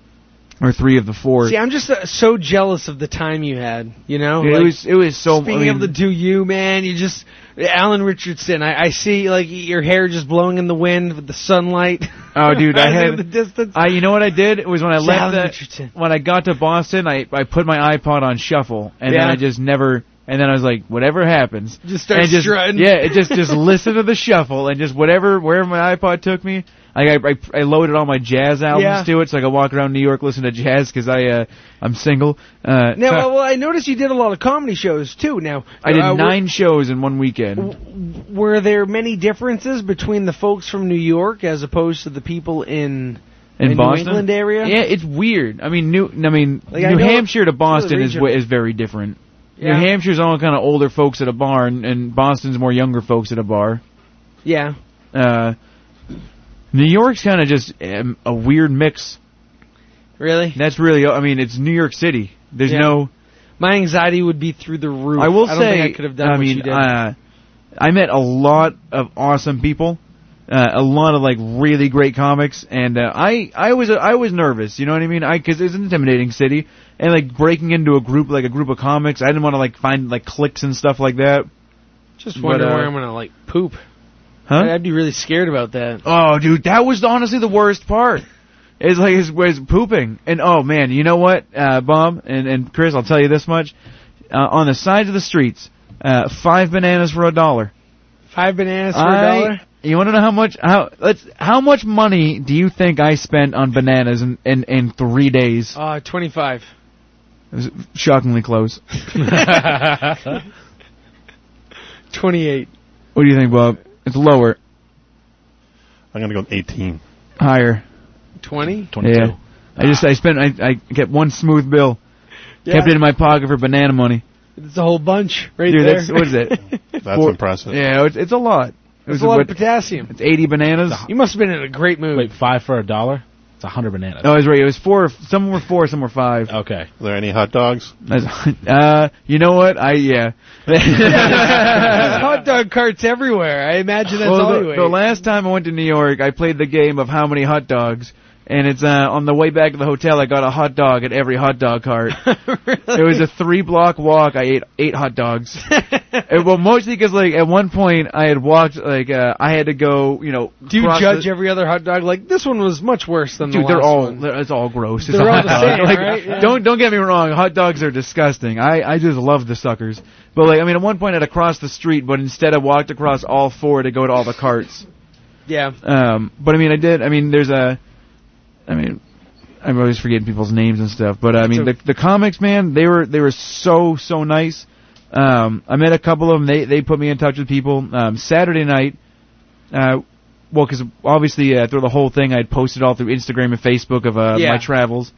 [SPEAKER 7] or three of the four.
[SPEAKER 2] See, I'm just uh, so jealous of the time you had. You know,
[SPEAKER 7] Dude, it
[SPEAKER 2] Like,
[SPEAKER 7] was it was so.
[SPEAKER 2] just being
[SPEAKER 7] I mean,
[SPEAKER 2] able to do you, man. You just Alan Richardson. I, I see like your hair just blowing in the wind with the sunlight.
[SPEAKER 7] Oh, dude, I had-
[SPEAKER 2] the distance.
[SPEAKER 7] I, you know what I did? It was when I
[SPEAKER 2] Sal
[SPEAKER 7] left that-
[SPEAKER 2] Richardson.
[SPEAKER 7] when I got to Boston, I, I put my iPod on shuffle, and then
[SPEAKER 2] Yeah.
[SPEAKER 7] I just never. And then I was like, whatever happens,
[SPEAKER 2] Just start
[SPEAKER 7] and just,
[SPEAKER 2] strutting.
[SPEAKER 7] Yeah, it just just listen to the shuffle, and just whatever wherever my iPod took me. Like I, I, I loaded all my jazz albums
[SPEAKER 2] Yeah.
[SPEAKER 7] to it, so I could walk around New York listen to jazz because I uh, I'm single. Uh,
[SPEAKER 2] Now, well, I noticed you did a lot of comedy shows too. Now,
[SPEAKER 7] I did
[SPEAKER 2] uh, were-
[SPEAKER 7] nine shows in one weekend.
[SPEAKER 2] Were there many differences between the folks from New York as opposed to the people in
[SPEAKER 7] in, Boston,
[SPEAKER 2] New England area?
[SPEAKER 7] Yeah, it's weird. I mean, New, I mean,
[SPEAKER 2] Like,
[SPEAKER 7] New
[SPEAKER 2] I know-
[SPEAKER 7] Hampshire to
[SPEAKER 2] it's really
[SPEAKER 7] Boston is
[SPEAKER 2] regional.
[SPEAKER 7] is is very different.
[SPEAKER 2] Yeah.
[SPEAKER 7] New Hampshire's all kind of older folks at a bar, and, and Boston's more younger folks at a bar.
[SPEAKER 2] yeah.
[SPEAKER 7] Uh, New York's kind of just um, a weird mix.
[SPEAKER 2] Really?
[SPEAKER 7] That's really. I mean, it's New York City. There's
[SPEAKER 2] Yeah.
[SPEAKER 7] no.
[SPEAKER 2] My anxiety would be through the roof.
[SPEAKER 7] I will
[SPEAKER 2] don't
[SPEAKER 7] say.
[SPEAKER 2] think I could have done
[SPEAKER 7] I
[SPEAKER 2] what
[SPEAKER 7] mean,
[SPEAKER 2] you did.
[SPEAKER 7] Uh, I met a lot of awesome people. Uh, a lot of like really great comics, and uh, I I was I was nervous, you know what I mean? I because it's an intimidating city, and like breaking into a group like a group of comics, I didn't want to like find like cliques and stuff like that.
[SPEAKER 2] Just
[SPEAKER 7] but,
[SPEAKER 2] wonder
[SPEAKER 7] uh,
[SPEAKER 2] where I'm gonna like poop.
[SPEAKER 7] Huh?
[SPEAKER 2] I'd be really scared about that.
[SPEAKER 7] Oh, dude, that was honestly the worst part. It's like it's, was pooping, and oh man, you know what, uh, Bob and and Chris, I'll tell you this much: uh, on the sides of the streets, uh, five bananas for a dollar.
[SPEAKER 2] Five bananas for
[SPEAKER 7] I-
[SPEAKER 2] a dollar.
[SPEAKER 7] You want to know how much how let's how much money do you think I spent on bananas in in, in three days?
[SPEAKER 2] Uh, twenty-five.
[SPEAKER 7] It was shockingly close.
[SPEAKER 2] Twenty-eight.
[SPEAKER 7] what do you think, Bob? It's lower,
[SPEAKER 9] I'm gonna go with 18.
[SPEAKER 7] higher.
[SPEAKER 2] Twenty.
[SPEAKER 7] Yeah. I just I spent I I kept one smooth bill,
[SPEAKER 2] Yeah.
[SPEAKER 7] kept it in my pocket for banana money.
[SPEAKER 2] It's a whole bunch right
[SPEAKER 7] Dude,
[SPEAKER 2] there.
[SPEAKER 7] that's what is it?
[SPEAKER 9] That's
[SPEAKER 7] Four-
[SPEAKER 9] impressive.
[SPEAKER 7] Yeah, it's, it's a lot. It
[SPEAKER 2] It's a lot of potassium.
[SPEAKER 7] It's eighty bananas.
[SPEAKER 2] You must have been in a great mood.
[SPEAKER 15] Wait, five for a dollar? It's a hundred bananas.
[SPEAKER 7] No, I was right. It was four. Some were four, some were five.
[SPEAKER 2] Oh.
[SPEAKER 15] Okay.
[SPEAKER 9] Are there any hot dogs?
[SPEAKER 7] Uh, you know what? I yeah.
[SPEAKER 2] hot dog carts everywhere. I imagine that's
[SPEAKER 7] Well,
[SPEAKER 2] all
[SPEAKER 7] the,
[SPEAKER 2] you ate.
[SPEAKER 7] the last time I went to New York, I played the game of how many hot dogs, and it's uh, on the way back to the hotel. I got a hot dog at every hot dog cart. It was a three block walk. I ate eight hot dogs. And, well, mostly because like at one point I had walked like uh, I had to go. You know,
[SPEAKER 2] Do you
[SPEAKER 7] cross
[SPEAKER 2] judge
[SPEAKER 7] the-
[SPEAKER 2] every other hot dog? Like this one was much worse than
[SPEAKER 7] Dude,
[SPEAKER 2] the last
[SPEAKER 7] they're all
[SPEAKER 2] one.
[SPEAKER 7] they're- it's all gross. It's
[SPEAKER 2] They're
[SPEAKER 7] a
[SPEAKER 2] all
[SPEAKER 7] hot
[SPEAKER 2] the
[SPEAKER 7] dog.
[SPEAKER 2] same,
[SPEAKER 7] Like,
[SPEAKER 2] right? Yeah.
[SPEAKER 7] Don't don't get me wrong. Hot dogs are disgusting. I I just love the suckers. But like I mean, at one point I'd cross the street, but instead I walked across all four to go to all the carts.
[SPEAKER 2] Yeah.
[SPEAKER 7] Um, but I mean, I did. I mean, there's a. I mean, I'm always forgetting people's names and stuff. But I mean, the the comics, man, they were they were so so nice. Um, I met a couple of them. They they put me in touch with people. Um, Saturday night, uh, well, because obviously uh, through the whole thing, I had posted all through Instagram and Facebook of uh,
[SPEAKER 2] Yeah.
[SPEAKER 7] my travels.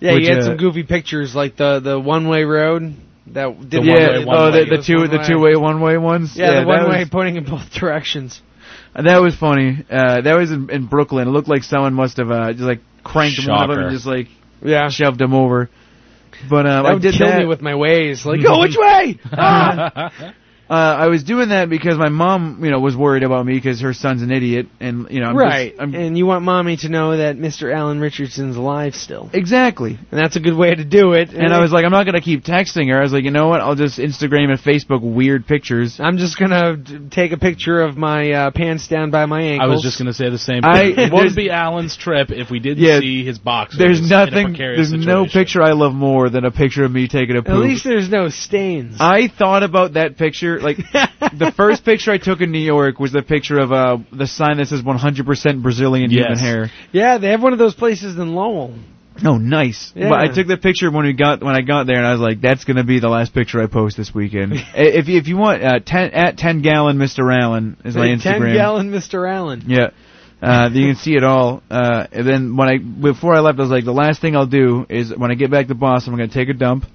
[SPEAKER 2] Yeah,
[SPEAKER 7] which,
[SPEAKER 2] you had
[SPEAKER 7] uh,
[SPEAKER 2] some goofy pictures, like the the one way road that did
[SPEAKER 7] yeah, oh, the, the two the two way one way ones.
[SPEAKER 2] Yeah, the
[SPEAKER 7] that
[SPEAKER 2] one way
[SPEAKER 7] was-
[SPEAKER 2] pointing in both directions.
[SPEAKER 7] That was funny. Uh, that was in, in Brooklyn. It looked like someone must have uh, just like cranked one of them
[SPEAKER 2] Shocker.
[SPEAKER 7] and just like
[SPEAKER 2] yeah
[SPEAKER 7] shoved him over. But um,
[SPEAKER 2] that
[SPEAKER 7] I
[SPEAKER 2] would
[SPEAKER 7] did
[SPEAKER 2] kill
[SPEAKER 7] that.
[SPEAKER 2] me with my ways. Like, go which way? Ah!
[SPEAKER 7] uh, I was doing that because my mom, you know, was worried about me because her son's an idiot, and you know, I'm
[SPEAKER 2] right.
[SPEAKER 7] Just, I'm,
[SPEAKER 2] and you want mommy to know that Mr. Alan Richardson's alive still.
[SPEAKER 7] Exactly.
[SPEAKER 2] And that's a good way to do it.
[SPEAKER 7] and I was like, I'm not gonna keep texting her. I was like, you know what? I'll just Instagram and Facebook weird pictures.
[SPEAKER 2] I'm just gonna d- take a picture of my uh, pants down by my
[SPEAKER 15] I
[SPEAKER 2] ankles.
[SPEAKER 15] was just gonna say the same.
[SPEAKER 7] I-
[SPEAKER 15] thing. it
[SPEAKER 7] there's-
[SPEAKER 15] would be Alan's trip if we didn't
[SPEAKER 7] Yeah,
[SPEAKER 15] see his box.
[SPEAKER 7] There's
[SPEAKER 15] In
[SPEAKER 7] nothing.
[SPEAKER 15] a precarious
[SPEAKER 7] There's no
[SPEAKER 15] situation.
[SPEAKER 7] picture I love more than a picture of me taking a poop. Uh,
[SPEAKER 2] At least there's no stains.
[SPEAKER 7] I thought about that picture. Like the first picture I took in New York was the picture of uh, the sign that says 100% Brazilian human
[SPEAKER 2] Yes.
[SPEAKER 7] hair.
[SPEAKER 2] Yeah, they have one of those places in Lowell.
[SPEAKER 7] Oh, nice.
[SPEAKER 2] Yeah.
[SPEAKER 7] But I took the picture when we got when I got there, and I was like, "That's gonna be the last picture I post this weekend." I- if if you want, uh, ten, at ten gallon Mr. Allen is my Instagram.
[SPEAKER 2] Ten gallon Mr. Allen.
[SPEAKER 7] Yeah. Uh, you can see it all. Uh, and then when I before I left, I was like, the last thing I'll do is when I get back to Boston, I'm gonna take a dump.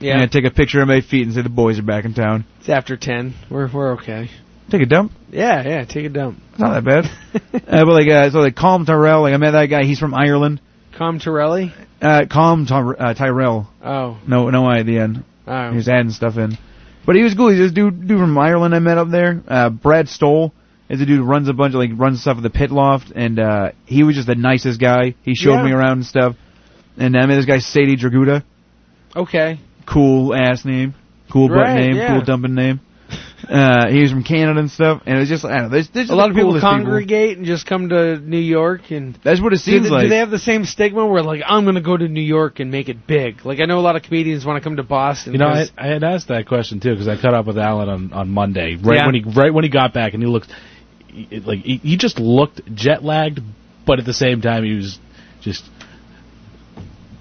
[SPEAKER 2] Yeah.
[SPEAKER 7] I'm gonna take a picture of my feet and say the boys are back in town.
[SPEAKER 2] It's after ten. We're we're okay.
[SPEAKER 7] Take a dump.
[SPEAKER 2] Yeah, yeah. Take a dump.
[SPEAKER 7] It's not that bad. uh, but like, uh, so like, Calm Tyrell. Like, I met that guy. He's from Ireland.
[SPEAKER 2] Com Torelli.
[SPEAKER 7] Uh, Calm Ty- uh, Tyrell.
[SPEAKER 2] Oh.
[SPEAKER 7] No, no I at the end.
[SPEAKER 2] Oh.
[SPEAKER 7] He was adding stuff in. But he was cool. He's this dude, dude from Ireland I met up there. Uh, Brad Stoll is a dude who runs a bunch of like runs stuff at the pit loft, and uh, he was just the nicest guy. He showed
[SPEAKER 2] Yeah.
[SPEAKER 7] me around and stuff. And uh, I met this guy Sadie Draguda.
[SPEAKER 2] Okay.
[SPEAKER 7] Cool ass name. Cool butt
[SPEAKER 2] Right,
[SPEAKER 7] name.
[SPEAKER 2] yeah.
[SPEAKER 7] Cool dumping name. Uh, he was from Canada and stuff, and it was just I don't know. There's, there's
[SPEAKER 2] A
[SPEAKER 7] just
[SPEAKER 2] lot
[SPEAKER 7] the
[SPEAKER 2] of people
[SPEAKER 7] coolest
[SPEAKER 2] congregate and just come to New York and.
[SPEAKER 7] That's what it seems
[SPEAKER 2] do they,
[SPEAKER 7] like.
[SPEAKER 2] Do they have the same stigma where like I'm going to go to New York and make it big? Like I know a lot of comedians want to come to Boston.
[SPEAKER 15] You know, I,
[SPEAKER 2] 'cause-
[SPEAKER 15] I had asked that question too because I caught up with Alan on, on Monday, right
[SPEAKER 2] Yeah.
[SPEAKER 15] when he right when he got back, and he looked he- it- like he, he just looked jet lagged, but at the same time he was just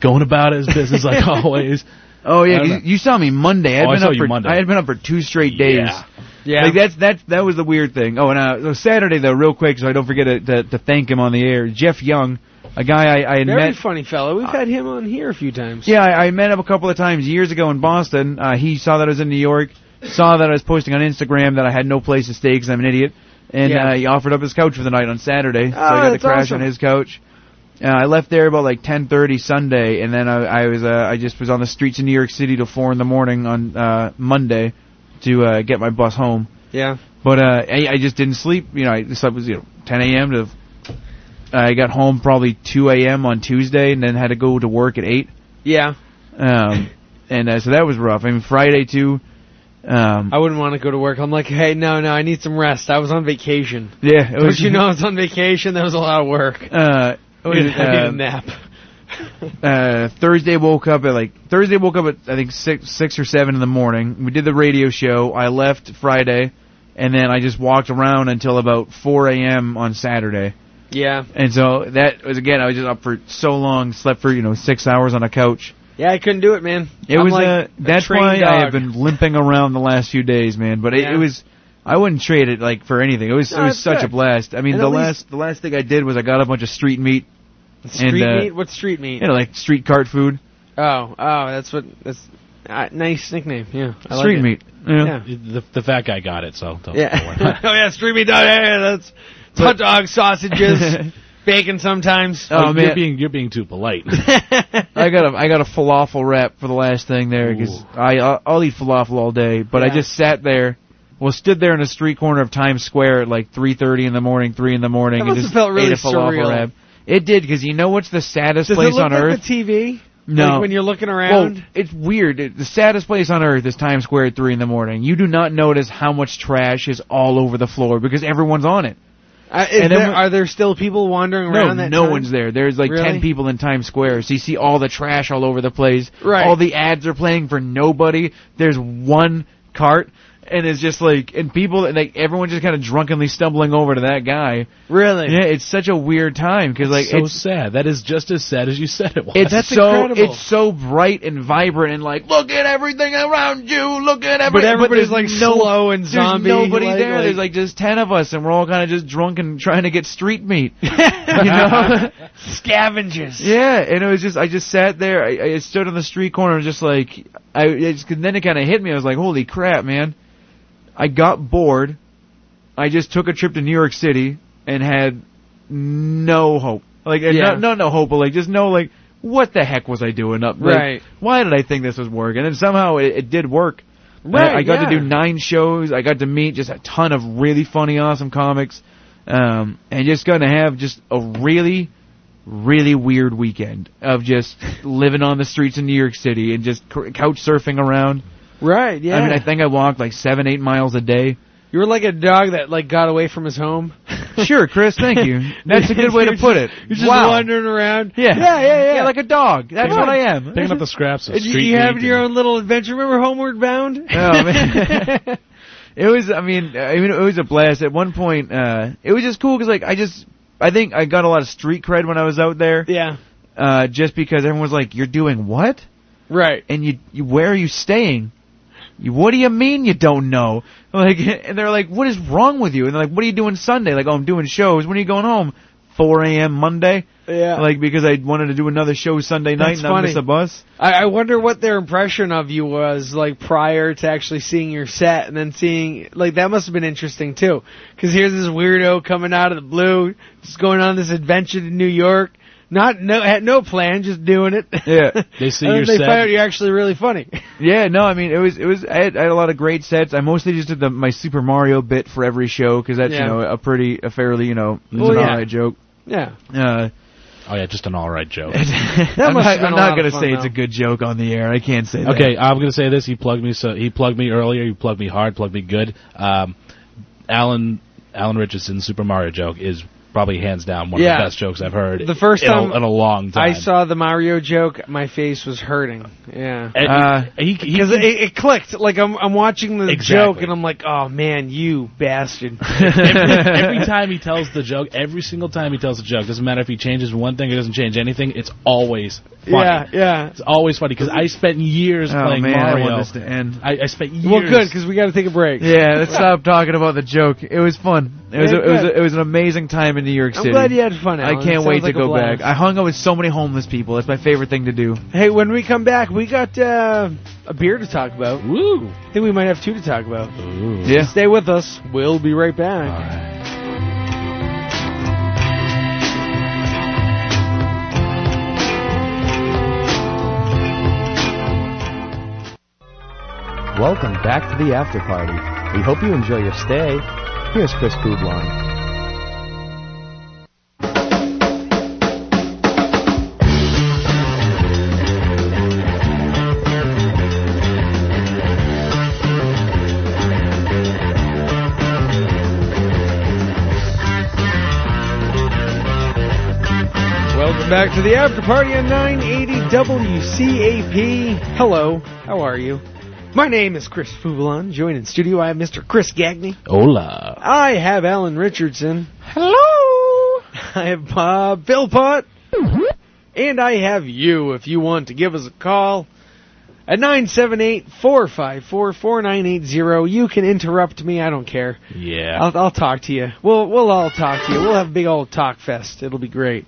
[SPEAKER 15] going about his business like always.
[SPEAKER 7] Oh
[SPEAKER 15] I
[SPEAKER 7] yeah,
[SPEAKER 15] don't
[SPEAKER 7] 'cause you saw me Monday. I'd
[SPEAKER 15] Oh, I
[SPEAKER 7] been
[SPEAKER 15] saw
[SPEAKER 7] up
[SPEAKER 15] you
[SPEAKER 7] for
[SPEAKER 15] Monday.
[SPEAKER 7] I had been up for two straight days.
[SPEAKER 15] Yeah.
[SPEAKER 2] Yeah.
[SPEAKER 7] Like that's that's that was the weird thing. Oh, and uh, so Saturday though, real quick, so I don't forget to, to, to thank him on the air. Jeff Young, a guy I, I had
[SPEAKER 2] Very
[SPEAKER 7] met.
[SPEAKER 2] funny fellow. We've had him on here a few times.
[SPEAKER 7] Yeah, I, I met him a couple of times years ago in Boston. Uh, he saw that I was in New York, saw that I was posting on Instagram that I had no place to stay because I'm an idiot, and
[SPEAKER 2] Yeah.
[SPEAKER 7] uh, he offered up his couch for the night on Saturday, so
[SPEAKER 2] Oh,
[SPEAKER 7] I got to
[SPEAKER 2] that's
[SPEAKER 7] crash
[SPEAKER 2] awesome.
[SPEAKER 7] on his couch. Uh, I left there about like 10:30 Sunday, and then I, I was uh, I just was on the streets of New York City till four in the morning on uh, Monday to uh, get my bus home.
[SPEAKER 2] Yeah.
[SPEAKER 7] But uh, I, I just didn't sleep. You know, I slept was you know 10 a.m. to. I got home probably 2 a.m. on Tuesday, and then had to go to work at eight.
[SPEAKER 2] Yeah.
[SPEAKER 7] Um, and uh, so that was rough. I mean, Friday too. Um,
[SPEAKER 2] I wouldn't want to go to work. I'm like, hey, no, no, I need some rest. I was on vacation.
[SPEAKER 7] yeah, it
[SPEAKER 2] Don't
[SPEAKER 7] was
[SPEAKER 2] you know I was on vacation? That was a lot of work.
[SPEAKER 7] Uh, it was,
[SPEAKER 2] I need a
[SPEAKER 7] um,
[SPEAKER 2] nap.
[SPEAKER 7] uh, Thursday woke up at like Thursday woke up at I think six six or seven in the morning. We did the radio show. I left Friday, and then I just walked around until about four a.m. on Saturday.
[SPEAKER 2] Yeah.
[SPEAKER 7] And so that was again. I was just up for so long, slept for you know six hours on a couch.
[SPEAKER 2] Yeah, I couldn't do it, man.
[SPEAKER 7] It
[SPEAKER 2] I'm
[SPEAKER 7] was
[SPEAKER 2] like
[SPEAKER 7] uh, that's
[SPEAKER 2] trained
[SPEAKER 7] why I
[SPEAKER 2] dog.
[SPEAKER 7] have been limping around the last few days, man. But it,
[SPEAKER 2] Yeah.
[SPEAKER 7] it was I wouldn't trade it like for anything. It was
[SPEAKER 2] No,
[SPEAKER 7] it was
[SPEAKER 2] it's
[SPEAKER 7] such a
[SPEAKER 2] good.
[SPEAKER 7] blast. I mean,
[SPEAKER 2] And
[SPEAKER 7] the
[SPEAKER 2] at least-
[SPEAKER 7] last the last thing I did was I got a bunch of street meat
[SPEAKER 2] Street
[SPEAKER 7] and, uh,
[SPEAKER 2] meat? What's street meat?
[SPEAKER 7] You know, like street cart food.
[SPEAKER 2] Oh, oh, that's what. That's uh, nice nickname. Yeah, I like
[SPEAKER 7] Street
[SPEAKER 2] it.
[SPEAKER 7] meat,
[SPEAKER 2] Yeah.
[SPEAKER 7] yeah.
[SPEAKER 15] The, the fat guy got it, so don't, don't worry.
[SPEAKER 2] Yeah. oh yeah, street meat. Oh, yeah, yeah, that's it's hot dog sausages, bacon sometimes.
[SPEAKER 15] Oh, you're being you're being too polite.
[SPEAKER 7] I got a I got a falafel wrap for the last thing there because I I'll, I'll eat falafel all day, but I
[SPEAKER 2] Yeah.
[SPEAKER 7] just sat there, well, stood there in a street corner of Times Square at like three thirty in the morning, three in the morning,
[SPEAKER 2] That must
[SPEAKER 7] and
[SPEAKER 2] have
[SPEAKER 7] just
[SPEAKER 2] felt really
[SPEAKER 7] ate a falafel
[SPEAKER 2] surreal.
[SPEAKER 7] wrap. It did because you know what's the saddest
[SPEAKER 2] Does it
[SPEAKER 7] place
[SPEAKER 2] look
[SPEAKER 7] on
[SPEAKER 2] like
[SPEAKER 7] earth?
[SPEAKER 2] the TV?
[SPEAKER 7] No.
[SPEAKER 2] Like when you're looking
[SPEAKER 7] Well,
[SPEAKER 2] around.
[SPEAKER 7] it's weird. It- the saddest place on earth is Times Square at three in the morning. You do not notice how much trash is all over the floor because everyone's on it.
[SPEAKER 2] Uh, is
[SPEAKER 7] and then
[SPEAKER 2] there,
[SPEAKER 7] we-
[SPEAKER 2] are there still people wandering
[SPEAKER 7] No,
[SPEAKER 2] around? that
[SPEAKER 7] no
[SPEAKER 2] time?
[SPEAKER 7] one's there. There's like
[SPEAKER 2] Really?
[SPEAKER 7] ten people in Times Square, so you see all the trash all over the place.
[SPEAKER 2] Right.
[SPEAKER 7] All the ads are playing for nobody. There's one cart, and it's just like and people and like everyone just kind of drunkenly stumbling over to that guy.
[SPEAKER 2] Really?
[SPEAKER 7] Yeah, it's such a weird time because like
[SPEAKER 15] so
[SPEAKER 7] it's
[SPEAKER 15] sad. That is just as sad as you said it was.
[SPEAKER 7] it's so it's so bright and vibrant and like look at everything around you. Look at everything.
[SPEAKER 2] But everybody's,
[SPEAKER 7] there's
[SPEAKER 2] like,
[SPEAKER 7] no,
[SPEAKER 2] slow and
[SPEAKER 7] there's
[SPEAKER 2] zombie,
[SPEAKER 7] nobody
[SPEAKER 2] like-
[SPEAKER 7] there.
[SPEAKER 2] like-
[SPEAKER 7] there's like just ten of us, and we're all kind of just drunk and trying to get street meat. you know.
[SPEAKER 2] Scavengers.
[SPEAKER 7] Yeah, and it was just I just sat there. I, I stood on the street corner, and just like I. It's, and then it kind of hit me. I was like, "Holy crap, man!" I got bored. I just took a trip to New York City and had no hope. Like
[SPEAKER 2] Yeah.
[SPEAKER 7] no, no, no hope, but like just no like what the heck was I doing up? Like,
[SPEAKER 2] Right.
[SPEAKER 7] Why did I think this was working? And somehow it, it did work. And I-
[SPEAKER 2] Right,
[SPEAKER 7] I, got
[SPEAKER 2] yeah.
[SPEAKER 7] to do nine shows. I got to meet just a ton of really funny, awesome comics, um, and just gonna have just a really, really weird weekend of just living on the streets in New York City and just cou- couch surfing around.
[SPEAKER 2] Right. Yeah.
[SPEAKER 7] I mean, I think I walked like seven, eight miles a day.
[SPEAKER 2] you were like a dog that like got away from his home.
[SPEAKER 7] Sure, Chris. Thank you. That's a good way to
[SPEAKER 2] You're
[SPEAKER 7] put
[SPEAKER 2] just-
[SPEAKER 7] it.
[SPEAKER 2] You're just
[SPEAKER 7] Wow.
[SPEAKER 2] wandering around.
[SPEAKER 7] Yeah.
[SPEAKER 2] Yeah. Yeah. Yeah.
[SPEAKER 7] Yeah, like a dog. That's what I am.
[SPEAKER 15] Picking up the scraps of
[SPEAKER 2] And you,
[SPEAKER 15] street
[SPEAKER 2] you having
[SPEAKER 15] meat
[SPEAKER 2] your own little adventure. Remember Homeward Bound?
[SPEAKER 7] Oh man, it was. I mean, I mean, it was a blast. At one point, uh, it was just cool because like I just, I think I got a lot of street cred when I was out there.
[SPEAKER 2] Yeah.
[SPEAKER 7] Uh, just because everyone was like, "You're doing what?"
[SPEAKER 2] Right.
[SPEAKER 7] And you, you where are you staying? You, what do you mean you don't know? Like, and they're like, "What is wrong with you?" And they're like, "What are you doing Sunday?" Like, "Oh, I'm doing shows. When are you going home?" 4 a.m. Monday.
[SPEAKER 2] Yeah.
[SPEAKER 7] Like because I wanted to do another show Sunday night
[SPEAKER 2] That's
[SPEAKER 7] and I
[SPEAKER 2] funny.
[SPEAKER 7] missed the bus.
[SPEAKER 2] I, I wonder what their impression of you was like prior to actually seeing your set and then seeing like that must have been interesting too. Because here's this weirdo coming out of the blue, just going on this adventure to New York, not no had no plan, just doing it.
[SPEAKER 7] Yeah.
[SPEAKER 15] They see
[SPEAKER 2] And
[SPEAKER 15] your
[SPEAKER 2] they
[SPEAKER 15] set.
[SPEAKER 2] find out you're actually really funny.
[SPEAKER 7] Yeah, no, I mean it was it was I had, I had a lot of great sets. I mostly just did the my Super Mario bit for every show because that's
[SPEAKER 2] Yeah.
[SPEAKER 7] you know a pretty a fairly you know it's
[SPEAKER 2] Well,
[SPEAKER 7] an
[SPEAKER 2] yeah.
[SPEAKER 7] alright joke.
[SPEAKER 2] Yeah.
[SPEAKER 7] Uh,
[SPEAKER 15] oh yeah, just an all right joke.
[SPEAKER 7] I'm
[SPEAKER 2] must
[SPEAKER 7] not,
[SPEAKER 2] have been
[SPEAKER 7] I'm
[SPEAKER 2] a
[SPEAKER 7] not
[SPEAKER 2] lot of
[SPEAKER 7] gonna
[SPEAKER 2] fun,
[SPEAKER 7] say it's
[SPEAKER 2] though.
[SPEAKER 7] a good joke on the air. I can't say that.
[SPEAKER 15] Okay, I'm gonna say this. He plugged me so he plugged me earlier. He plugged me hard. Plugged me good. Um, Alan Alan Richardson's Super Mario joke is probably hands down one
[SPEAKER 2] Yeah.
[SPEAKER 15] of the best jokes I've heard.
[SPEAKER 2] The first
[SPEAKER 15] in
[SPEAKER 2] time
[SPEAKER 15] a, in a long time.
[SPEAKER 2] I saw the Mario joke, my face was hurting. Yeah.
[SPEAKER 15] And
[SPEAKER 7] Uh,
[SPEAKER 15] he, he,
[SPEAKER 2] Because it, it clicked. Like I'm, I'm watching the
[SPEAKER 15] Exactly.
[SPEAKER 2] joke and I'm like, oh man, you bastard.
[SPEAKER 15] every, every time he tells the joke, every single time he tells the joke, doesn't matter if he changes one thing or doesn't change anything. It's always funny.
[SPEAKER 2] Yeah, yeah.
[SPEAKER 15] It's always funny because I spent years
[SPEAKER 7] Oh,
[SPEAKER 15] playing
[SPEAKER 7] man, I
[SPEAKER 15] Mario.
[SPEAKER 7] want this to end.
[SPEAKER 15] I, I spent years.
[SPEAKER 2] Well, good because we got to take a break.
[SPEAKER 7] Yeah, let's stop talking about the joke. It was fun. It was a, it was a, it was an amazing time in New York
[SPEAKER 2] I'm
[SPEAKER 7] City.
[SPEAKER 2] glad you had fun,
[SPEAKER 7] I
[SPEAKER 2] Alan. It
[SPEAKER 7] can't
[SPEAKER 2] sounds
[SPEAKER 7] wait
[SPEAKER 2] like a
[SPEAKER 7] to go
[SPEAKER 2] blast.
[SPEAKER 7] back. I hung out with so many homeless people. That's my favorite thing to do.
[SPEAKER 2] Hey, when we come back, we got uh, a beer to talk about.
[SPEAKER 15] Woo!
[SPEAKER 2] I think we might have two to talk about.
[SPEAKER 15] Ooh.
[SPEAKER 7] Yeah.
[SPEAKER 2] Stay with us. We'll be right back.
[SPEAKER 19] Welcome back to the after party. We hope you enjoy your stay. Here's Chris Kublon.
[SPEAKER 2] Welcome back to the after party on 980 WCAP. Hello, how are you? My name is Chris Fublon. Joined in studio, I have Mr. Chris Gagney.
[SPEAKER 15] Hola.
[SPEAKER 2] I have Alan Richardson.
[SPEAKER 19] Hello.
[SPEAKER 2] I have Bob Philpott. And I have you if you want to give us a call at 978-454-4980. You can interrupt me, I don't care.
[SPEAKER 15] Yeah.
[SPEAKER 2] I'll, I'll talk to you. We'll we'll all talk to you. We'll have a big old talk fest. It'll be great.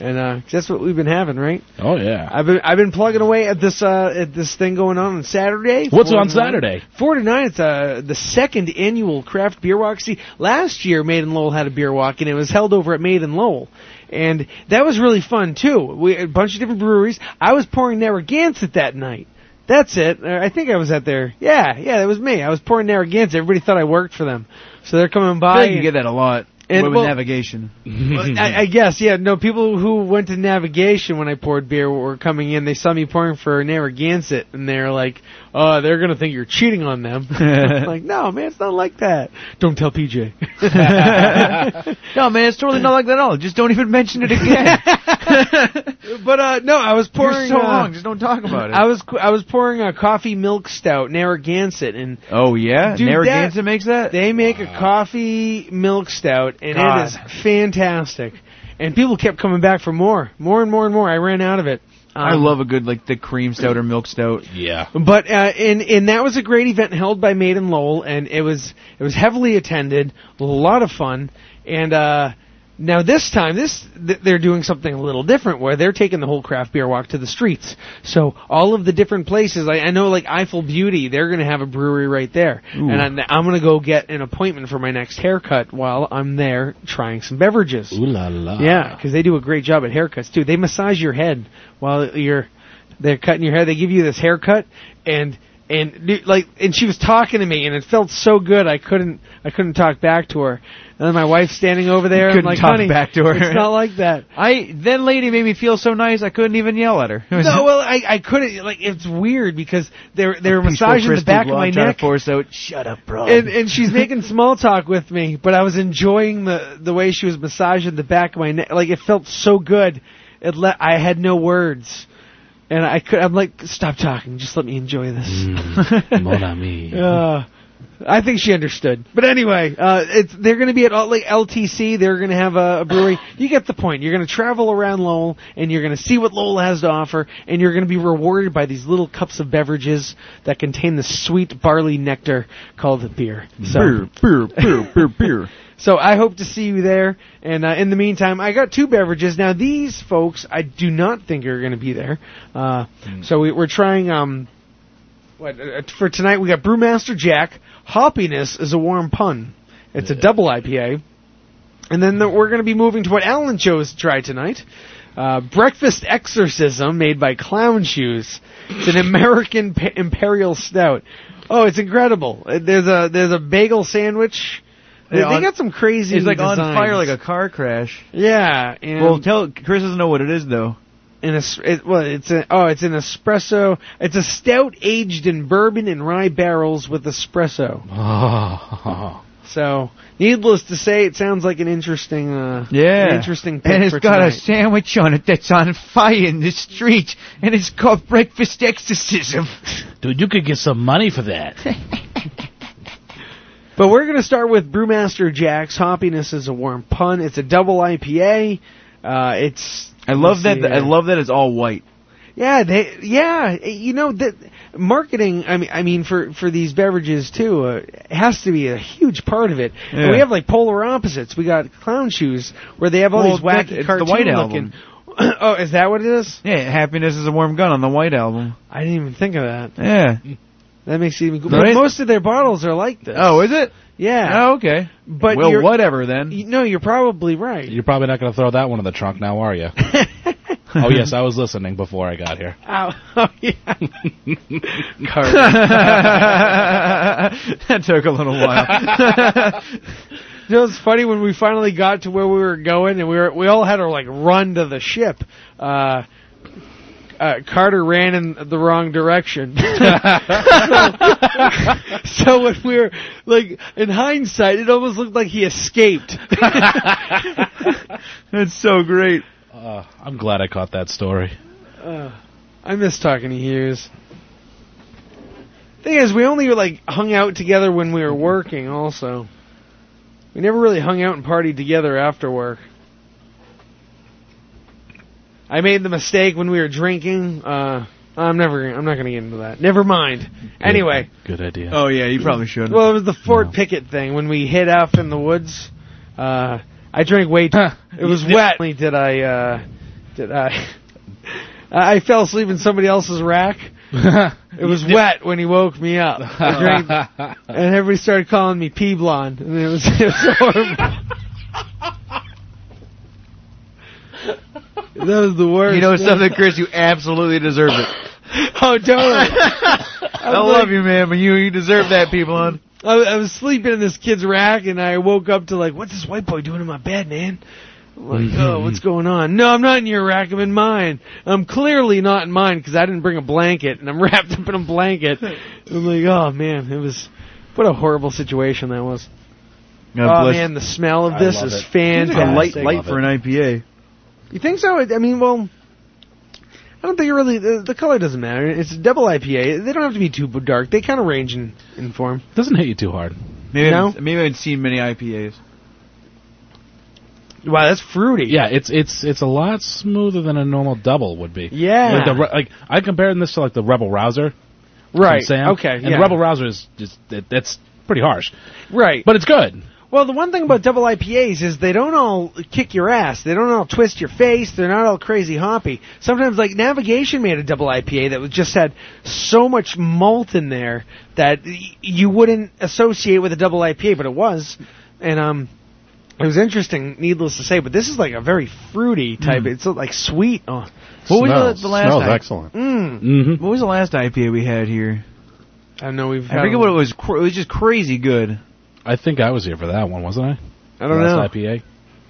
[SPEAKER 2] and uh, that's what we've been having, right?
[SPEAKER 15] Oh yeah.
[SPEAKER 2] I've been I've been plugging away at this uh, at this thing going on on Saturday.
[SPEAKER 15] What's
[SPEAKER 2] Four
[SPEAKER 15] on
[SPEAKER 2] to nine.
[SPEAKER 15] Saturday?
[SPEAKER 2] Four to nine. It's uh, the second annual craft beer walk. See, last year Maiden Lowell had a beer walk, and it was held over at Maiden Lowell, and that was really fun too. We a bunch of different breweries. I was pouring Narragansett that night. That's it. Uh, I think I was at there. Yeah, yeah, that was me. I was pouring Narragansett. Everybody thought I worked for them, so they're coming by.
[SPEAKER 7] I feel like you
[SPEAKER 2] and-
[SPEAKER 7] get that a lot.
[SPEAKER 2] And,
[SPEAKER 7] Women
[SPEAKER 2] well-
[SPEAKER 7] navigation.
[SPEAKER 2] well, I, I guess, yeah. No, people who went to navigation when I poured beer were coming in. They saw me pouring for Narragansett, and they're like, "Oh, they're gonna think you're cheating on them." I'm like, no, man, it's not like that. Don't tell PJ.
[SPEAKER 7] no, man, it's totally not like that at all. Just don't even mention it again.
[SPEAKER 2] but uh, no, I was pouring.
[SPEAKER 7] You're so
[SPEAKER 2] uh,
[SPEAKER 7] wrong. Just don't talk about it.
[SPEAKER 2] I was I was pouring a coffee milk stout, Narragansett, and
[SPEAKER 7] oh yeah,
[SPEAKER 2] Dude,
[SPEAKER 7] Narragansett
[SPEAKER 2] that-
[SPEAKER 7] makes that.
[SPEAKER 2] They make a coffee milk stout, and
[SPEAKER 7] God.
[SPEAKER 2] it is fantastic. And people kept coming back for more, more and more and more. I ran out of it.
[SPEAKER 7] I
[SPEAKER 2] Um,
[SPEAKER 7] love a good like the cream stout or milk stout.
[SPEAKER 15] Yeah.
[SPEAKER 2] But uh, and and that was a great event held by Maiden Lowell, and it was it was heavily attended, a lot of fun, and uh, now this time this th- they're doing something a little different where they're taking the whole craft beer walk to the streets. So all of the different places, I, I know like Eiffel Beauty, they're going to have a brewery right there,
[SPEAKER 7] Ooh.
[SPEAKER 2] and I'm, I'm going to go get an appointment for my next haircut while I'm there trying some beverages.
[SPEAKER 15] Ooh la
[SPEAKER 7] Ah.
[SPEAKER 15] la.
[SPEAKER 2] Yeah, because they do a great job at haircuts too. They massage your head while you're they're cutting your hair. They give you this haircut, and and dude, like and she was talking to me, and it felt so good. I couldn't I couldn't talk back to her. And then my wife's standing over there.
[SPEAKER 7] Couldn't
[SPEAKER 2] I'm like,
[SPEAKER 7] talk
[SPEAKER 2] honey,
[SPEAKER 7] back to her.
[SPEAKER 2] It's not like that.
[SPEAKER 7] I that lady made me feel so nice. I couldn't even yell at her.
[SPEAKER 2] no, well, I I couldn't. Like it's weird because they're they're
[SPEAKER 7] Peaceful
[SPEAKER 2] massaging the
[SPEAKER 7] crystal
[SPEAKER 2] back of
[SPEAKER 7] blonde
[SPEAKER 2] my
[SPEAKER 7] trying to
[SPEAKER 2] neck.
[SPEAKER 7] force out, Shut up, bro.
[SPEAKER 2] And, and she's making small talk with me, but I was enjoying the the way she was massaging the back of my neck. Like it felt so good. It let I had no words, and I could. I'm like, stop talking. Just let me enjoy this.
[SPEAKER 15] Mm. Mon ami.
[SPEAKER 2] Uh, I think she understood. But anyway, uh, it's they're going to be at all, like LTC. They're going to have a, a brewery. You get the point. You're going to travel around Lowell, and you're going to see what Lowell has to offer, and you're going to be rewarded by these little cups of beverages that contain the sweet barley nectar called beer. So,
[SPEAKER 7] Beer, beer, beer, beer, beer.
[SPEAKER 2] so I hope to see you there. And uh, in the meantime, I got two beverages. Now these folks, I do not think are going to be there. Uh,
[SPEAKER 7] Hmm.
[SPEAKER 2] So we, we're trying. Um, what uh, for tonight? We got Brewmaster Jack. Hoppiness is a warm pun. It's a double IPA. And then the, we're going to be moving to what Alan chose to try tonight. Uh, breakfast exorcism made by clown shoes. It's an American pa- imperial stout. Oh, it's incredible! Uh, There's a there's a bagel sandwich. They,
[SPEAKER 7] Yeah,
[SPEAKER 2] they
[SPEAKER 7] on-
[SPEAKER 2] got some crazy.
[SPEAKER 7] It's like on
[SPEAKER 2] designs.
[SPEAKER 7] fire like a car crash.
[SPEAKER 2] Yeah, and
[SPEAKER 7] well, tell Chris doesn't know what it is though.
[SPEAKER 2] an es- it, well, it's a oh, it's an espresso. It's a stout aged in bourbon and rye barrels with espresso.
[SPEAKER 15] Oh.
[SPEAKER 2] So, needless to say, it sounds like an interesting, uh,
[SPEAKER 7] Yeah,
[SPEAKER 2] an interesting. Pick
[SPEAKER 7] And it's
[SPEAKER 2] for
[SPEAKER 7] got a
[SPEAKER 2] tonight.
[SPEAKER 7] sandwich on it that's on fire in the street, and it's called breakfast exorcism.
[SPEAKER 15] Dude, you could get some money for that.
[SPEAKER 2] But we're going to start with Brewmaster Jack's Hoppiness is a Warm Pun. It's a double IPA. Uh, it's
[SPEAKER 7] I love
[SPEAKER 2] let
[SPEAKER 7] that.
[SPEAKER 2] me see
[SPEAKER 7] I
[SPEAKER 2] here.
[SPEAKER 7] love that it's all white.
[SPEAKER 2] Yeah, they yeah, you know that marketing I mean I mean for for these beverages too uh, has to be a huge part of it. And
[SPEAKER 7] Yeah.
[SPEAKER 2] we have like polar opposites. We got clown shoes where they have all
[SPEAKER 7] Well,
[SPEAKER 2] these wacky
[SPEAKER 7] it's the
[SPEAKER 2] cartoon
[SPEAKER 7] White
[SPEAKER 2] looking. oh, is that what it is?
[SPEAKER 7] Yeah, happiness is a warm gun on the white album.
[SPEAKER 2] I didn't even think of that.
[SPEAKER 7] Yeah.
[SPEAKER 2] That makes it even cool. But
[SPEAKER 7] Right?
[SPEAKER 2] most of their bottles are like this.
[SPEAKER 7] Oh, is it?
[SPEAKER 2] Yeah.
[SPEAKER 7] Oh, okay.
[SPEAKER 2] But
[SPEAKER 7] well,
[SPEAKER 2] you're-
[SPEAKER 7] whatever then.
[SPEAKER 2] You- No, you're probably right.
[SPEAKER 15] You're probably not going to throw that one in the trunk now, are you? oh yes, I was listening before I got here.
[SPEAKER 2] Ow. Oh, yeah.
[SPEAKER 7] that took a little while.
[SPEAKER 2] You know, it's funny when we finally got to where we were going, and we were we all had to like run to the ship. Uh, uh, Carter ran in the wrong direction. so, so when we were like, in hindsight, it almost looked like he escaped.
[SPEAKER 7] That's so great.
[SPEAKER 15] Uh, I'm glad I caught that story.
[SPEAKER 2] Uh, I miss talking to Hughes. Thing is, we only like hung out together when we were working. Also, we never really hung out and partied together after work. I made the mistake when we were drinking. Uh, I'm never. I'm not going to get into that. Never mind. Anyway,
[SPEAKER 15] Good idea.
[SPEAKER 7] Oh yeah, you probably shouldn't.
[SPEAKER 2] well, it was the Fort Pickett thing when we hid off in the woods. Uh, I drank way too. it was wet. Only did I uh, Did I? I fell asleep in somebody else's rack. it was wet when he woke me up. I drank, and everybody started calling me pea blonde, and it was it was horrible. that was the worst.
[SPEAKER 7] You know something, Chris? You absolutely deserve it.
[SPEAKER 2] oh, totally.
[SPEAKER 7] I love you, man, but you you deserve that, people. On
[SPEAKER 2] I, I was sleeping in this kid's rack, and I woke up to like, what's this white boy doing in my bed, man? I'm Like,
[SPEAKER 7] Mm-hmm.
[SPEAKER 2] oh, what's going on? No, I'm not in your rack. I'm in mine. I'm clearly not in mine because I didn't bring a blanket, and I'm wrapped up in a blanket. I'm like, oh man, it was what a horrible situation that was.
[SPEAKER 7] God
[SPEAKER 2] oh
[SPEAKER 7] bless-
[SPEAKER 2] man, the smell of
[SPEAKER 7] I
[SPEAKER 2] this
[SPEAKER 7] love
[SPEAKER 2] is
[SPEAKER 7] it.
[SPEAKER 2] fantastic.
[SPEAKER 7] A light light for an IPA.
[SPEAKER 2] You think so? I mean, well, I don't think it really. The, the color doesn't matter. It's a double IPA. They don't have to be too dark. They kind of range in, in form.
[SPEAKER 15] Doesn't hit you too hard.
[SPEAKER 7] Maybe
[SPEAKER 2] No?
[SPEAKER 7] I haven't- maybe I haven't seen many IPAs.
[SPEAKER 2] Wow, that's fruity.
[SPEAKER 15] Yeah, it's it's it's a lot smoother than a normal double would be.
[SPEAKER 2] Yeah.
[SPEAKER 15] like, the, Re- like I compared this to like the Rebel Rouser. from
[SPEAKER 2] Right,
[SPEAKER 15] Sam.
[SPEAKER 2] okay,
[SPEAKER 15] And
[SPEAKER 2] yeah.
[SPEAKER 15] Rebel Rouser is just that, that's pretty harsh.
[SPEAKER 2] Right.
[SPEAKER 15] But it's good.
[SPEAKER 2] Well, the one thing about double IPAs is they don't all kick your ass. They don't all twist your face. They're not all crazy hoppy. Sometimes, like Navigation made a double IPA that was just had so much malt in there that y- you wouldn't associate with a double IPA, but it was, and um, it was interesting. Needless to say, but this is like a very fruity type.
[SPEAKER 7] Mm.
[SPEAKER 2] It's like sweet. Oh,
[SPEAKER 7] What was the, the last? I-
[SPEAKER 2] Mm.
[SPEAKER 7] What was the last IPA we had here?
[SPEAKER 2] I know we've.
[SPEAKER 7] I forget what it was. Cr- It was just crazy good.
[SPEAKER 15] I think I was here for that one, wasn't I?
[SPEAKER 2] I don't
[SPEAKER 15] Last
[SPEAKER 2] know.
[SPEAKER 15] IPA.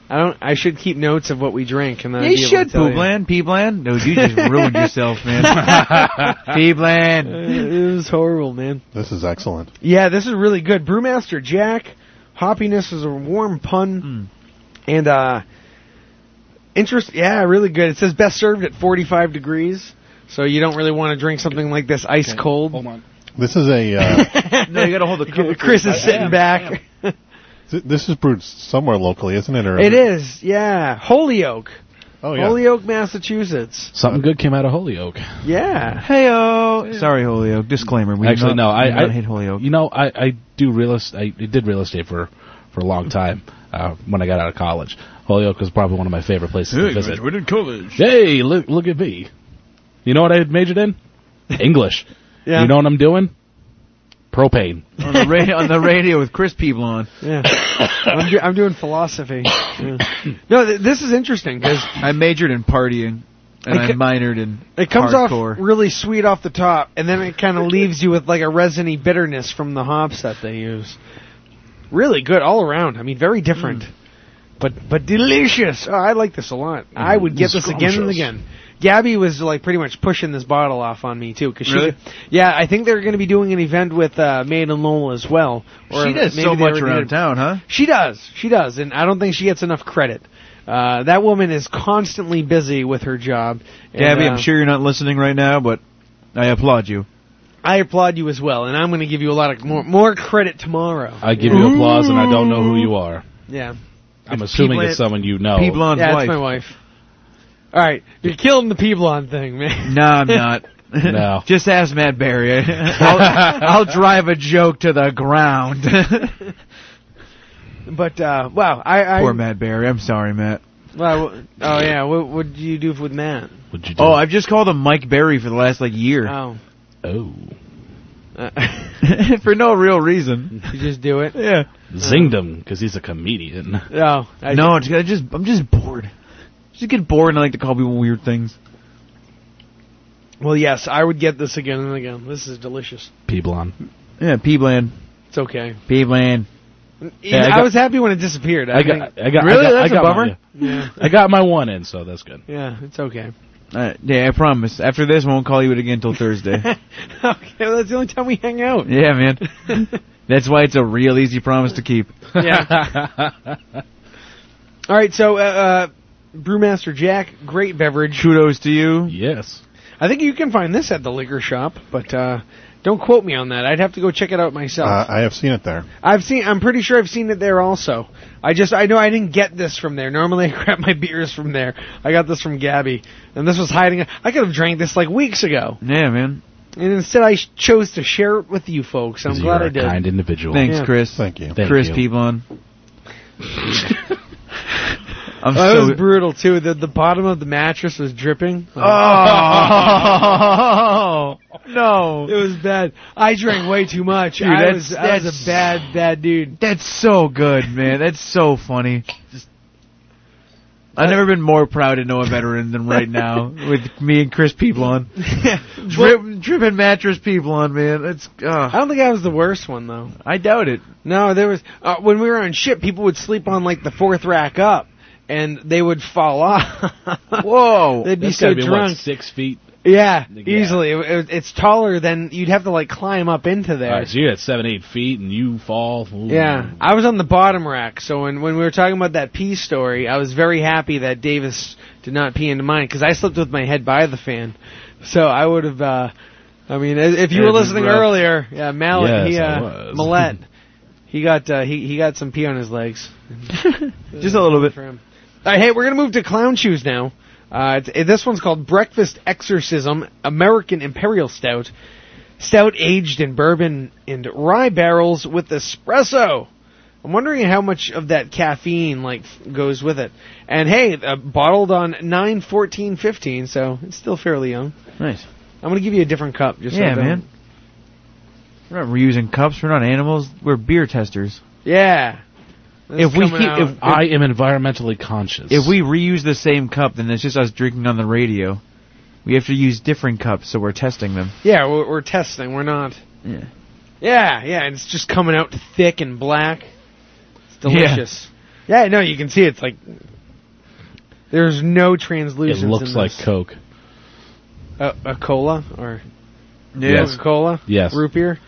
[SPEAKER 2] I don't. I should keep notes of what we drink, and then I'd
[SPEAKER 7] you
[SPEAKER 2] be able
[SPEAKER 7] should,
[SPEAKER 2] to tell you.
[SPEAKER 7] Poobland, Peebland. No, you just ruined yourself, man. Peebland.
[SPEAKER 2] It was horrible, man.
[SPEAKER 9] This is excellent.
[SPEAKER 2] Yeah, this is really good. Brewmaster Jack, hoppiness is a warm pun,
[SPEAKER 7] Hmm.
[SPEAKER 2] and uh, interest. Yeah, really good. It says best served at 45 degrees, so you don't really want to drink something like this ice cold. Hold
[SPEAKER 15] on,
[SPEAKER 9] This is a. Uh,
[SPEAKER 7] no, you gotta hold the cover.
[SPEAKER 2] Chris is
[SPEAKER 7] I
[SPEAKER 2] sitting
[SPEAKER 7] am, I
[SPEAKER 2] back.
[SPEAKER 9] th- this is brewed somewhere locally, isn't it? Or
[SPEAKER 2] It is, yeah, Holyoke.
[SPEAKER 9] Oh yeah.
[SPEAKER 2] Holyoke, Massachusetts.
[SPEAKER 15] Something good came out of Holyoke.
[SPEAKER 2] Yeah.
[SPEAKER 7] Heyo. Sorry, Holyoke. Disclaimer. We do
[SPEAKER 15] Actually,
[SPEAKER 7] not-
[SPEAKER 15] no, I,
[SPEAKER 7] we do not
[SPEAKER 15] I
[SPEAKER 7] hate Holyoke.
[SPEAKER 15] You know, I, I do real estate. I did real estate for for a long time uh, when I got out of college. Holyoke was probably one of my favorite places to visit.
[SPEAKER 7] in college.
[SPEAKER 15] Hey, look look at me. You know what I majored in? English.
[SPEAKER 2] Yeah.
[SPEAKER 15] You know what I'm doing? Propane.
[SPEAKER 7] on the radio, on the radio with Chris Peebland.
[SPEAKER 2] Yeah, I'm, do- I'm doing philosophy. Yeah. No, th- this is interesting because
[SPEAKER 7] I majored in partying, and
[SPEAKER 2] It
[SPEAKER 7] I
[SPEAKER 2] co-
[SPEAKER 7] minored in
[SPEAKER 2] It comes
[SPEAKER 7] hardcore.
[SPEAKER 2] off really sweet off the top, and then it kind of leaves you with like a resiny bitterness from the hops that they use. Really good all around. I mean, very different,
[SPEAKER 7] Mm.
[SPEAKER 2] but but delicious. Oh, I like this a lot. I would get this again and
[SPEAKER 17] scrumptious.
[SPEAKER 2] again. Gabby was like pretty much pushing this bottle off on me too, because
[SPEAKER 7] Really?
[SPEAKER 2] she, yeah, I think they're going to be doing an event with uh, Maid and Lola as well. Or
[SPEAKER 7] she does
[SPEAKER 2] maybe
[SPEAKER 7] so
[SPEAKER 2] they
[SPEAKER 7] much
[SPEAKER 2] already
[SPEAKER 7] around
[SPEAKER 2] did.
[SPEAKER 7] town, huh?
[SPEAKER 2] She does. She does, and I don't think she gets enough credit. Uh, that woman is constantly busy with her job. and,
[SPEAKER 7] Gabby,
[SPEAKER 2] uh,
[SPEAKER 7] I'm sure you're not listening right now, but I applaud you.
[SPEAKER 2] I applaud you as well, and I'm going to give you a lot of more, more credit tomorrow.
[SPEAKER 15] I give you applause, and I don't know who you are.
[SPEAKER 2] Yeah.
[SPEAKER 15] I'm assuming
[SPEAKER 2] Peebland-
[SPEAKER 15] it's someone you know.
[SPEAKER 7] Peebland's
[SPEAKER 2] yeah, that's
[SPEAKER 7] wife.
[SPEAKER 2] my wife. All right, you're killing the Peblon thing, man.
[SPEAKER 7] No, I'm not.
[SPEAKER 15] No.
[SPEAKER 7] Just ask Matt Barry. I'll, I'll drive a joke to the ground.
[SPEAKER 2] But uh, wow, I, I
[SPEAKER 7] Poor Matt Barry. I'm sorry, Matt.
[SPEAKER 2] Wow, wh- oh yeah, what what did you do with Matt?
[SPEAKER 15] What'd you do?
[SPEAKER 7] Oh, I've just called him Mike Barry for the last like year
[SPEAKER 2] Oh,
[SPEAKER 15] oh.
[SPEAKER 2] uh,
[SPEAKER 7] for no real reason.
[SPEAKER 2] you just do it? Oh.
[SPEAKER 7] Yeah.
[SPEAKER 15] Zinged him because he's a comedian.
[SPEAKER 2] No, I,
[SPEAKER 7] no, it's, I just I'm just bored. Just get bored and I like to call people weird things.
[SPEAKER 2] Well, yes, I would get this again and again. This is delicious.
[SPEAKER 15] Peeblon.
[SPEAKER 7] Yeah, Peebland.
[SPEAKER 2] It's okay.
[SPEAKER 7] Peebland.
[SPEAKER 15] Yeah, I
[SPEAKER 2] I,
[SPEAKER 15] got-
[SPEAKER 2] was happy when it disappeared. I,
[SPEAKER 15] I got,
[SPEAKER 2] think-
[SPEAKER 15] I got,
[SPEAKER 7] Really?
[SPEAKER 15] I got,
[SPEAKER 7] That's
[SPEAKER 15] I
[SPEAKER 7] a
[SPEAKER 15] got my-
[SPEAKER 7] bummer?
[SPEAKER 2] Yeah.
[SPEAKER 15] I got my one in, so that's good.
[SPEAKER 2] yeah, it's okay.
[SPEAKER 7] Uh, yeah, I promise. After this, I won't call you it again till Thursday.
[SPEAKER 2] okay, well, that's the only time we hang out.
[SPEAKER 7] yeah, man. That's why it's a real easy promise to keep.
[SPEAKER 2] Yeah. All right, so uh, uh, Brewmaster Jack, great beverage.
[SPEAKER 7] Kudos to you.
[SPEAKER 15] Yes.
[SPEAKER 2] I think you can find this at the liquor shop, but uh, don't quote me on that. I'd have to go check it out myself.
[SPEAKER 9] Uh, I have seen it there.
[SPEAKER 2] I've seen. I'm pretty sure I've seen it there also. I just I know I didn't get this from there. Normally I grab my beers from there. I got this from Gabby, and this was hiding. I could have drank this like weeks ago,
[SPEAKER 7] Yeah, man.
[SPEAKER 2] and instead I sh- chose to share it with you folks. I'm
[SPEAKER 15] 'Cause
[SPEAKER 2] glad
[SPEAKER 15] you're
[SPEAKER 2] I
[SPEAKER 15] a
[SPEAKER 2] did.
[SPEAKER 15] kind individual.
[SPEAKER 7] Thanks,
[SPEAKER 2] Yeah.
[SPEAKER 7] Chris.
[SPEAKER 9] Thank you.
[SPEAKER 15] Thank
[SPEAKER 7] Chris
[SPEAKER 15] you.
[SPEAKER 7] Peeblon. I'm
[SPEAKER 2] that
[SPEAKER 7] so
[SPEAKER 2] Oh, was brutal too. The the bottom of the mattress was dripping.
[SPEAKER 7] Oh. no!
[SPEAKER 2] It was bad. I drank way too much.
[SPEAKER 7] Dude,
[SPEAKER 2] I
[SPEAKER 7] that's-
[SPEAKER 2] was I was
[SPEAKER 7] that's-
[SPEAKER 2] a bad bad dude.
[SPEAKER 7] That's so good, man. That's so funny. I've never been more proud to know a veteran than right now with me and Chris Peeblon. Drip, dripping mattress Peeblon, man. It's uh,
[SPEAKER 2] I don't think I was the worst one though.
[SPEAKER 7] I doubt it.
[SPEAKER 2] No, there was uh, when we were on ship, people would sleep on like the fourth rack up, and they would fall off.
[SPEAKER 7] Whoa!
[SPEAKER 2] They'd be
[SPEAKER 15] That's
[SPEAKER 2] so
[SPEAKER 15] gotta be, what,
[SPEAKER 2] drunk.
[SPEAKER 15] six feet.
[SPEAKER 2] yeah,
[SPEAKER 15] Yeah.
[SPEAKER 2] easily. It, it- it's taller than you'd have to like climb up into there.
[SPEAKER 15] All right, so you're at seven, eight feet, and you fall. Ooh.
[SPEAKER 2] Yeah, I was on the bottom rack. So when when we were talking about that pee story, I was very happy that Davis did not pee into mine because I slept with my head by the fan. So I would have. uh I mean, i- if you
[SPEAKER 15] It'd
[SPEAKER 2] were
[SPEAKER 15] be
[SPEAKER 2] listening
[SPEAKER 15] rough.
[SPEAKER 2] earlier, yeah, Mallet,
[SPEAKER 15] Yes,
[SPEAKER 2] he,
[SPEAKER 15] I
[SPEAKER 2] uh,
[SPEAKER 15] was.
[SPEAKER 2] Millette, he got uh, he he got some pee on his legs.
[SPEAKER 7] Just a little bit.
[SPEAKER 2] For him. All right, hey, we're gonna move to clown shoes now. Uh, it's, it- this one's called Breakfast Exorcism American Imperial Stout. Stout aged in bourbon and rye barrels with espresso. I'm wondering how much of that caffeine like f- goes with it. And hey, uh, bottled on 9/14/15, so it's still fairly young.
[SPEAKER 7] Nice.
[SPEAKER 2] I'm gonna give you a different cup. Just so
[SPEAKER 7] yeah,
[SPEAKER 2] I don't-
[SPEAKER 7] man. We're not reusing cups. We're not animals. We're beer testers.
[SPEAKER 2] Yeah. This
[SPEAKER 7] if we
[SPEAKER 2] coming
[SPEAKER 7] keep,
[SPEAKER 2] out-
[SPEAKER 7] if
[SPEAKER 15] I am environmentally conscious.
[SPEAKER 7] if we reuse the same cup, then it's just us drinking on the radio. We have to use different cups, so we're testing them.
[SPEAKER 2] yeah, we're, we're testing. We're not.
[SPEAKER 7] Yeah.
[SPEAKER 2] Yeah, yeah, and it's just coming out thick and black. It's delicious. Yeah, no, you can see it's like there's no translucence.
[SPEAKER 15] it looks
[SPEAKER 2] in
[SPEAKER 15] like
[SPEAKER 2] this.
[SPEAKER 15] Coke.
[SPEAKER 2] a, a cola or
[SPEAKER 15] Yes.
[SPEAKER 2] Coca Cola.
[SPEAKER 15] Yes.
[SPEAKER 2] root beer.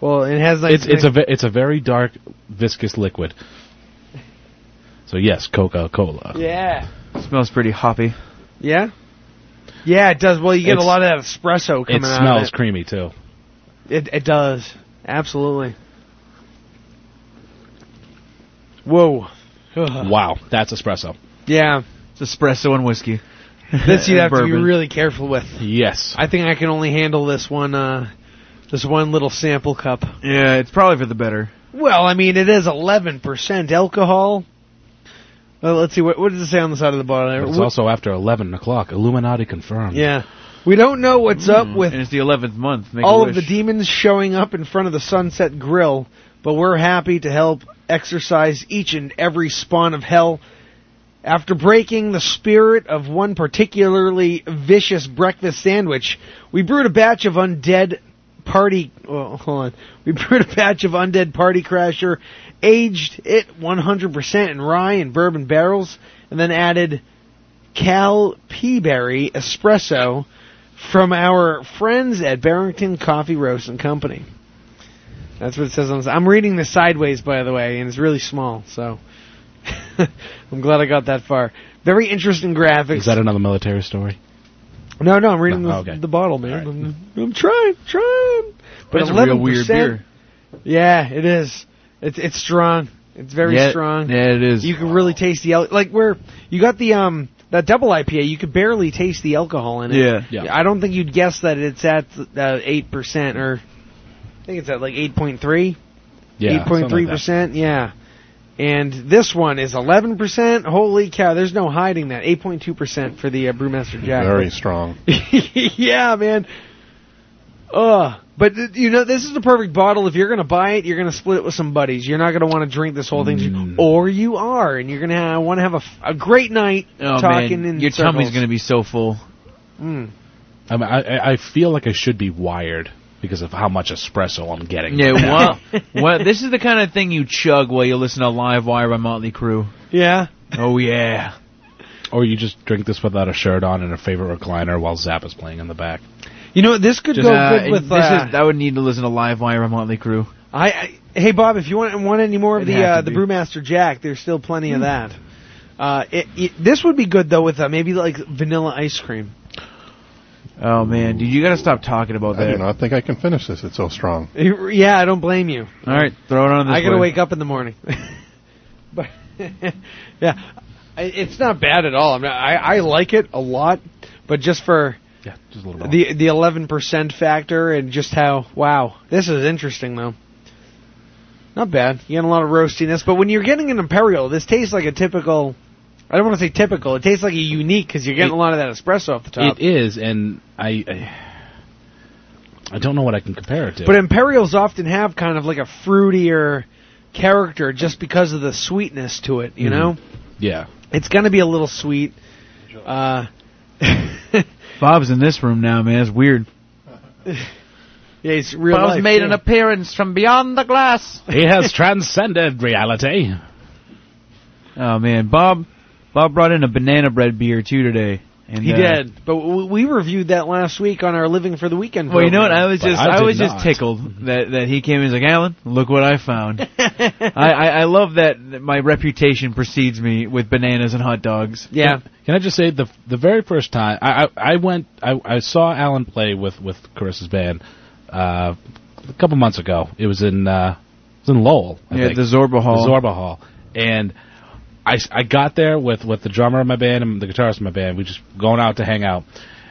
[SPEAKER 2] Well, it has like
[SPEAKER 15] it's it's a ve- it's a very dark viscous liquid. So yes, Coca Cola.
[SPEAKER 2] yeah,
[SPEAKER 7] smells pretty hoppy.
[SPEAKER 2] yeah, yeah. It does. Well, you get a
[SPEAKER 15] It's-
[SPEAKER 2] lot of that espresso coming
[SPEAKER 15] It
[SPEAKER 2] out.
[SPEAKER 15] smells
[SPEAKER 2] Of
[SPEAKER 15] creamy too.
[SPEAKER 2] it. It, it does absolutely. Whoa.
[SPEAKER 15] Wow, that's espresso.
[SPEAKER 2] Yeah,
[SPEAKER 7] It's espresso and whiskey.
[SPEAKER 2] this you
[SPEAKER 7] And
[SPEAKER 2] have to be
[SPEAKER 7] bourbon.
[SPEAKER 2] really careful with.
[SPEAKER 15] Yes.
[SPEAKER 2] I think I can only handle this one. Uh, this one little sample cup.
[SPEAKER 7] Yeah, it's probably for the better.
[SPEAKER 2] Well, I mean, it is 11% alcohol. Well, let's see what what does it say on the side of the bottle. there?
[SPEAKER 15] But it's
[SPEAKER 2] Wh-
[SPEAKER 15] also after eleven o'clock. Illuminati confirmed.
[SPEAKER 2] yeah, we don't know what's up with
[SPEAKER 7] Mm. And it's the eleventh month. Make
[SPEAKER 2] all
[SPEAKER 7] a
[SPEAKER 2] of
[SPEAKER 7] wish.
[SPEAKER 2] the demons showing up in front of the Sunset Grill, but we're happy to help exorcise each and every spawn of hell. After breaking the spirit of one particularly vicious breakfast sandwich, we brewed a batch of undead party. Well, hold on. We brewed a batch of undead party crasher, aged it 100% in rye and bourbon barrels, and then added Cal Peaberry Espresso from our friends at Barrington Coffee Roast and Company. That's what it says on this. I'm reading this sideways, by the way, and it's really small, so I'm glad I got that far. Very interesting graphics.
[SPEAKER 15] Is that another military story?
[SPEAKER 2] no, no, I'm reading
[SPEAKER 15] No,
[SPEAKER 2] the,
[SPEAKER 15] okay.
[SPEAKER 2] the bottle, man. I'm, I'm trying, trying. But
[SPEAKER 7] That's a real
[SPEAKER 2] 11%,
[SPEAKER 7] weird beer.
[SPEAKER 2] Yeah, it is. It's it's strong. It's very
[SPEAKER 7] Yeah,
[SPEAKER 2] strong.
[SPEAKER 7] Yeah, it is.
[SPEAKER 2] You can really taste the al- like where you got the um that double IPA. You could barely taste the alcohol in it.
[SPEAKER 7] Yeah.
[SPEAKER 15] Yeah.
[SPEAKER 2] I don't think you'd guess that it's at eight percent or I think it's at like eight point three.
[SPEAKER 15] Yeah.
[SPEAKER 2] eight point three percent. Yeah. And this one is eleven percent. Holy cow! There's no hiding that. Eight point two percent for the uh, Brewmaster Jack.
[SPEAKER 9] Very strong.
[SPEAKER 2] yeah, man. Ugh. But th- you know, this is the perfect bottle. If you're gonna buy it, you're gonna split it with some buddies. You're not gonna want to drink this whole thing,
[SPEAKER 7] Mm.
[SPEAKER 2] or you are, and you're gonna ha- want to have a, f- a great night
[SPEAKER 7] Oh,
[SPEAKER 2] talking
[SPEAKER 7] man.
[SPEAKER 2] in
[SPEAKER 7] Your
[SPEAKER 2] circles.
[SPEAKER 7] tummy's gonna be so full.
[SPEAKER 2] Mm.
[SPEAKER 15] I, mean, I- I I feel like I should be wired because of how much espresso I'm getting.
[SPEAKER 7] Yeah, well, well, this is the kind of thing you chug while you listen to Live Wire by Motley Crue.
[SPEAKER 2] Yeah.
[SPEAKER 7] Oh yeah.
[SPEAKER 15] Or you just drink this without a shirt on in a favorite recliner while Zappa's playing in the back.
[SPEAKER 2] You know, this could go
[SPEAKER 7] Uh,
[SPEAKER 2] good with.
[SPEAKER 7] this
[SPEAKER 2] Uh,
[SPEAKER 7] is, I would need to listen to Live Wire by Motley Crue.
[SPEAKER 2] I, I hey Bob, if you want want any more of
[SPEAKER 7] It'd
[SPEAKER 2] the
[SPEAKER 7] have
[SPEAKER 2] uh,
[SPEAKER 7] to
[SPEAKER 2] the
[SPEAKER 7] be. Mm.
[SPEAKER 2] Brewmaster Jack, there's still plenty of that. Uh, it, it, this would be good though with uh, maybe like vanilla ice cream.
[SPEAKER 7] Oh man, dude, you gotta stop talking about
[SPEAKER 9] I do
[SPEAKER 7] that.
[SPEAKER 9] not think I can finish this. It's so strong.
[SPEAKER 2] Yeah, I don't blame you.
[SPEAKER 7] All right, throw it on this.
[SPEAKER 2] I gotta
[SPEAKER 7] way.
[SPEAKER 2] wake up in the morning. but yeah, I- it's not bad at all. I, mean, I I like it a lot, but just for
[SPEAKER 15] Yeah, just a little bit.
[SPEAKER 2] the the eleven percent factor and just how wow this is interesting though. Not bad. You get a lot of roastiness, but when you're getting an imperial, this tastes like a typical I don't want to say typical. It tastes like a unique because you're getting a lot of that espresso off the top.
[SPEAKER 15] It is, and I, I, I don't know what I can compare it to.
[SPEAKER 2] But imperials often have kind of like a fruitier character just because of the sweetness to it. You
[SPEAKER 15] Mhm.
[SPEAKER 2] know,
[SPEAKER 15] yeah,
[SPEAKER 2] it's going to be a little sweet. Uh,
[SPEAKER 7] Bob's in this room now, man. It's weird.
[SPEAKER 2] yeah, it's real.
[SPEAKER 20] Bob's
[SPEAKER 2] life,
[SPEAKER 20] made
[SPEAKER 2] yeah.
[SPEAKER 20] an appearance from beyond the glass.
[SPEAKER 15] he has transcended reality.
[SPEAKER 7] Oh man, Bob, Bob brought in a banana bread beer too today. And,
[SPEAKER 2] He
[SPEAKER 7] uh,
[SPEAKER 2] did, but w- we reviewed that last week on our Living for the Weekend.
[SPEAKER 7] Well, you know what?
[SPEAKER 2] program.
[SPEAKER 7] I was just I, was just tickled that that he came. and was like, Alan, look what I found. I, I I love that that my reputation precedes me with bananas and hot dogs.
[SPEAKER 15] Can, can I just say the the very first time I I, I went I, I saw Alan play with with Carissa's band uh, a couple months ago. It was in uh, it was in Lowell. I
[SPEAKER 7] Yeah,
[SPEAKER 15] think.
[SPEAKER 7] the Zorba Hall.
[SPEAKER 15] The Zorba Hall, and I, s- I got there with with the drummer of my band and the guitarist of my band. We just going out to hang out.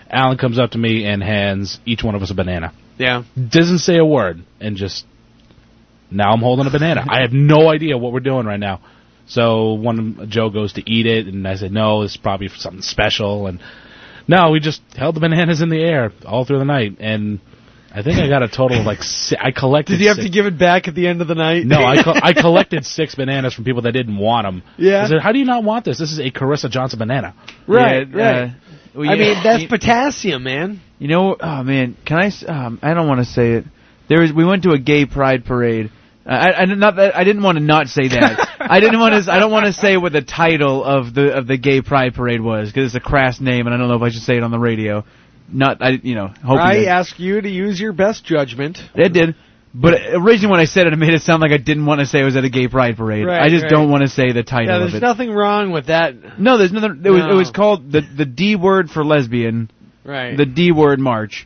[SPEAKER 15] Alan comes up to me and hands each one of us a banana.
[SPEAKER 2] Yeah.
[SPEAKER 15] Doesn't say a word and just now I'm holding a banana. I have no idea what we're doing right now. So one Joe goes to eat it, and I said, "No, it's probably for something special." And no, we just held the bananas in the air all through the night, and I think I got a total of like si- I collected.
[SPEAKER 2] Did you have to
[SPEAKER 15] six-
[SPEAKER 2] give it back at the end of the night?
[SPEAKER 15] No, I co- I collected six bananas from people that didn't want them.
[SPEAKER 2] Yeah.
[SPEAKER 15] I said, "How do you not want this? This is a Carissa Johnson banana."
[SPEAKER 2] Right,
[SPEAKER 7] Yeah,
[SPEAKER 2] right.
[SPEAKER 7] uh, well,
[SPEAKER 2] I
[SPEAKER 7] yeah,
[SPEAKER 2] mean, that's
[SPEAKER 7] you-
[SPEAKER 2] potassium, man.
[SPEAKER 7] You know, oh man, can I? s- Um, I don't want to say it. There was we went to a gay pride parade. Uh, I, I did not that I didn't want to not say that. I didn't want to. I don't want to say what the title of the of the gay pride parade was because it's a crass name, and I don't know if I should say it on the radio. Not I. You know, hope you
[SPEAKER 2] I
[SPEAKER 7] didn't.
[SPEAKER 2] ask you to use your best judgment.
[SPEAKER 7] It did. But originally when I said it, it made it sound like I didn't want to say it was at a gay pride parade.
[SPEAKER 2] Right,
[SPEAKER 7] I just
[SPEAKER 2] right.
[SPEAKER 7] don't want to say the title
[SPEAKER 2] Yeah,
[SPEAKER 7] of
[SPEAKER 2] there's
[SPEAKER 7] it.
[SPEAKER 2] nothing wrong with that.
[SPEAKER 7] no, there's nothing. It was it
[SPEAKER 2] No.
[SPEAKER 7] was called the the D word for lesbian.
[SPEAKER 2] Right.
[SPEAKER 7] The D word march.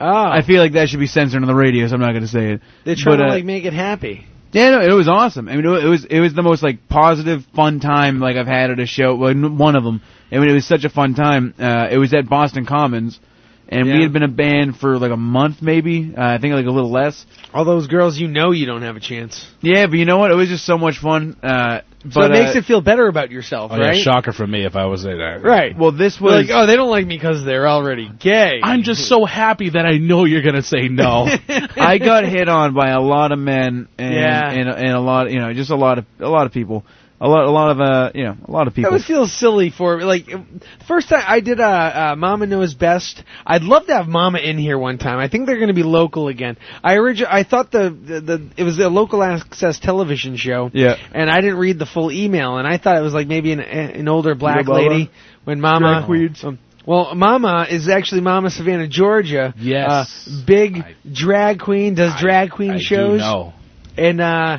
[SPEAKER 2] Ah.
[SPEAKER 7] I feel like that should be censored on the radio, so I'm not going to say it.
[SPEAKER 2] They're trying
[SPEAKER 7] But,
[SPEAKER 2] to
[SPEAKER 7] uh,
[SPEAKER 2] like make it happy.
[SPEAKER 7] Yeah, no, it was awesome. I mean, it wa- it was it was the most like positive, fun time like I've had at a show. Well, n- one of them. I mean, it was such a fun time. Uh, it was at Boston Commons, and
[SPEAKER 2] Yeah.
[SPEAKER 7] we had been a band for like a month, maybe. Uh, I think like a little less.
[SPEAKER 2] All those girls, you know, you don't have a chance.
[SPEAKER 7] Yeah, but you know what? It was just so much fun. Uh, but
[SPEAKER 2] so it makes
[SPEAKER 7] uh,
[SPEAKER 2] it feel better about yourself,
[SPEAKER 15] Oh,
[SPEAKER 2] right?
[SPEAKER 15] yeah, shocker for me if I was there.
[SPEAKER 2] Right.
[SPEAKER 7] Well, this
[SPEAKER 2] We're
[SPEAKER 7] was
[SPEAKER 2] like, oh, they don't like me because they're already gay.
[SPEAKER 15] I'm just so happy that I know you're gonna say no.
[SPEAKER 7] I got hit on by a lot of men and
[SPEAKER 2] Yeah.
[SPEAKER 7] and, and a lot, you know, just a lot of a lot of people, a lot a lot of uh, you know, a lot of
[SPEAKER 2] That
[SPEAKER 7] people.
[SPEAKER 2] would feel silly for like the first time I did uh, uh Mama Knows Best. I'd love to have Mama in here one time. I think they're going to be local again. I origi- I thought the, the the it was a local access television show.
[SPEAKER 7] Yeah.
[SPEAKER 2] And I didn't read the full email, and I thought it was like maybe an an older black
[SPEAKER 7] Mama?
[SPEAKER 2] lady when Mama
[SPEAKER 7] Drag queens.
[SPEAKER 2] Um, well, Mama is actually Mama Savannah, Georgia.
[SPEAKER 15] Yes.
[SPEAKER 2] Uh, big drag queen does drag queen
[SPEAKER 15] I do
[SPEAKER 2] shows
[SPEAKER 15] know.
[SPEAKER 2] and uh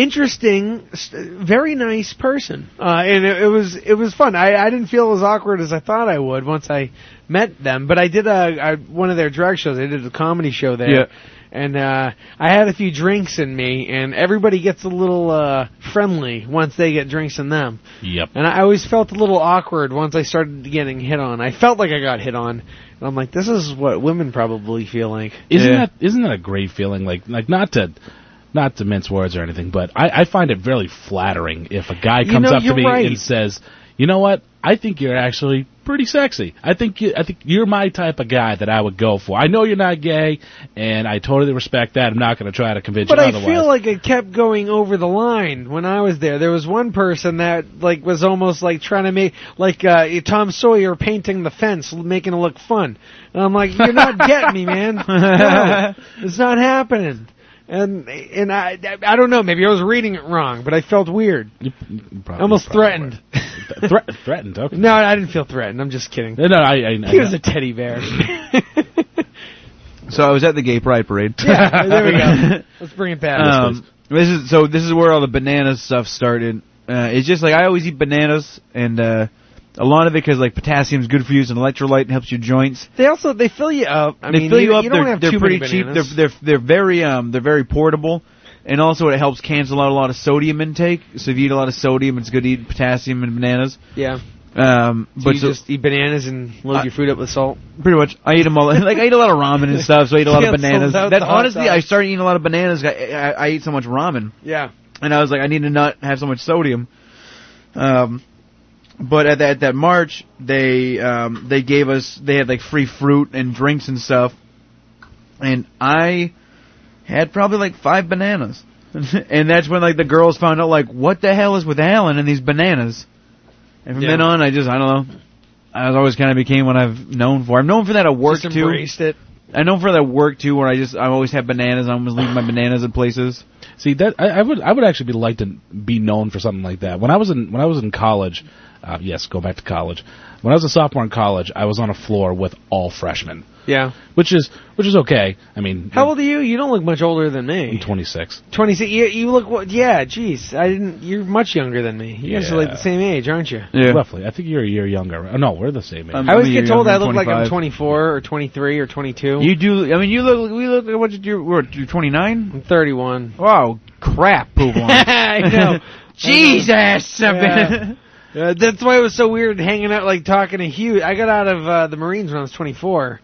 [SPEAKER 2] interesting s- very nice person uh and it, it was it was fun i i didn't feel as awkward as i thought i would once i met them but i did a, I- one of their drag shows i did a comedy show there
[SPEAKER 7] Yeah.
[SPEAKER 2] and uh i had a few drinks in me and everybody gets a little uh friendly once they get drinks in them
[SPEAKER 15] Yep.
[SPEAKER 2] and I always felt a little awkward once I started getting hit on. I felt like I got hit on, and I'm like, this is what women probably feel like.
[SPEAKER 15] Isn't that isn't that a great feeling? Like like not to not to mince words or anything, but I, I find it very flattering if a guy
[SPEAKER 2] You
[SPEAKER 15] comes
[SPEAKER 2] know,
[SPEAKER 15] up to
[SPEAKER 2] you're
[SPEAKER 15] me
[SPEAKER 2] right.
[SPEAKER 15] and says, "You know what? I think you're actually pretty sexy. I think you I think you're my type of guy that I would go for. I know you're not gay, and I totally respect that. I'm not going to try to convince
[SPEAKER 2] But
[SPEAKER 15] you
[SPEAKER 2] I
[SPEAKER 15] otherwise."
[SPEAKER 2] feel like it kept going over the line when I was there. There was one person that like was almost like trying to make like uh, Tom Sawyer painting the fence, making it look fun. And I'm like, you're not getting me, man. No, it's not happening. And and I I don't know. Maybe I was reading it wrong, but I felt weird, almost threatened.
[SPEAKER 15] Thre- threatened. Okay.
[SPEAKER 2] No, I didn't feel threatened. I'm just kidding.
[SPEAKER 15] No, no, I, I, I
[SPEAKER 2] he was a teddy bear.
[SPEAKER 7] So I was at the gay pride parade.
[SPEAKER 2] yeah, there we go. Let's bring it back.
[SPEAKER 7] Um, this is so. This is where all the banana stuff started. Uh, it's just like I always eat bananas, and uh, a lot of it because like potassium's good for you, it's an electrolyte, and helps your joints.
[SPEAKER 2] They also they fill you up. I
[SPEAKER 7] they
[SPEAKER 2] mean,
[SPEAKER 7] fill you, up.
[SPEAKER 2] You
[SPEAKER 7] they're
[SPEAKER 2] don't have
[SPEAKER 7] they're
[SPEAKER 2] too
[SPEAKER 7] pretty
[SPEAKER 2] many
[SPEAKER 7] cheap.
[SPEAKER 2] bananas.
[SPEAKER 7] They're, they're they're very um they're very portable, and also it helps cancel out a lot of sodium intake. So if you eat a lot of sodium, it's good to eat potassium and bananas.
[SPEAKER 2] Yeah.
[SPEAKER 7] Um,
[SPEAKER 2] So
[SPEAKER 7] but
[SPEAKER 2] you
[SPEAKER 7] so-
[SPEAKER 2] just eat bananas and load
[SPEAKER 7] I-
[SPEAKER 2] your food up with salt.
[SPEAKER 7] pretty much I eat them all. Like I eat a lot of ramen and stuff, so I eat a lot of
[SPEAKER 2] Cancels
[SPEAKER 7] bananas.
[SPEAKER 2] out
[SPEAKER 7] That
[SPEAKER 2] the hot
[SPEAKER 7] honestly,
[SPEAKER 2] dog.
[SPEAKER 7] I started eating a lot of bananas. I, I, I ate so much ramen.
[SPEAKER 2] Yeah.
[SPEAKER 7] and I was like, I need to not have so much sodium. Um, But at that that march, they um, they gave us they had like free fruit and drinks and stuff, and I had probably like five bananas, and that's when like the girls found out like what the hell is with Alan and these bananas, and from
[SPEAKER 2] Yeah.
[SPEAKER 7] then on I just I don't know, I was always kind of became what I've known for. I'm known for that at work
[SPEAKER 2] Just
[SPEAKER 7] too.
[SPEAKER 2] embraced it.
[SPEAKER 7] I know for that work too, where I just I always have bananas. I always leave my bananas in places.
[SPEAKER 15] See that I, I would I would actually be like to be known for something like that. When I was in when I was in college, uh, yes, go back to college. When I was a sophomore in college, I was on a floor with all freshmen,
[SPEAKER 2] Yeah.
[SPEAKER 15] which is which is okay. I mean,
[SPEAKER 2] How old are you? You don't look much older than me.
[SPEAKER 15] I'm 26.
[SPEAKER 2] 26. You, you look. what- Yeah. Jeez. I didn't. You're much younger than me. You guys are like
[SPEAKER 15] Yeah.
[SPEAKER 2] the same age, aren't you?
[SPEAKER 15] Roughly. I think you're a year younger. Uh, No, we're the same age.
[SPEAKER 2] I always get told I look like I'm 24 or 23 or 22.
[SPEAKER 7] You do. I mean, you look. We look. What did you? What, you're 29.
[SPEAKER 2] I'm 31.
[SPEAKER 7] Wow, crap, Poobon.
[SPEAKER 2] I know.
[SPEAKER 7] Jesus.
[SPEAKER 2] Yeah. Uh, that's why it was so weird hanging out, like talking to Hugh. I got out of uh, the Marines when I was 24.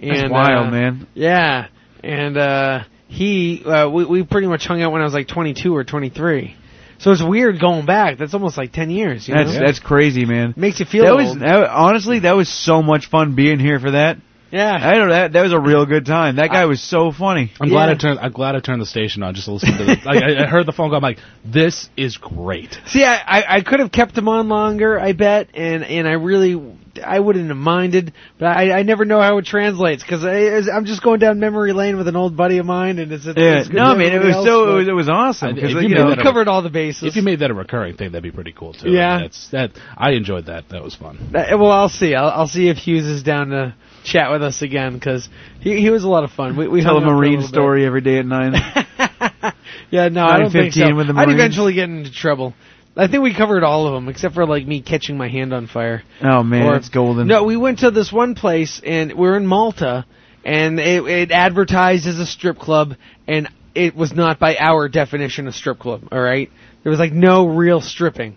[SPEAKER 2] And,
[SPEAKER 7] That's wild,
[SPEAKER 2] uh,
[SPEAKER 7] man.
[SPEAKER 2] Yeah, and uh, he, uh, we, we pretty much hung out when I was like 22 or 23. So it's weird going back. That's almost like 10 years. You
[SPEAKER 7] That's
[SPEAKER 2] know?
[SPEAKER 7] that's crazy, man.
[SPEAKER 2] Makes you feel
[SPEAKER 7] that
[SPEAKER 2] old.
[SPEAKER 7] was that, honestly that was so much fun being here for that.
[SPEAKER 2] Yeah,
[SPEAKER 7] I don't know that that was a real good time. That guy was so funny.
[SPEAKER 15] I'm glad I turned. I'm glad I turned the station on just to listen to. The, I, I- I heard the phone call. I'm like, this is great.
[SPEAKER 2] See, I, I, I could have kept him on longer, I bet, and, and I really, I wouldn't have minded, but I, I never know how it translates, because I'm just going down memory lane with an old buddy of mine, and it's, it's
[SPEAKER 7] Yeah.
[SPEAKER 2] good
[SPEAKER 7] No,
[SPEAKER 2] to
[SPEAKER 7] man, it
[SPEAKER 2] everybody else,
[SPEAKER 7] was so
[SPEAKER 2] but-
[SPEAKER 7] it was, it was awesome
[SPEAKER 15] If
[SPEAKER 7] because
[SPEAKER 15] you
[SPEAKER 7] you
[SPEAKER 15] made
[SPEAKER 7] know
[SPEAKER 15] that a-
[SPEAKER 2] covered all the bases.
[SPEAKER 15] If you made that a recurring thing, that'd be pretty cool too.
[SPEAKER 2] Yeah.
[SPEAKER 15] that's that. I enjoyed that. That was fun.
[SPEAKER 2] Uh, Well, I'll see. I'll, I'll see if Hughes is down to chat with us again, because he, he was a lot of fun. We, we
[SPEAKER 7] tell a
[SPEAKER 2] hung out for
[SPEAKER 7] marine
[SPEAKER 2] little bit.
[SPEAKER 7] story every day at nine.
[SPEAKER 2] Yeah, no, I don't think
[SPEAKER 7] 9:15
[SPEAKER 2] so.
[SPEAKER 7] with the
[SPEAKER 2] I'd
[SPEAKER 7] Marines.
[SPEAKER 2] eventually get into trouble. I think we covered all of them except for like me catching my hand on fire.
[SPEAKER 7] oh man,
[SPEAKER 2] Or-
[SPEAKER 7] it's golden.
[SPEAKER 2] No, we went to this one place and we were in Malta, and it, it advertised as a strip club, and it was not by our definition a strip club. All right, there was like no real stripping,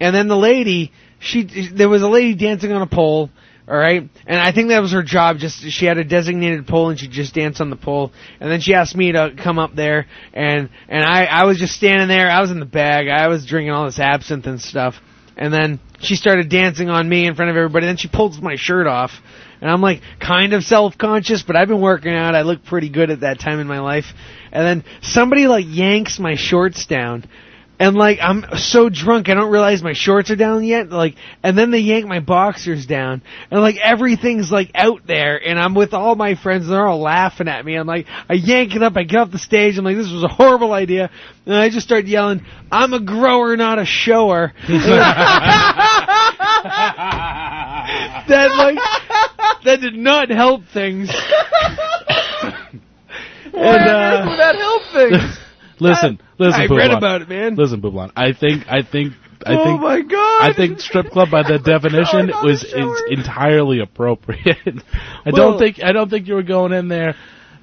[SPEAKER 2] and then the lady, she there was a lady dancing on a pole. All right, and I think that was her job. Just she had a designated pole, and she just danced on the pole. And then she asked me to come up there, and and I I was just standing there. I was in the bag. I was drinking all this absinthe and stuff and then she started dancing on me in front of everybody. Then she pulls my shirt off, and I'm like kind of self-conscious, but I've been working out. I look pretty good at that time in my life. And then somebody like yanks my shorts down, and like I'm so drunk I don't realize my shorts are down yet. Like, and then they yank my boxers down, and like everything's like out there, and I'm with all my friends, and they're all laughing at me. I'm like, I yank it up, I get off the stage, I'm like, this was a horrible idea, and I just start yelling, I'm a grower, not a shower. that like that did not help things.
[SPEAKER 10] Why
[SPEAKER 2] And,
[SPEAKER 10] on earth
[SPEAKER 2] uh,
[SPEAKER 10] would that help things?
[SPEAKER 15] Listen, listen.
[SPEAKER 2] I read
[SPEAKER 15] Poobon.
[SPEAKER 2] about it, man.
[SPEAKER 15] Listen, Boublon. I think, I think, I
[SPEAKER 2] Oh
[SPEAKER 15] think.
[SPEAKER 2] my God.
[SPEAKER 15] I think strip club by that definition was is entirely appropriate. I
[SPEAKER 2] Well-
[SPEAKER 15] don't think, I don't think you were going in there,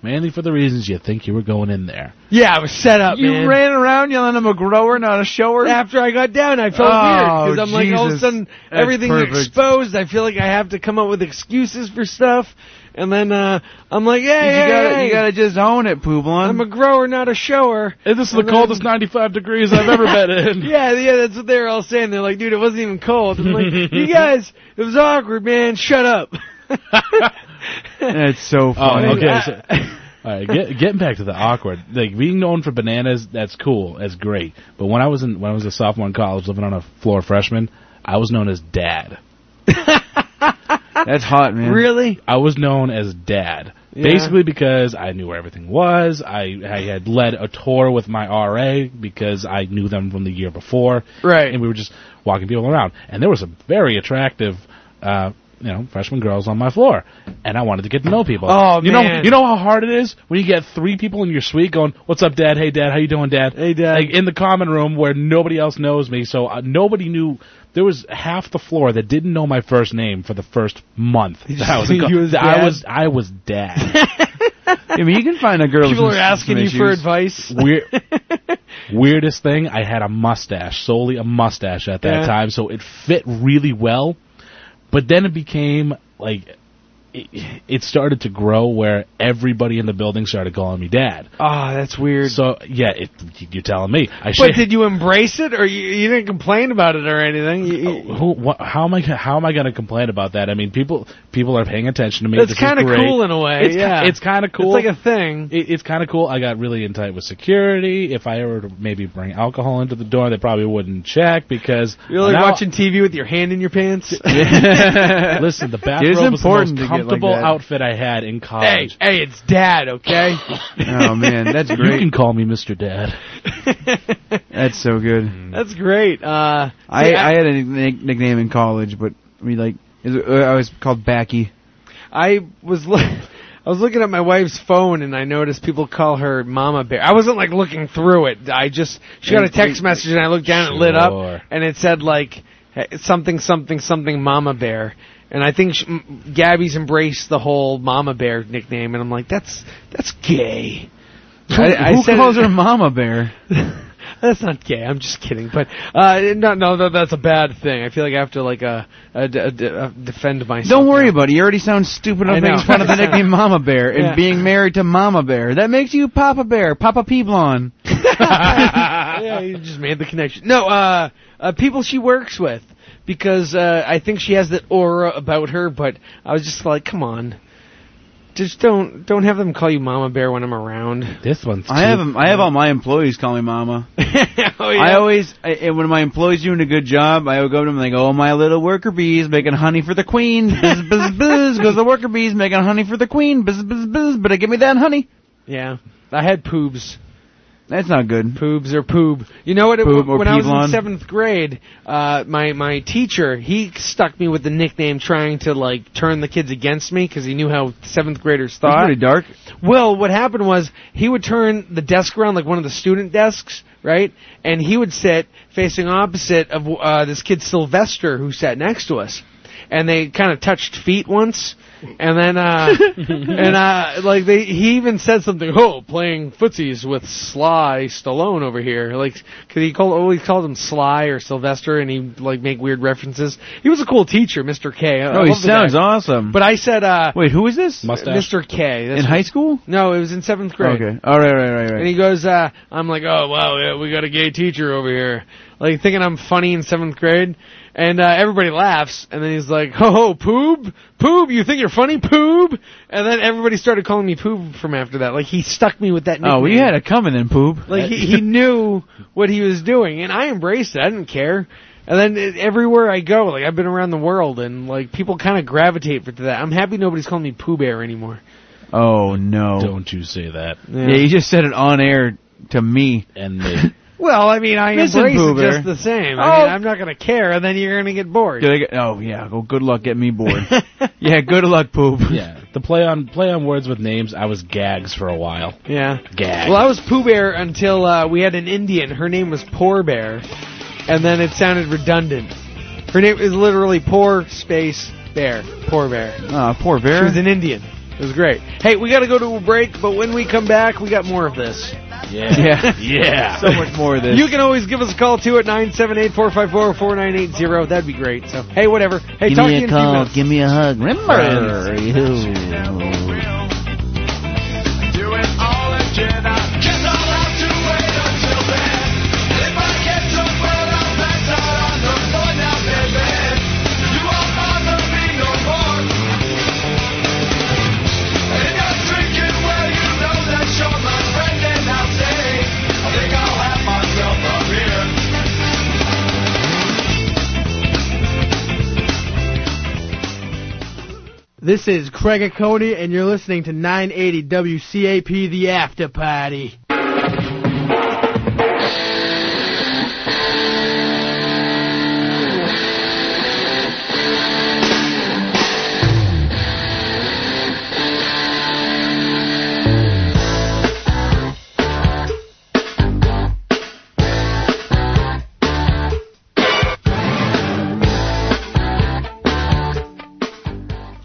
[SPEAKER 15] mainly for the reasons you think you were going in there.
[SPEAKER 2] Yeah, I was set up.
[SPEAKER 7] You
[SPEAKER 2] man.
[SPEAKER 7] ran around yelling I'm a grower, not a shower.
[SPEAKER 2] After I got down, I felt
[SPEAKER 7] Oh,
[SPEAKER 2] weird because I'm like all of a
[SPEAKER 7] Jesus.
[SPEAKER 2] sudden
[SPEAKER 7] That's
[SPEAKER 2] everything's
[SPEAKER 7] perfect.
[SPEAKER 2] exposed. I feel like I have to come up with excuses for stuff, and then uh I'm like, yeah,
[SPEAKER 7] You
[SPEAKER 2] yeah,
[SPEAKER 7] gotta, you gotta just own it, Pooblon.
[SPEAKER 2] I'm a grower, not a shower.
[SPEAKER 15] And this is the coldest 95 degrees I've ever been in.
[SPEAKER 2] yeah, yeah, that's what they were all saying. They're like, dude, it wasn't even cold. I'm like, you guys, it was awkward, man. Shut up.
[SPEAKER 7] That's so funny.
[SPEAKER 15] Oh, okay. So, all right, get, getting back to the awkward, like being known for bananas, that's cool, that's great. But when I was in when I was a sophomore in college, living on a floor freshman, I was known as Dad.
[SPEAKER 7] that's hot, man.
[SPEAKER 2] Really?
[SPEAKER 15] I was known as Dad,
[SPEAKER 7] Yeah.
[SPEAKER 15] basically because I knew where everything was. I I had led a tour with my RA because I knew them from the year before,
[SPEAKER 2] right?
[SPEAKER 15] And we were just walking people around, and there was a very attractive. Uh, you know, freshman girls on my floor, and I wanted to get to know people.
[SPEAKER 2] Oh,
[SPEAKER 15] you know,
[SPEAKER 2] man.
[SPEAKER 15] you know how hard it is when you get three people in your suite going, "What's up, Dad? Hey, Dad, how you doing, Dad? Hey, Dad." Like in the common room where nobody else knows me, so uh, nobody knew. There was half the floor that didn't know my first name for the first month. that I was, in co-
[SPEAKER 7] You was
[SPEAKER 15] that I
[SPEAKER 7] Dad?
[SPEAKER 15] was, I was Dad.
[SPEAKER 7] I mean, you can find a girl.
[SPEAKER 2] People
[SPEAKER 7] with
[SPEAKER 2] are
[SPEAKER 7] some-
[SPEAKER 2] asking
[SPEAKER 7] some
[SPEAKER 2] you for
[SPEAKER 7] issues.
[SPEAKER 2] advice.
[SPEAKER 15] Weird, weirdest thing, I had a mustache, solely a mustache at that
[SPEAKER 2] Yeah.
[SPEAKER 15] time, so it fit really well. But then it became like it, it started to grow where everybody in the building started calling me dad.
[SPEAKER 2] Ah, that's weird.
[SPEAKER 15] So yeah, it, you're telling me. I
[SPEAKER 2] But
[SPEAKER 15] should.
[SPEAKER 2] did you embrace it, or you, you didn't complain about it or anything? You- you-
[SPEAKER 15] Oh, who, what, how am I? How am I going to complain about that? I mean, people people are paying attention to me.
[SPEAKER 2] That's
[SPEAKER 15] This is
[SPEAKER 2] kinda
[SPEAKER 15] great.
[SPEAKER 2] cool in a way,
[SPEAKER 15] It's, ki-
[SPEAKER 2] yeah.
[SPEAKER 15] it's kind of
[SPEAKER 2] It's
[SPEAKER 15] cool.
[SPEAKER 2] like a thing.
[SPEAKER 15] It, it's kind of cool. I got really in tight with security. If I ever to maybe bring alcohol into the door, they probably wouldn't check because
[SPEAKER 2] You're like
[SPEAKER 15] now-
[SPEAKER 2] watching TV with your hand in your pants.
[SPEAKER 15] Listen, the bathrobe was the most
[SPEAKER 2] to get like
[SPEAKER 15] comfortable
[SPEAKER 2] that.
[SPEAKER 15] outfit I had in college.
[SPEAKER 2] Hey, hey, it's dad, okay?
[SPEAKER 7] Oh, man, that's
[SPEAKER 15] You
[SPEAKER 7] great.
[SPEAKER 15] can call me Mr. Dad.
[SPEAKER 7] That's so good.
[SPEAKER 2] That's great. Uh,
[SPEAKER 7] I,
[SPEAKER 2] see,
[SPEAKER 7] I had a nick- nickname in college, but I mean, like, is it- uh, I was called Backy.
[SPEAKER 2] I was lo- I was looking at my wife's phone and I noticed people call her Mama Bear. I wasn't like looking through it. I just she got a text message and I looked down and it lit
[SPEAKER 15] Sure.
[SPEAKER 2] up and it said like eh, something something something Mama Bear. And I think she, m- Gabby's embraced the whole Mama Bear nickname and I'm like that's that's gay.
[SPEAKER 7] I, who
[SPEAKER 2] said
[SPEAKER 7] calls
[SPEAKER 2] it-
[SPEAKER 7] her Mama Bear?
[SPEAKER 2] That's not gay. I'm just kidding. But uh, no, no, no, that's a bad thing. I feel like I have to like uh, uh, d- uh, d- uh, defend myself.
[SPEAKER 7] Don't worry, buddy. You already sound stupid
[SPEAKER 2] I
[SPEAKER 7] enough
[SPEAKER 2] know.
[SPEAKER 7] making fun of the nickname Mama Bear and
[SPEAKER 2] Yeah.
[SPEAKER 7] being married to Mama Bear. That makes you Papa Bear, Papa Peblon.
[SPEAKER 2] yeah, you just made the connection. No, uh, uh, people she works with, because uh, I think she has that aura about her. But I was just like, come on, just don't don't have them call you Mama Bear when I'm around.
[SPEAKER 15] This one's
[SPEAKER 7] I have I have all my employees call me Mama.
[SPEAKER 2] Oh,
[SPEAKER 7] I always I, and when my employees doing a good job, I would go up to them and they go, "Oh, my little worker bees making honey for the queen." Buzz buzz buzz goes the worker bees making honey for the queen. Buzz buzz buzz. Better give me that honey.
[SPEAKER 2] Yeah, I had poobs.
[SPEAKER 7] That's not good.
[SPEAKER 2] Poobs or poob. You know what? It,
[SPEAKER 7] Poob or
[SPEAKER 2] when I was in
[SPEAKER 7] Peevlon.
[SPEAKER 2] seventh grade, uh, my my teacher he stuck me with the nickname, trying to like turn the kids against me because he knew how seventh graders thought.
[SPEAKER 7] That's pretty dark.
[SPEAKER 2] Well, what happened was he would turn the desk around like one of the student desks, right? And he would sit facing opposite of uh, this kid Sylvester who sat next to us. And they kind of touched feet once, and then uh, and uh, like they he even said something. Oh, playing footsies with Sly Stallone over here, like because he called always called him Sly or Sylvester, and he like make weird references. He was a cool teacher, Mr. K. I- I
[SPEAKER 7] oh, he
[SPEAKER 2] love the
[SPEAKER 7] sounds
[SPEAKER 2] guy.
[SPEAKER 7] awesome.
[SPEAKER 2] But I said, uh,
[SPEAKER 7] wait, who is this?
[SPEAKER 2] Mr. K. That's
[SPEAKER 7] in
[SPEAKER 2] what-
[SPEAKER 7] high school.
[SPEAKER 2] No, it was in seventh grade.
[SPEAKER 7] Okay. All right, right, right, right.
[SPEAKER 2] And he goes, uh, I'm like, oh wow, yeah, we got a gay teacher over here, like thinking I'm funny in seventh grade, and uh, everybody laughs, and then he's like, ho ho, poob, poob, you think you're funny, poob, and then everybody started calling me poob from after that. Like he stuck me with that. Nickname.
[SPEAKER 7] oh, we had a coming then, poop.
[SPEAKER 2] Like he, he knew what he was doing, and I embraced it. I didn't care. And then it, everywhere I go, like I've been around the world, and like people kind of gravitate for to that. I'm happy nobody's calling me Pooh Bear anymore.
[SPEAKER 7] Oh no!
[SPEAKER 15] Don't you say that.
[SPEAKER 7] Yeah. you just said it on air to me.
[SPEAKER 15] And they,
[SPEAKER 2] Well, I mean, I
[SPEAKER 7] Listen,
[SPEAKER 2] embrace
[SPEAKER 7] Pooh
[SPEAKER 2] it
[SPEAKER 7] Bear.
[SPEAKER 2] just the same.
[SPEAKER 7] Oh.
[SPEAKER 2] I mean, I'm not gonna care, and then you're gonna get bored.
[SPEAKER 7] Did I get- oh yeah. Well, good luck getting me bored. yeah, good luck, poop.
[SPEAKER 15] yeah, the play on play on words with names. I was gags for a while.
[SPEAKER 2] Yeah.
[SPEAKER 15] Gag.
[SPEAKER 2] Well, I was Pooh Bear until uh, we had an Indian. Her name was Poor Bear, and then it sounded redundant. Her name is literally Poor Space Bear. Poor Bear.
[SPEAKER 7] Ah, poor bear.
[SPEAKER 2] She was an Indian. It was great. Hey, we got to go to a break, but when we come back, we got more of this.
[SPEAKER 15] Yeah. Yeah.
[SPEAKER 7] so much more of this.
[SPEAKER 2] You can always give us a call too at 978-454-4980. That'd be great. So, hey, whatever. Hey, talk to you in a few minutes.
[SPEAKER 7] Give me a hug.
[SPEAKER 2] Remember
[SPEAKER 21] This is Craig and Cody, and you're listening to 980 WCAP The After Party.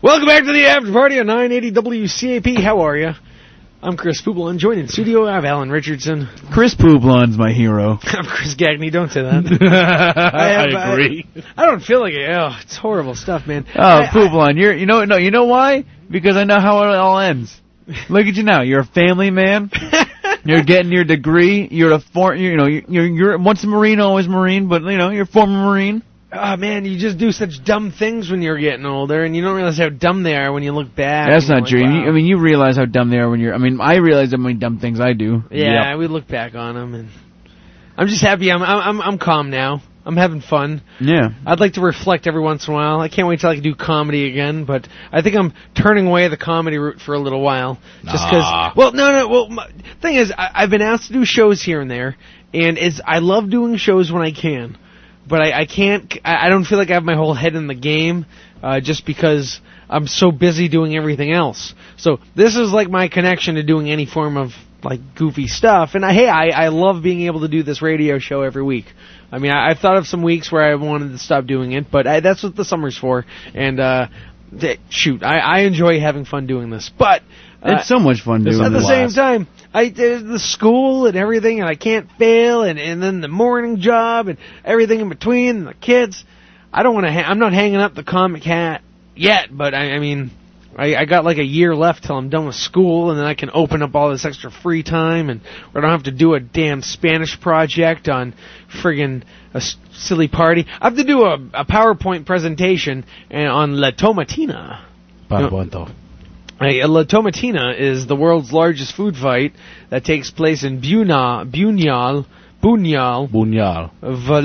[SPEAKER 2] Welcome back to the after party on 980 WCAP. How are you? I'm Chris Poublon. Joined in studio, I have Alan Richardson.
[SPEAKER 7] Chris Poublon's my hero.
[SPEAKER 2] I'm Chris Gagney. Don't say that. have-
[SPEAKER 7] I agree.
[SPEAKER 2] I, don't feel like it. Oh, it's horrible stuff, man.
[SPEAKER 7] Oh, Poublon, you're you know no, you know why? Because I know how it all ends. Look at you now. You're a family man. you're getting your degree. You're a for you know you're you're once a marine, always marine. But you know you're a former marine.
[SPEAKER 2] Oh man, you just do such dumb things when you're getting older, and you don't realize how dumb they are when you look back.
[SPEAKER 7] That's
[SPEAKER 2] and you're
[SPEAKER 7] not
[SPEAKER 2] like,
[SPEAKER 7] true.
[SPEAKER 2] wow.
[SPEAKER 7] You- I mean, you realize how dumb they are when you're. I mean, I realize how many dumb things I do.
[SPEAKER 2] Yeah, we look back on them, and I'm just happy. I'm I'm I'm, I'm calm now. I'm having fun.
[SPEAKER 7] Yeah.
[SPEAKER 2] I'd like to reflect every once in a while. I can't wait till I can do comedy again, but I think I'm turning away the comedy route for a little while. Just
[SPEAKER 15] Nah.
[SPEAKER 2] because. Well, no, no. Well, my, thing is, I, I've been asked to do shows here and there, and it's I love doing shows when I can, but I, I can't. c- I, I don't feel like I have my whole head in the game, uh, just because I'm so busy doing everything else. So this is like my connection to doing any form of like goofy stuff. And I, hey, I, I love being able to do this radio show every week. I mean, I, I've thought of some weeks where I wanted to stop doing it, but I, that's what the summer's for. And uh, th- shoot, I, I enjoy having fun doing this, but uh,
[SPEAKER 7] It's so much fun doing
[SPEAKER 2] at the
[SPEAKER 7] this.
[SPEAKER 2] same time, I there's the school and everything, and I can't fail, and and then the morning job and everything in between, and the kids. I don't want to. Ha- I'm not hanging up the comic hat yet, but I, I mean, I, I got like a year left till I'm done with school, and then I can open up all this extra free time, and I don't have to do a damn Spanish project on friggin' a s- silly party. I have to do a, a PowerPoint presentation and on La Tomatina.
[SPEAKER 15] Para
[SPEAKER 2] No.
[SPEAKER 15] Bonto.
[SPEAKER 2] Hey, La Tomatina is the world's largest food fight that takes place in Buna, Bunyal, Bunyal,
[SPEAKER 15] Bunyal,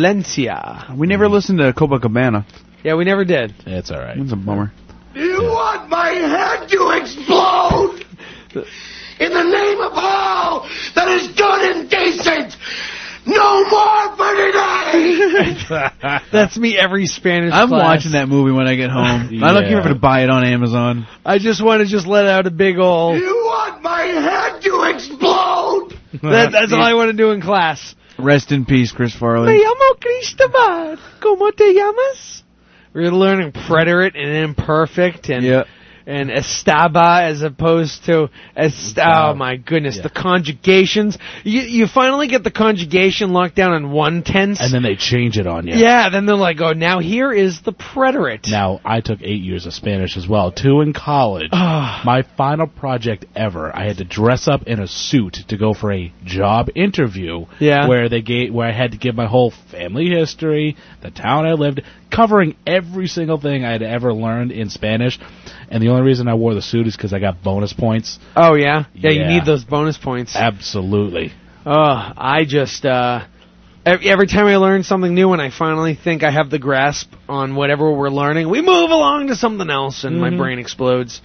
[SPEAKER 2] Valencia.
[SPEAKER 7] We never listened to Copacabana.
[SPEAKER 2] Yeah, we never did.
[SPEAKER 15] It's all right.
[SPEAKER 7] That's a bummer.
[SPEAKER 10] You want my head to explode in the name of all that is good and decent. No more for today.
[SPEAKER 2] That's me every Spanish.
[SPEAKER 7] I'm
[SPEAKER 2] class.
[SPEAKER 7] watching that movie when I get home. I don't care if
[SPEAKER 15] Yeah.
[SPEAKER 7] to buy it on Amazon.
[SPEAKER 2] I just want to just let out a big old.
[SPEAKER 10] You want my head to explode.
[SPEAKER 2] That, that's all I want to do in class.
[SPEAKER 7] Rest in peace, Chris
[SPEAKER 10] Me
[SPEAKER 7] Farley.
[SPEAKER 10] llamo Cristobal. ¿Cómo te llamas?
[SPEAKER 2] We're learning preterite and imperfect and and estaba as opposed to est- oh my goodness the conjugations you you finally get the conjugation locked down in one tense
[SPEAKER 15] And then they change it on you.
[SPEAKER 2] yeah. then they're like oh now here is the preterite
[SPEAKER 15] Now, I took eight years of Spanish as well, two in college. My final project ever, I had to dress up in a suit to go for a job interview.
[SPEAKER 2] Yeah.
[SPEAKER 15] Where they gave, where I had to give my whole family history, the town I lived, covering every single thing I had ever learned in Spanish. And the only reason I wore the suit is because I got bonus points.
[SPEAKER 2] oh yeah? yeah you
[SPEAKER 15] Yeah.
[SPEAKER 2] need those bonus points
[SPEAKER 15] Absolutely.
[SPEAKER 2] Oh, I just uh ev- every time I learn something new and I finally think I have the grasp on whatever we're learning, we move along to something else and my
[SPEAKER 15] Mhm.
[SPEAKER 2] brain explodes.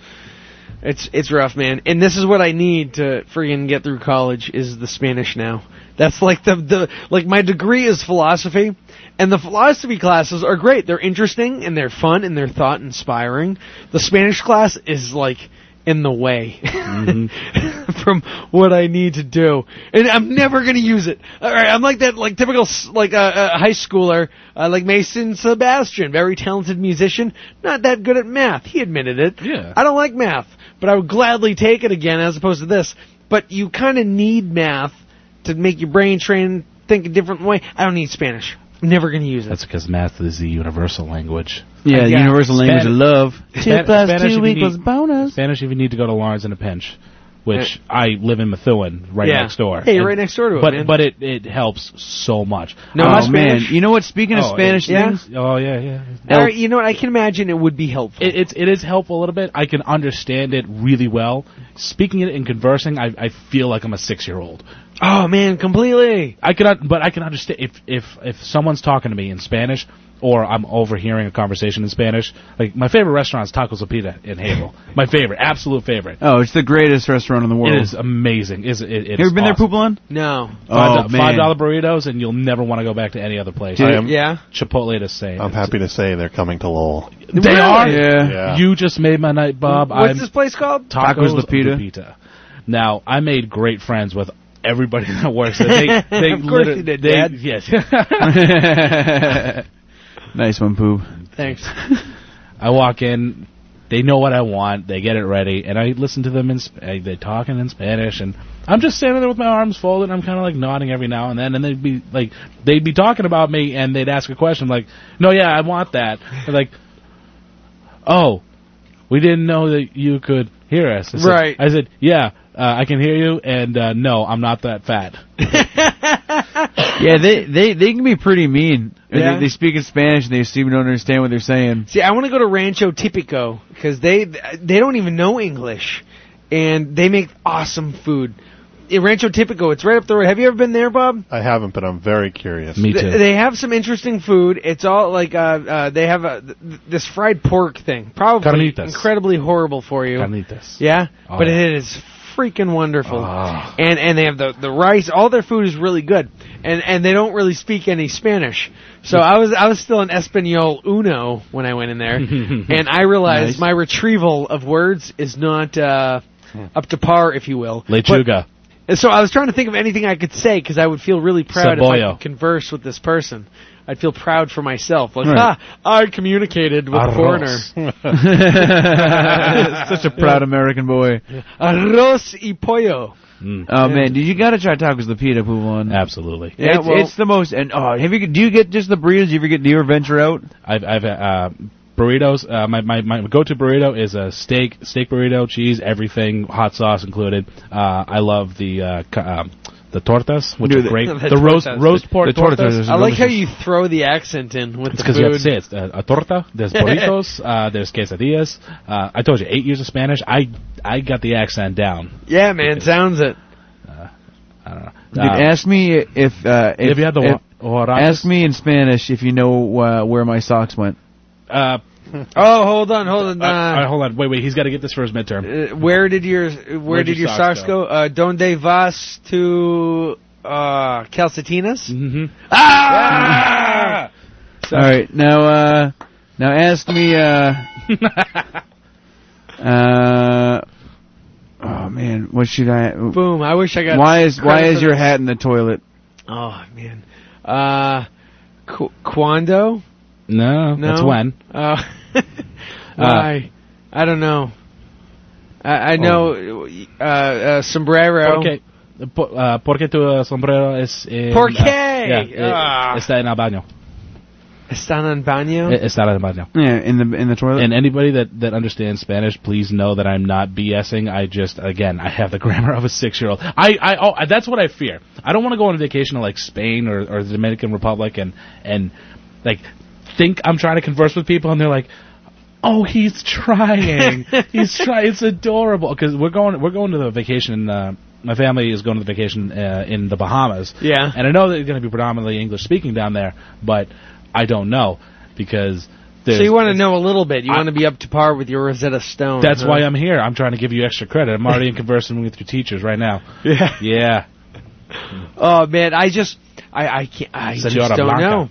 [SPEAKER 2] It's it's rough, man. And this is what I need to friggin' get through college is the Spanish now. That's like the the like my degree is philosophy and the philosophy classes are great. They're interesting and they're fun and they're thought inspiring. The Spanish class is like in the way from what I need to do, and I'm never gonna use it. All right, I'm like that, like typical s- like uh, uh, high schooler, uh, like Mason Sebastian, very talented musician, not that good at math. He admitted it.
[SPEAKER 15] Yeah.
[SPEAKER 2] I don't like math, but I would gladly take it again as opposed to this. But you kind of need math to make your brain train think a different way. I don't need Spanish. I'm never gonna use it.
[SPEAKER 15] That's because math is the universal language.
[SPEAKER 7] Yeah, the
[SPEAKER 2] Yeah.
[SPEAKER 7] universal
[SPEAKER 15] Span-
[SPEAKER 7] language of love.
[SPEAKER 15] Span- Spanish if you
[SPEAKER 7] E.
[SPEAKER 15] need-
[SPEAKER 7] bonus.
[SPEAKER 15] Spanish if you need to go to Lawrence and a pinch, which I live in Methuen, right
[SPEAKER 2] Yeah.
[SPEAKER 15] next door.
[SPEAKER 2] Hey, you're
[SPEAKER 15] And-
[SPEAKER 2] right next door to it,
[SPEAKER 15] But
[SPEAKER 2] man.
[SPEAKER 15] but it, it helps so much.
[SPEAKER 2] No,
[SPEAKER 15] How
[SPEAKER 2] my
[SPEAKER 15] much
[SPEAKER 2] Spanish-
[SPEAKER 15] Spanish-
[SPEAKER 7] Oh, You know what? Speaking of
[SPEAKER 15] Oh, it-
[SPEAKER 7] Spanish
[SPEAKER 2] yeah?
[SPEAKER 7] things,
[SPEAKER 15] Oh yeah, yeah.
[SPEAKER 2] All right, you know what? I can imagine it would be helpful.
[SPEAKER 15] It, it's it is helpful a little bit. I can understand it really well. Speaking it and conversing, I, I feel like I'm a six year old.
[SPEAKER 2] oh man, completely.
[SPEAKER 15] I can, un- but I can understand if if if someone's talking to me in Spanish or I'm overhearing a conversation in Spanish. Like my favorite restaurant is Tacos El Pita in Havel. my favorite, absolute favorite.
[SPEAKER 7] oh, it's the greatest restaurant in the world.
[SPEAKER 15] It is amazing. Is it? it
[SPEAKER 7] You ever been there, Poublon?
[SPEAKER 2] No.
[SPEAKER 7] Oh,
[SPEAKER 15] Five,
[SPEAKER 7] man.
[SPEAKER 15] dollar burritos, and you'll never want to go back to any other place.
[SPEAKER 9] Dude, I
[SPEAKER 7] Um,
[SPEAKER 9] am-
[SPEAKER 2] yeah.
[SPEAKER 15] Chipotle to say.
[SPEAKER 9] I'm happy to say they're coming to Lowell.
[SPEAKER 15] They are.
[SPEAKER 7] Yeah.
[SPEAKER 9] Yeah.
[SPEAKER 15] You just made my night, Bob.
[SPEAKER 2] What's
[SPEAKER 15] I'm
[SPEAKER 2] this place called?
[SPEAKER 15] tacos
[SPEAKER 7] Tacos La Pita.
[SPEAKER 15] La Pita. Now I made great friends with everybody that works there. They, they
[SPEAKER 2] Of course
[SPEAKER 15] liter-
[SPEAKER 2] you did,
[SPEAKER 15] they-
[SPEAKER 2] Dad.
[SPEAKER 15] Yes.
[SPEAKER 7] nice one, Poob.
[SPEAKER 2] Thanks.
[SPEAKER 15] I walk in. They know what I want. They get it ready, and I listen to them in. Sp- uh, They're talking in Spanish, and I'm just standing there with my arms folded. and I'm kind of like nodding every now and then, and they'd be like, they'd be talking about me, and they'd ask a question like, "No, yeah, I want that." They're like, "Oh, we didn't know that you could hear us." I said,
[SPEAKER 2] Right.
[SPEAKER 15] I said, "Yeah, uh, I can hear you, and uh, no, I'm not that fat."
[SPEAKER 7] yeah, they, they they can be pretty mean. They-
[SPEAKER 2] Yeah.
[SPEAKER 7] They, speak in Spanish and they seem to understand what they're saying.
[SPEAKER 2] See, I want to go to Rancho Tipico because they they don't even know English, and they make awesome food. In Rancho Tipico, it's right up the road. Have you ever been there, Bob?
[SPEAKER 9] I haven't, but I'm very curious.
[SPEAKER 15] Me
[SPEAKER 2] Th- They have some interesting food. It's all like uh, uh, they have a, th- th- this fried pork thing, probably
[SPEAKER 15] Carnitas.
[SPEAKER 2] incredibly horrible for you.
[SPEAKER 15] Carnitas.
[SPEAKER 2] Yeah,
[SPEAKER 15] Oh,
[SPEAKER 2] but
[SPEAKER 15] yeah. Ah.
[SPEAKER 2] it is freaking wonderful. And and they have the the rice. All their food is really good. And and they don't really speak any Spanish. So
[SPEAKER 15] Hmm.
[SPEAKER 2] I was I was still in Espanol uno when I went in there, and I realized
[SPEAKER 15] Nice.
[SPEAKER 2] my retrieval of words is not uh, up to par, if you will.
[SPEAKER 15] Hmm. Lechuga.
[SPEAKER 2] And so I was trying to think of anything I could say because I would feel really proud if I
[SPEAKER 15] Cebolla.
[SPEAKER 2] could converse with this person. I'd feel proud for myself. Like,
[SPEAKER 15] Right.
[SPEAKER 2] ah, I communicated with a foreigner.
[SPEAKER 7] Arroz. Such a proud American boy.
[SPEAKER 2] Arroz y pollo.
[SPEAKER 15] Hmm.
[SPEAKER 7] Oh man, dude, you gotta try tacos de pita, Poulon.
[SPEAKER 15] Absolutely.
[SPEAKER 7] Yeah, it's, it's the most. And oh, have you? Do you get just the burritos? You ever get? Do you ever venture out?
[SPEAKER 15] I've I've uh, burritos. Uh, my my my go-to burrito is a steak steak burrito, cheese, everything, hot sauce included. Uh, I love the uh, ca- um, the tortas, which
[SPEAKER 7] Dude,
[SPEAKER 15] are great.
[SPEAKER 2] the-
[SPEAKER 15] The,
[SPEAKER 2] the
[SPEAKER 15] roast
[SPEAKER 2] tortas.
[SPEAKER 15] roast pork
[SPEAKER 7] The tortas
[SPEAKER 15] tortas.
[SPEAKER 2] I like how you throw the accent in with
[SPEAKER 15] It's
[SPEAKER 2] the
[SPEAKER 15] because you have to say
[SPEAKER 2] food.
[SPEAKER 15] it. It's uh, a torta. There's burritos. uh, there's quesadillas. Uh, I told you eight years of Spanish. I I got the accent down.
[SPEAKER 2] Yeah, man, sounds it.
[SPEAKER 7] Dude,
[SPEAKER 15] Uh,
[SPEAKER 7] ask me if uh, if
[SPEAKER 15] Have you had the
[SPEAKER 7] if-
[SPEAKER 15] wa- huaraches?
[SPEAKER 7] ask me in Spanish if you know uh, where my socks went.
[SPEAKER 15] Uh,
[SPEAKER 2] Oh, hold on, hold on.
[SPEAKER 15] uh, uh, hold on. Wait, wait. He's got to get this for his midterm.
[SPEAKER 2] Uh, where did your where,
[SPEAKER 15] Where'd
[SPEAKER 2] did
[SPEAKER 15] your
[SPEAKER 2] your
[SPEAKER 15] socks
[SPEAKER 2] socks, go? Uh, donde vas to uh, calcetinas?
[SPEAKER 15] Mm-hmm.
[SPEAKER 2] Ah!
[SPEAKER 7] All right, now uh, now ask me. Uh, uh, oh man, what should I?
[SPEAKER 2] Boom! I wish I got.
[SPEAKER 7] Why is
[SPEAKER 2] credit
[SPEAKER 7] why is
[SPEAKER 2] for
[SPEAKER 7] your
[SPEAKER 2] this.
[SPEAKER 7] hat in the toilet?
[SPEAKER 2] Oh man. Uh, Qu- Quando?
[SPEAKER 15] No,
[SPEAKER 2] No.
[SPEAKER 15] that's when. Uh.
[SPEAKER 2] Uh, why? I don't know. I, I
[SPEAKER 15] Oh.
[SPEAKER 2] know. Uh, uh, sombrero.
[SPEAKER 15] Porque, po- uh, porque tu uh, sombrero es... eh,
[SPEAKER 2] ¿Por qué?
[SPEAKER 15] uh, yeah, eh,
[SPEAKER 2] Ah.
[SPEAKER 15] está en el baño.
[SPEAKER 2] Están en baño.
[SPEAKER 15] Eh, Está en el baño.
[SPEAKER 7] Yeah, in the in the toilet.
[SPEAKER 15] And anybody that, that understands Spanish, please know that I'm not BSing. I just, again, I have the grammar of a six-year-old. I, I, oh, that's what I fear. I don't want to go on a vacation to like Spain or, or the Dominican Republic and, and like think I'm trying to converse with people and they're like, oh, he's trying. he's trying. It's adorable because we're going, we're going to the vacation. Uh, my family is going to the vacation uh, in the Bahamas.
[SPEAKER 2] Yeah.
[SPEAKER 15] And I know that it's going to be predominantly English speaking down there, but I don't know because.
[SPEAKER 2] So
[SPEAKER 15] there's-
[SPEAKER 2] you want to know a little bit. You
[SPEAKER 15] I-
[SPEAKER 2] want to be up to par with your Rosetta Stone.
[SPEAKER 15] that's
[SPEAKER 2] huh?
[SPEAKER 15] why I'm here. I'm trying to give you extra credit. I'm already in conversing with your teachers right now.
[SPEAKER 2] Yeah.
[SPEAKER 15] Yeah.
[SPEAKER 2] Oh man, I just I I can't I
[SPEAKER 15] Senora
[SPEAKER 2] just don't
[SPEAKER 15] Blanca.
[SPEAKER 2] know.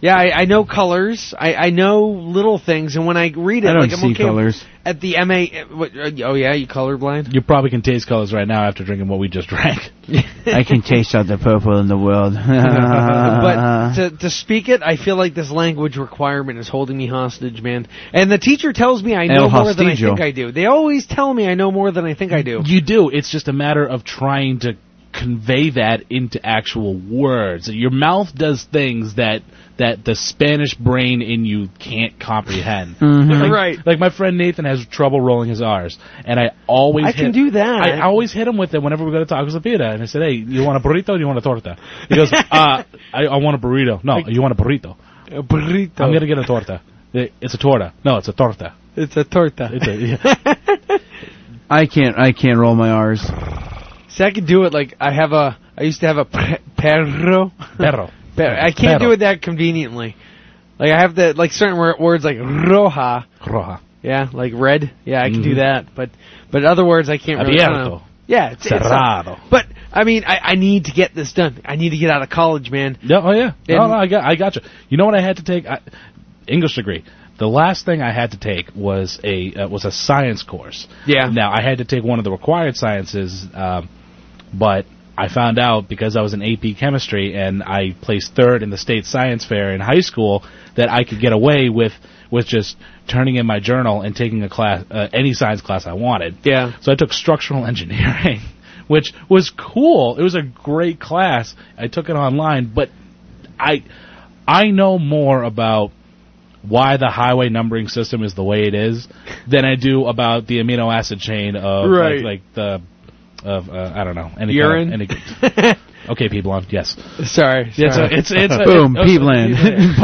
[SPEAKER 2] Yeah, I, I know colors. I, I know little things, and when I read it,
[SPEAKER 15] I don't
[SPEAKER 2] like I'm
[SPEAKER 15] see
[SPEAKER 2] okay
[SPEAKER 15] colors.
[SPEAKER 2] at the MA. What, oh yeah, you colorblind.
[SPEAKER 15] You probably can taste colors right now after drinking what we just drank.
[SPEAKER 7] I can taste all the purple in the world.
[SPEAKER 2] Uh, but to, to speak it, I feel like this language requirement is holding me hostage, man. And the teacher tells me I know
[SPEAKER 15] El
[SPEAKER 2] more than I
[SPEAKER 15] hostigo.
[SPEAKER 2] think I do. They always tell me I know more than I think I do.
[SPEAKER 15] You do. It's just a matter of trying to convey that into actual words. Your mouth does things that that the Spanish brain in you can't comprehend.
[SPEAKER 2] Mm-hmm.
[SPEAKER 7] Mhm.
[SPEAKER 15] Like-
[SPEAKER 7] Right.
[SPEAKER 15] Like my friend Nathan has trouble rolling his R's, and I always
[SPEAKER 2] I
[SPEAKER 15] hit-
[SPEAKER 2] can do that.
[SPEAKER 15] I always hit him with it whenever we go to tacos de pita, and I said, "Hey, you want a burrito? or You want a torta?" He goes, uh, I, "I want a burrito." No, you want a burrito.
[SPEAKER 2] A burrito.
[SPEAKER 15] I'm gonna get a torta. It's a torta. No, it's a torta.
[SPEAKER 2] It's a torta.
[SPEAKER 15] It's a, yeah.
[SPEAKER 7] I can't I can't roll my R's.
[SPEAKER 2] See, I could do it like I have a. I used to have a per- perro.
[SPEAKER 15] Perro.
[SPEAKER 2] Per- I can't do
[SPEAKER 15] Perro.
[SPEAKER 2] it that conveniently. Like I have the like certain wor- words like roja.
[SPEAKER 15] Roja.
[SPEAKER 2] Yeah, like red. Yeah, I can do
[SPEAKER 15] Mhm.
[SPEAKER 2] that, but but other words I can't really. I don't know.
[SPEAKER 15] Abierto.
[SPEAKER 2] Yeah, it's, it's
[SPEAKER 15] Cerrado.
[SPEAKER 2] but I mean, I, I need to get this done. I need to get out of college, man.
[SPEAKER 15] Yeah, oh yeah. No,
[SPEAKER 2] And-
[SPEAKER 15] no, I got, I got you. You know what I had to take? I, English degree. The last thing I had to take was a uh, was a science course.
[SPEAKER 2] Yeah.
[SPEAKER 15] Now I had to take one of the required sciences, um, but I found out because I was in AP chemistry and I placed third in the state science fair in high school that I could get away with with just turning in my journal and taking a class uh, any science class I wanted.
[SPEAKER 2] Yeah.
[SPEAKER 15] So I took structural engineering, which was cool. It was a great class. I took it online, but I I know more about why the highway numbering system is the way it is than I do about the amino acid chain of like-
[SPEAKER 2] Right.
[SPEAKER 15] like, the of uh, I don't know any
[SPEAKER 2] Urine?
[SPEAKER 15] Kind of, any, okay, P-Blond, yes.
[SPEAKER 2] Sorry.
[SPEAKER 15] It's a-
[SPEAKER 2] sorry.
[SPEAKER 15] it's- it's a-
[SPEAKER 7] Boom,
[SPEAKER 15] it's-
[SPEAKER 7] Peebland.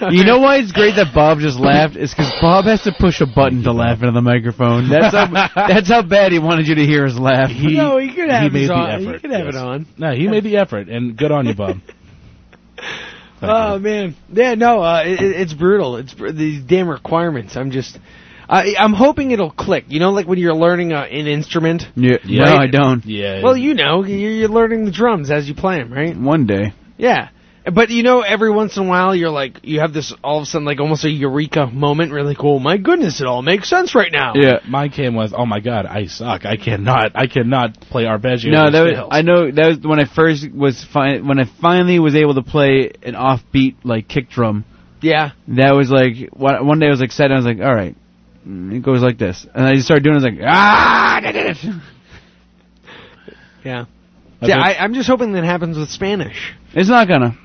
[SPEAKER 7] Bob. You know why it's great that Bob just laughed? It's because Bob has to push a button to laugh into the microphone. That's how, that's how bad he wanted you to hear his laugh.
[SPEAKER 2] no, he could have his on. He could have
[SPEAKER 15] yes.
[SPEAKER 2] it on.
[SPEAKER 15] No, he made the effort, and good on you, Bob.
[SPEAKER 2] Oh man, yeah, no, uh, it, it- it's brutal. It's br- these damn requirements. I'm just, I, I'm hoping it'll click. You know, like when you're learning uh, an instrument.
[SPEAKER 7] Yeah,
[SPEAKER 2] Yeah.
[SPEAKER 7] No, I don't.
[SPEAKER 15] Yeah.
[SPEAKER 2] Well, you know, you're, you're learning the drums as you play them, right?
[SPEAKER 7] One day.
[SPEAKER 2] Yeah. But you know, every once in a while, you're like, you have this all of a sudden, like almost a eureka moment. Where you're like, oh my goodness, it all makes sense right now.
[SPEAKER 15] Yeah, mine came with, oh my god, I suck. I cannot, I cannot play arpeggio.
[SPEAKER 7] No, that was,
[SPEAKER 15] scales."
[SPEAKER 7] I know that was when I first was fi- when I finally was able to play an offbeat like kick drum.
[SPEAKER 2] Yeah.
[SPEAKER 7] That was like one one day I was like sat down. I was like, all right, mm, it goes like this, and I just started doing. it, I was like, ah, da, da, da.
[SPEAKER 2] Yeah.
[SPEAKER 7] I
[SPEAKER 2] Yeah,
[SPEAKER 7] bet-
[SPEAKER 2] I, I'm just hoping that happens with Spanish.
[SPEAKER 7] it's not gonna.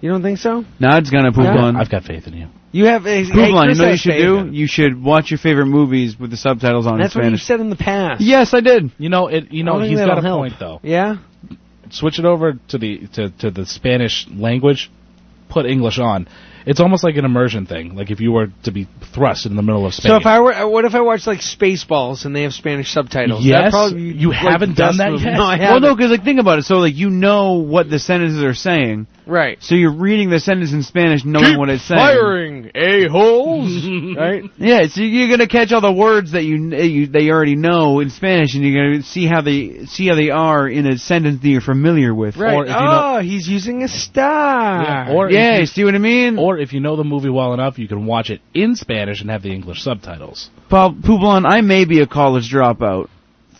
[SPEAKER 2] You don't think so?
[SPEAKER 7] No, it's gonna poop
[SPEAKER 2] Yeah.
[SPEAKER 7] on.
[SPEAKER 15] I've got faith in you.
[SPEAKER 2] You have a, hey,
[SPEAKER 7] Poop line,
[SPEAKER 2] Chris
[SPEAKER 7] you know what you
[SPEAKER 2] has
[SPEAKER 7] should
[SPEAKER 2] faith in
[SPEAKER 7] do? You should watch your favorite movies with the subtitles on in
[SPEAKER 2] That's what you
[SPEAKER 7] Spanish.
[SPEAKER 2] said in the past.
[SPEAKER 7] yes, I did.
[SPEAKER 15] You know, it. You
[SPEAKER 2] I
[SPEAKER 15] know,
[SPEAKER 2] don't think
[SPEAKER 15] he's got
[SPEAKER 2] that'll
[SPEAKER 15] a
[SPEAKER 2] help.
[SPEAKER 15] point though.
[SPEAKER 2] Yeah.
[SPEAKER 15] Switch it over to the to, to the Spanish language. Put English on. It's almost like an immersion thing. Like if you were to be thrust in the middle of Spain.
[SPEAKER 2] So if I were, uh, what if I watch like Spaceballs and they have Spanish subtitles? That'd
[SPEAKER 15] Yes,
[SPEAKER 2] probably be,
[SPEAKER 15] you
[SPEAKER 2] like,
[SPEAKER 15] haven't
[SPEAKER 2] the
[SPEAKER 15] done
[SPEAKER 2] best
[SPEAKER 15] that
[SPEAKER 2] movie.
[SPEAKER 15] yet.
[SPEAKER 2] No, I
[SPEAKER 7] Well,
[SPEAKER 2] haven't.
[SPEAKER 7] no, because like think about it. So like you know what the sentences are saying,
[SPEAKER 2] Right.
[SPEAKER 7] so you're reading the sentence in Spanish, knowing what it's saying.
[SPEAKER 2] Firing a holes, right?
[SPEAKER 7] Yeah, so you're gonna catch all the words that you, that you they already know in Spanish, and you're gonna see how they see how they are in a sentence that you're familiar with.
[SPEAKER 2] Right.
[SPEAKER 7] Or if you know,
[SPEAKER 2] oh, he's using a star.
[SPEAKER 15] Yeah, or
[SPEAKER 7] Yeah,
[SPEAKER 15] if you,
[SPEAKER 7] see what I mean.
[SPEAKER 15] Or if you know the movie well enough, you can watch it in Spanish and have the English subtitles.
[SPEAKER 7] Bob Poublan, I may be a college dropout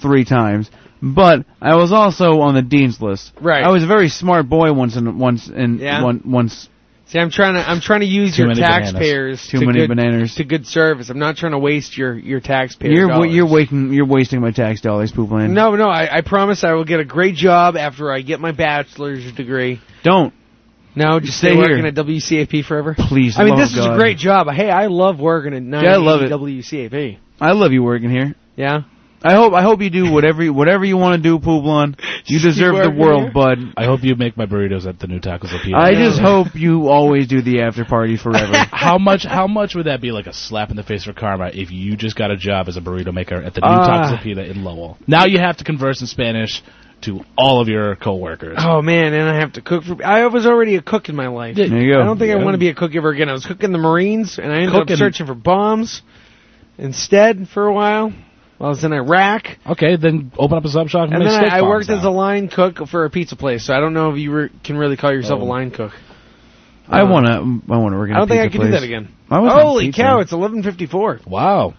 [SPEAKER 7] three times, but I was also on the dean's list.
[SPEAKER 2] Right.
[SPEAKER 7] I was a very smart boy once and once and
[SPEAKER 2] Yeah.
[SPEAKER 7] one, once.
[SPEAKER 2] See, I'm trying to I'm trying to use
[SPEAKER 7] Too
[SPEAKER 2] your
[SPEAKER 7] many bananas.
[SPEAKER 2] taxpayers
[SPEAKER 7] Too
[SPEAKER 2] to
[SPEAKER 7] many
[SPEAKER 2] good,
[SPEAKER 7] bananas.
[SPEAKER 2] to good service. I'm not trying to waste your your taxpayer
[SPEAKER 7] You're wa-
[SPEAKER 2] dollars.
[SPEAKER 7] you're waking you're wasting my tax dollars, Poublan.
[SPEAKER 2] no, no. I, I promise I will get a great job after I get my bachelor's degree.
[SPEAKER 7] Don't.
[SPEAKER 2] No, just
[SPEAKER 7] Stay
[SPEAKER 2] stay
[SPEAKER 7] here.
[SPEAKER 2] working at WCAP forever.
[SPEAKER 7] Please,
[SPEAKER 2] I mean,
[SPEAKER 7] love
[SPEAKER 2] this is
[SPEAKER 7] God.
[SPEAKER 2] a great job. Hey, I love working at 9
[SPEAKER 7] I love it.
[SPEAKER 2] WCAP.
[SPEAKER 7] I love you working here.
[SPEAKER 2] Yeah.
[SPEAKER 7] I hope I hope you do whatever you- whatever you want to do, Poublan. You deserve the
[SPEAKER 2] working
[SPEAKER 7] world,
[SPEAKER 2] here?
[SPEAKER 7] bud.
[SPEAKER 15] I hope you make my burritos at the new tacos appeal.
[SPEAKER 7] I just hope you always do the after party forever.
[SPEAKER 15] How much? How much would that be like a slap in the face for karma if you just got a job as a burrito maker at the new
[SPEAKER 2] Ah.
[SPEAKER 15] Tacos Tapita in Lowell? Now you have to converse in Spanish to all of your coworkers.
[SPEAKER 2] Oh man, and I have to cook for. I was already a cook in my life.
[SPEAKER 15] There you go.
[SPEAKER 2] I don't think
[SPEAKER 15] Yeah.
[SPEAKER 2] I want to be a cook ever again. I was cooking the Marines, and I ended
[SPEAKER 15] Cooking.
[SPEAKER 2] up searching for bombs instead for a while. While I was in Iraq,
[SPEAKER 15] Okay, then open up a sub shop and,
[SPEAKER 2] and
[SPEAKER 15] make
[SPEAKER 2] then
[SPEAKER 15] steak
[SPEAKER 2] I, I
[SPEAKER 15] bombs
[SPEAKER 2] worked
[SPEAKER 15] now.
[SPEAKER 2] as a line cook for a pizza place. So I don't know if you re- can really call yourself
[SPEAKER 15] Oh.
[SPEAKER 2] a line cook.
[SPEAKER 7] I wanna I wanna work.
[SPEAKER 2] I
[SPEAKER 7] in a
[SPEAKER 2] don't think I
[SPEAKER 7] pizza
[SPEAKER 2] can do
[SPEAKER 7] place.
[SPEAKER 2] that again.
[SPEAKER 7] I was on
[SPEAKER 2] Holy
[SPEAKER 7] pizza.
[SPEAKER 2] cow! It's 11:54.
[SPEAKER 15] Wow,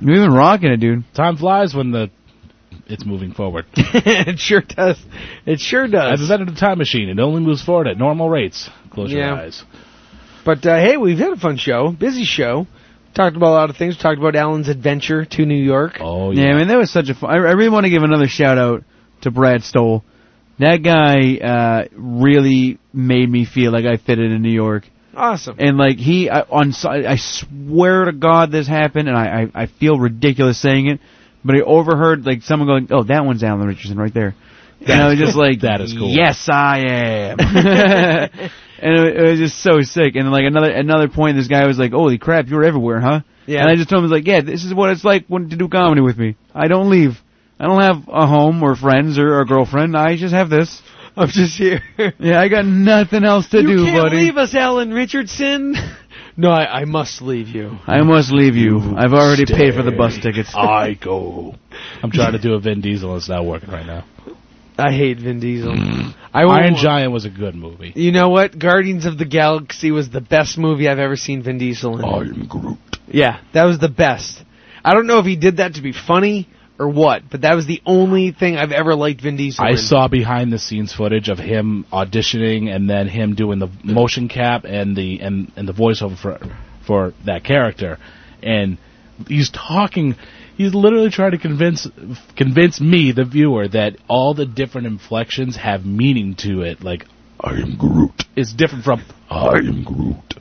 [SPEAKER 7] You're even rocking it, dude.
[SPEAKER 15] time flies when the it's moving forward.
[SPEAKER 2] it sure does. It sure
[SPEAKER 15] As
[SPEAKER 2] does.
[SPEAKER 15] is entered a time machine, it only moves forward at normal rates. Close
[SPEAKER 2] Yeah.
[SPEAKER 15] your eyes.
[SPEAKER 2] But uh, hey, we've had a fun show, busy show. Talked about a lot of things. Talked about Alan's adventure to New York.
[SPEAKER 15] Oh
[SPEAKER 7] yeah. I mean that was such a fun. I, I really want to give another shout out to Brad Stoll. That guy uh, really made me feel like I fitted in New York.
[SPEAKER 2] Awesome.
[SPEAKER 7] And like he I, on, so- I swear to God, this happened, and I, I I feel ridiculous saying it, but I overheard like someone going, "Oh, that one's Alan Richardson right there," and I was just like,
[SPEAKER 15] That is cool.
[SPEAKER 7] Yes, I am. and it, it was just so sick. And like another another point, this guy was like, "Holy crap, you're everywhere, huh?"
[SPEAKER 2] Yeah.
[SPEAKER 7] And I just told him like, "Yeah, this is what it's like when to do comedy with me. I don't leave. I don't have a home or friends or a girlfriend. I just have this."
[SPEAKER 2] I'm just here.
[SPEAKER 7] Yeah, I got nothing else to do,
[SPEAKER 2] you can't
[SPEAKER 7] buddy.
[SPEAKER 2] leave us, Alan Richardson. no, I, I must leave you.
[SPEAKER 7] I must leave you. I've already paid for the bus tickets.
[SPEAKER 20] Ah.
[SPEAKER 15] I go. I'm trying to do a Vin Diesel. and It's not working right now.
[SPEAKER 2] I hate Vin Diesel. Mm. I won't-
[SPEAKER 15] Iron Giant was a good movie.
[SPEAKER 2] You know what? Guardians of the Galaxy was the best movie I've ever seen Vin Diesel in.
[SPEAKER 15] I am Groot.
[SPEAKER 2] Yeah, that was the best. I don't know if he did that to be funny or what, but that was the only thing I've ever liked Vin Diesel.
[SPEAKER 15] I
[SPEAKER 2] in.
[SPEAKER 15] saw behind the scenes footage of him auditioning and then him doing the motion cap and the and, and the voiceover for for that character, and he's talking. He's literally trying to convince convince me, the viewer, that all the different inflections have meaning to it. Like I am Groot is different from I am Groot.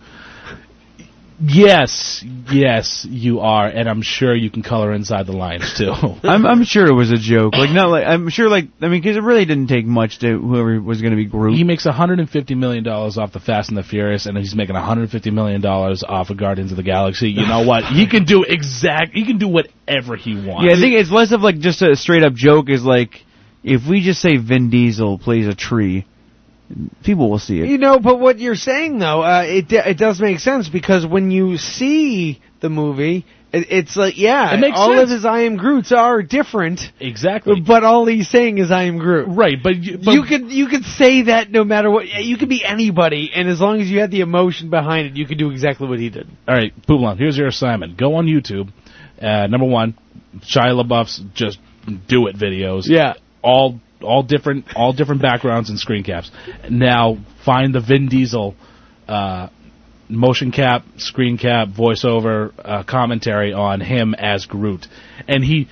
[SPEAKER 15] Yes, yes, you are, and I'm sure you can color inside the lines too.
[SPEAKER 7] I'm I'm sure it was a joke. Like not like I'm sure like I mean because it really didn't take much to whoever was going to be Groot.
[SPEAKER 15] He makes 150 million dollars off the Fast and the Furious, and he's making 150 million dollars off of Guardians of the Galaxy. You know what? He can do exact. He can do whatever he wants.
[SPEAKER 7] Yeah, I think it's less of like just a straight up joke. Is like if we just say Vin Diesel plays a tree, people will see it.
[SPEAKER 2] You know, but what you're saying though, uh, it d- it does make sense because when you see the movie, it, it's like yeah,
[SPEAKER 15] It makes
[SPEAKER 2] all
[SPEAKER 15] sense.
[SPEAKER 2] of his I am Groot's are different.
[SPEAKER 15] Exactly.
[SPEAKER 2] But all he's saying is I am Groot.
[SPEAKER 15] Right, but you, but-
[SPEAKER 2] you could you could say that no matter what. You could be anybody, and as long as you had the emotion behind it, you could do exactly what he did.
[SPEAKER 15] All right, Poulon, here's your assignment. Go on YouTube. Uh, number one, Shia LaBeouf's just do it videos.
[SPEAKER 2] Yeah.
[SPEAKER 15] All all different all different backgrounds and screen caps. Now find the Vin Diesel uh, motion cap, screen cap, voiceover uh, commentary on him as Groot, and he.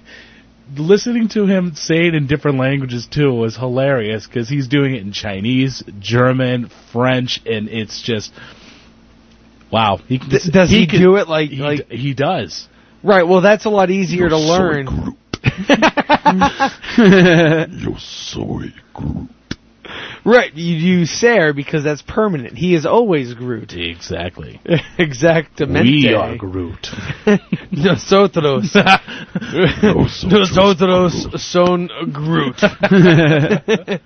[SPEAKER 15] Listening to him say it in different languages too was hilarious because he's doing it in Chinese, German, French, and it's just Wow. He can,
[SPEAKER 2] Th- does he
[SPEAKER 15] can-
[SPEAKER 2] do it like-
[SPEAKER 15] he,
[SPEAKER 2] like-
[SPEAKER 15] he does?
[SPEAKER 2] Right. Well, that's a lot easier
[SPEAKER 15] You're
[SPEAKER 2] to
[SPEAKER 15] so
[SPEAKER 2] learn.
[SPEAKER 15] Yo soy Groot.
[SPEAKER 2] Right. You use Sarah because that's permanent. He is always Groot.
[SPEAKER 15] Exactly.
[SPEAKER 2] Exactamente.
[SPEAKER 15] We are Groot.
[SPEAKER 2] Nosotros. Nosotros son Groot.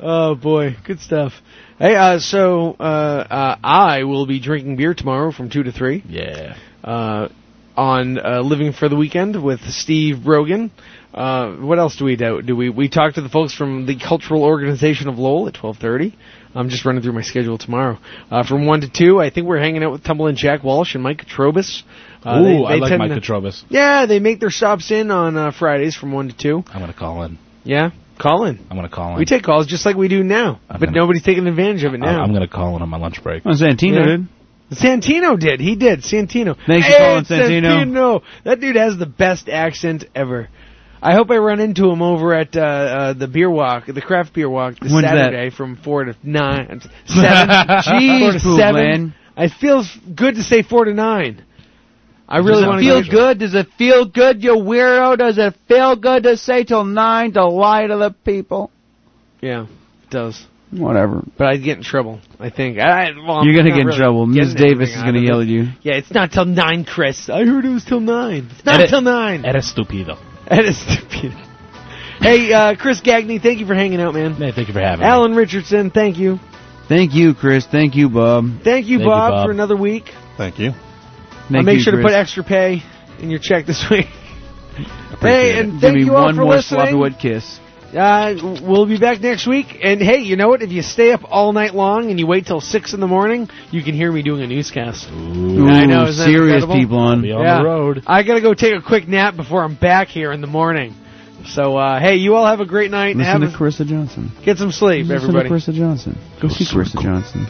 [SPEAKER 2] oh boy, good stuff. Hey, uh, so uh, uh, I will be drinking beer tomorrow from two to three.
[SPEAKER 15] Yeah.
[SPEAKER 2] Uh, on uh, Living for the Weekend with Steve Brogan. Uh, what else do we do? Do we we talk to the folks from the Cultural Organization of Lowell at twelve thirty? I'm just running through my schedule tomorrow. Uh, from one to two, I think we're hanging out with Tumble and Jack Walsh and Mike Trobus. Uh,
[SPEAKER 15] Ooh,
[SPEAKER 2] they-
[SPEAKER 15] I
[SPEAKER 2] they
[SPEAKER 15] like
[SPEAKER 2] tend
[SPEAKER 15] Mike
[SPEAKER 2] to-
[SPEAKER 15] Petrobus.
[SPEAKER 2] yeah, they make their stops in on uh, Fridays from one to two.
[SPEAKER 15] I'm gonna call in.
[SPEAKER 2] Yeah, call in.
[SPEAKER 15] I'm gonna call in.
[SPEAKER 2] We take calls just like we do now, but nobody's taking advantage of it
[SPEAKER 15] I'm-
[SPEAKER 2] now.
[SPEAKER 15] I'm gonna call in on my lunch break.
[SPEAKER 7] Oh, Santino did.
[SPEAKER 2] Santino did. He did. Santino.
[SPEAKER 7] Thanks for
[SPEAKER 2] Hey,
[SPEAKER 7] calling, Santino.
[SPEAKER 2] Santino. That dude has the best accent ever. I hope I run into him over at uh, uh, the beer walk, the craft beer walk, this
[SPEAKER 7] When's that?
[SPEAKER 2] Saturday from four to nine, seven. Jeez,
[SPEAKER 7] Four to
[SPEAKER 2] seven.
[SPEAKER 7] man.
[SPEAKER 2] It feels good to say four to nine. I really
[SPEAKER 20] Does
[SPEAKER 2] want
[SPEAKER 20] it
[SPEAKER 2] to
[SPEAKER 20] feel good? Does it feel good, you weirdo? Does it feel good to say till nine to lie to the people?
[SPEAKER 2] Yeah, it does.
[SPEAKER 7] Whatever.
[SPEAKER 2] But I'd get in trouble. I think. I, I- well,
[SPEAKER 7] You're
[SPEAKER 2] going
[SPEAKER 7] gonna
[SPEAKER 2] to
[SPEAKER 7] get in trouble. Ms. Davis is gonna yell at you.
[SPEAKER 2] Yeah, it's not till nine, Chris. I heard it was till nine. It's not
[SPEAKER 15] Edit-
[SPEAKER 2] till nine.
[SPEAKER 15] Eres stupido.
[SPEAKER 2] That is stupid. Hey, uh, Chris Gagney, thank you for hanging out, man.
[SPEAKER 15] Hey, thank you for having me.
[SPEAKER 2] Alan Richardson, thank you.
[SPEAKER 7] Thank you, Chris. Thank you, Bob.
[SPEAKER 2] Thank you, Bob, for another week.
[SPEAKER 9] Thank you.
[SPEAKER 2] I'll
[SPEAKER 7] Thank
[SPEAKER 2] make
[SPEAKER 7] you,
[SPEAKER 2] sure to
[SPEAKER 7] Chris.
[SPEAKER 2] put extra pay in your check this week.
[SPEAKER 7] Appreciate
[SPEAKER 2] Hey,
[SPEAKER 7] it.
[SPEAKER 2] and
[SPEAKER 7] Give
[SPEAKER 2] thank
[SPEAKER 7] me
[SPEAKER 2] you all
[SPEAKER 7] one
[SPEAKER 2] for
[SPEAKER 7] more
[SPEAKER 2] listening.
[SPEAKER 7] sloppy wet kiss.
[SPEAKER 2] Uh, we'll be back next week. And hey, you know what? If you stay up all night long and you wait till six in the morning, you can hear me doing a newscast. I know,
[SPEAKER 7] Ooh,
[SPEAKER 2] isn't that
[SPEAKER 7] serious
[SPEAKER 2] incredible?
[SPEAKER 7] people on.
[SPEAKER 2] Yeah. I gotta go take a quick nap before I'm back here in the morning. So uh, hey, you all have a great night.
[SPEAKER 7] Listen
[SPEAKER 2] and
[SPEAKER 7] to
[SPEAKER 2] have
[SPEAKER 7] Carissa Johnson.
[SPEAKER 2] a, get some sleep,
[SPEAKER 7] Listen
[SPEAKER 2] everybody.
[SPEAKER 7] to Carissa Johnson. Go see Carissa Johnson.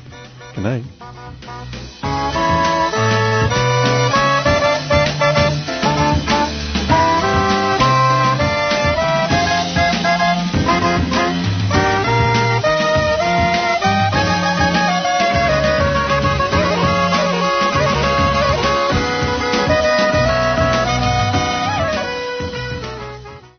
[SPEAKER 9] Good night.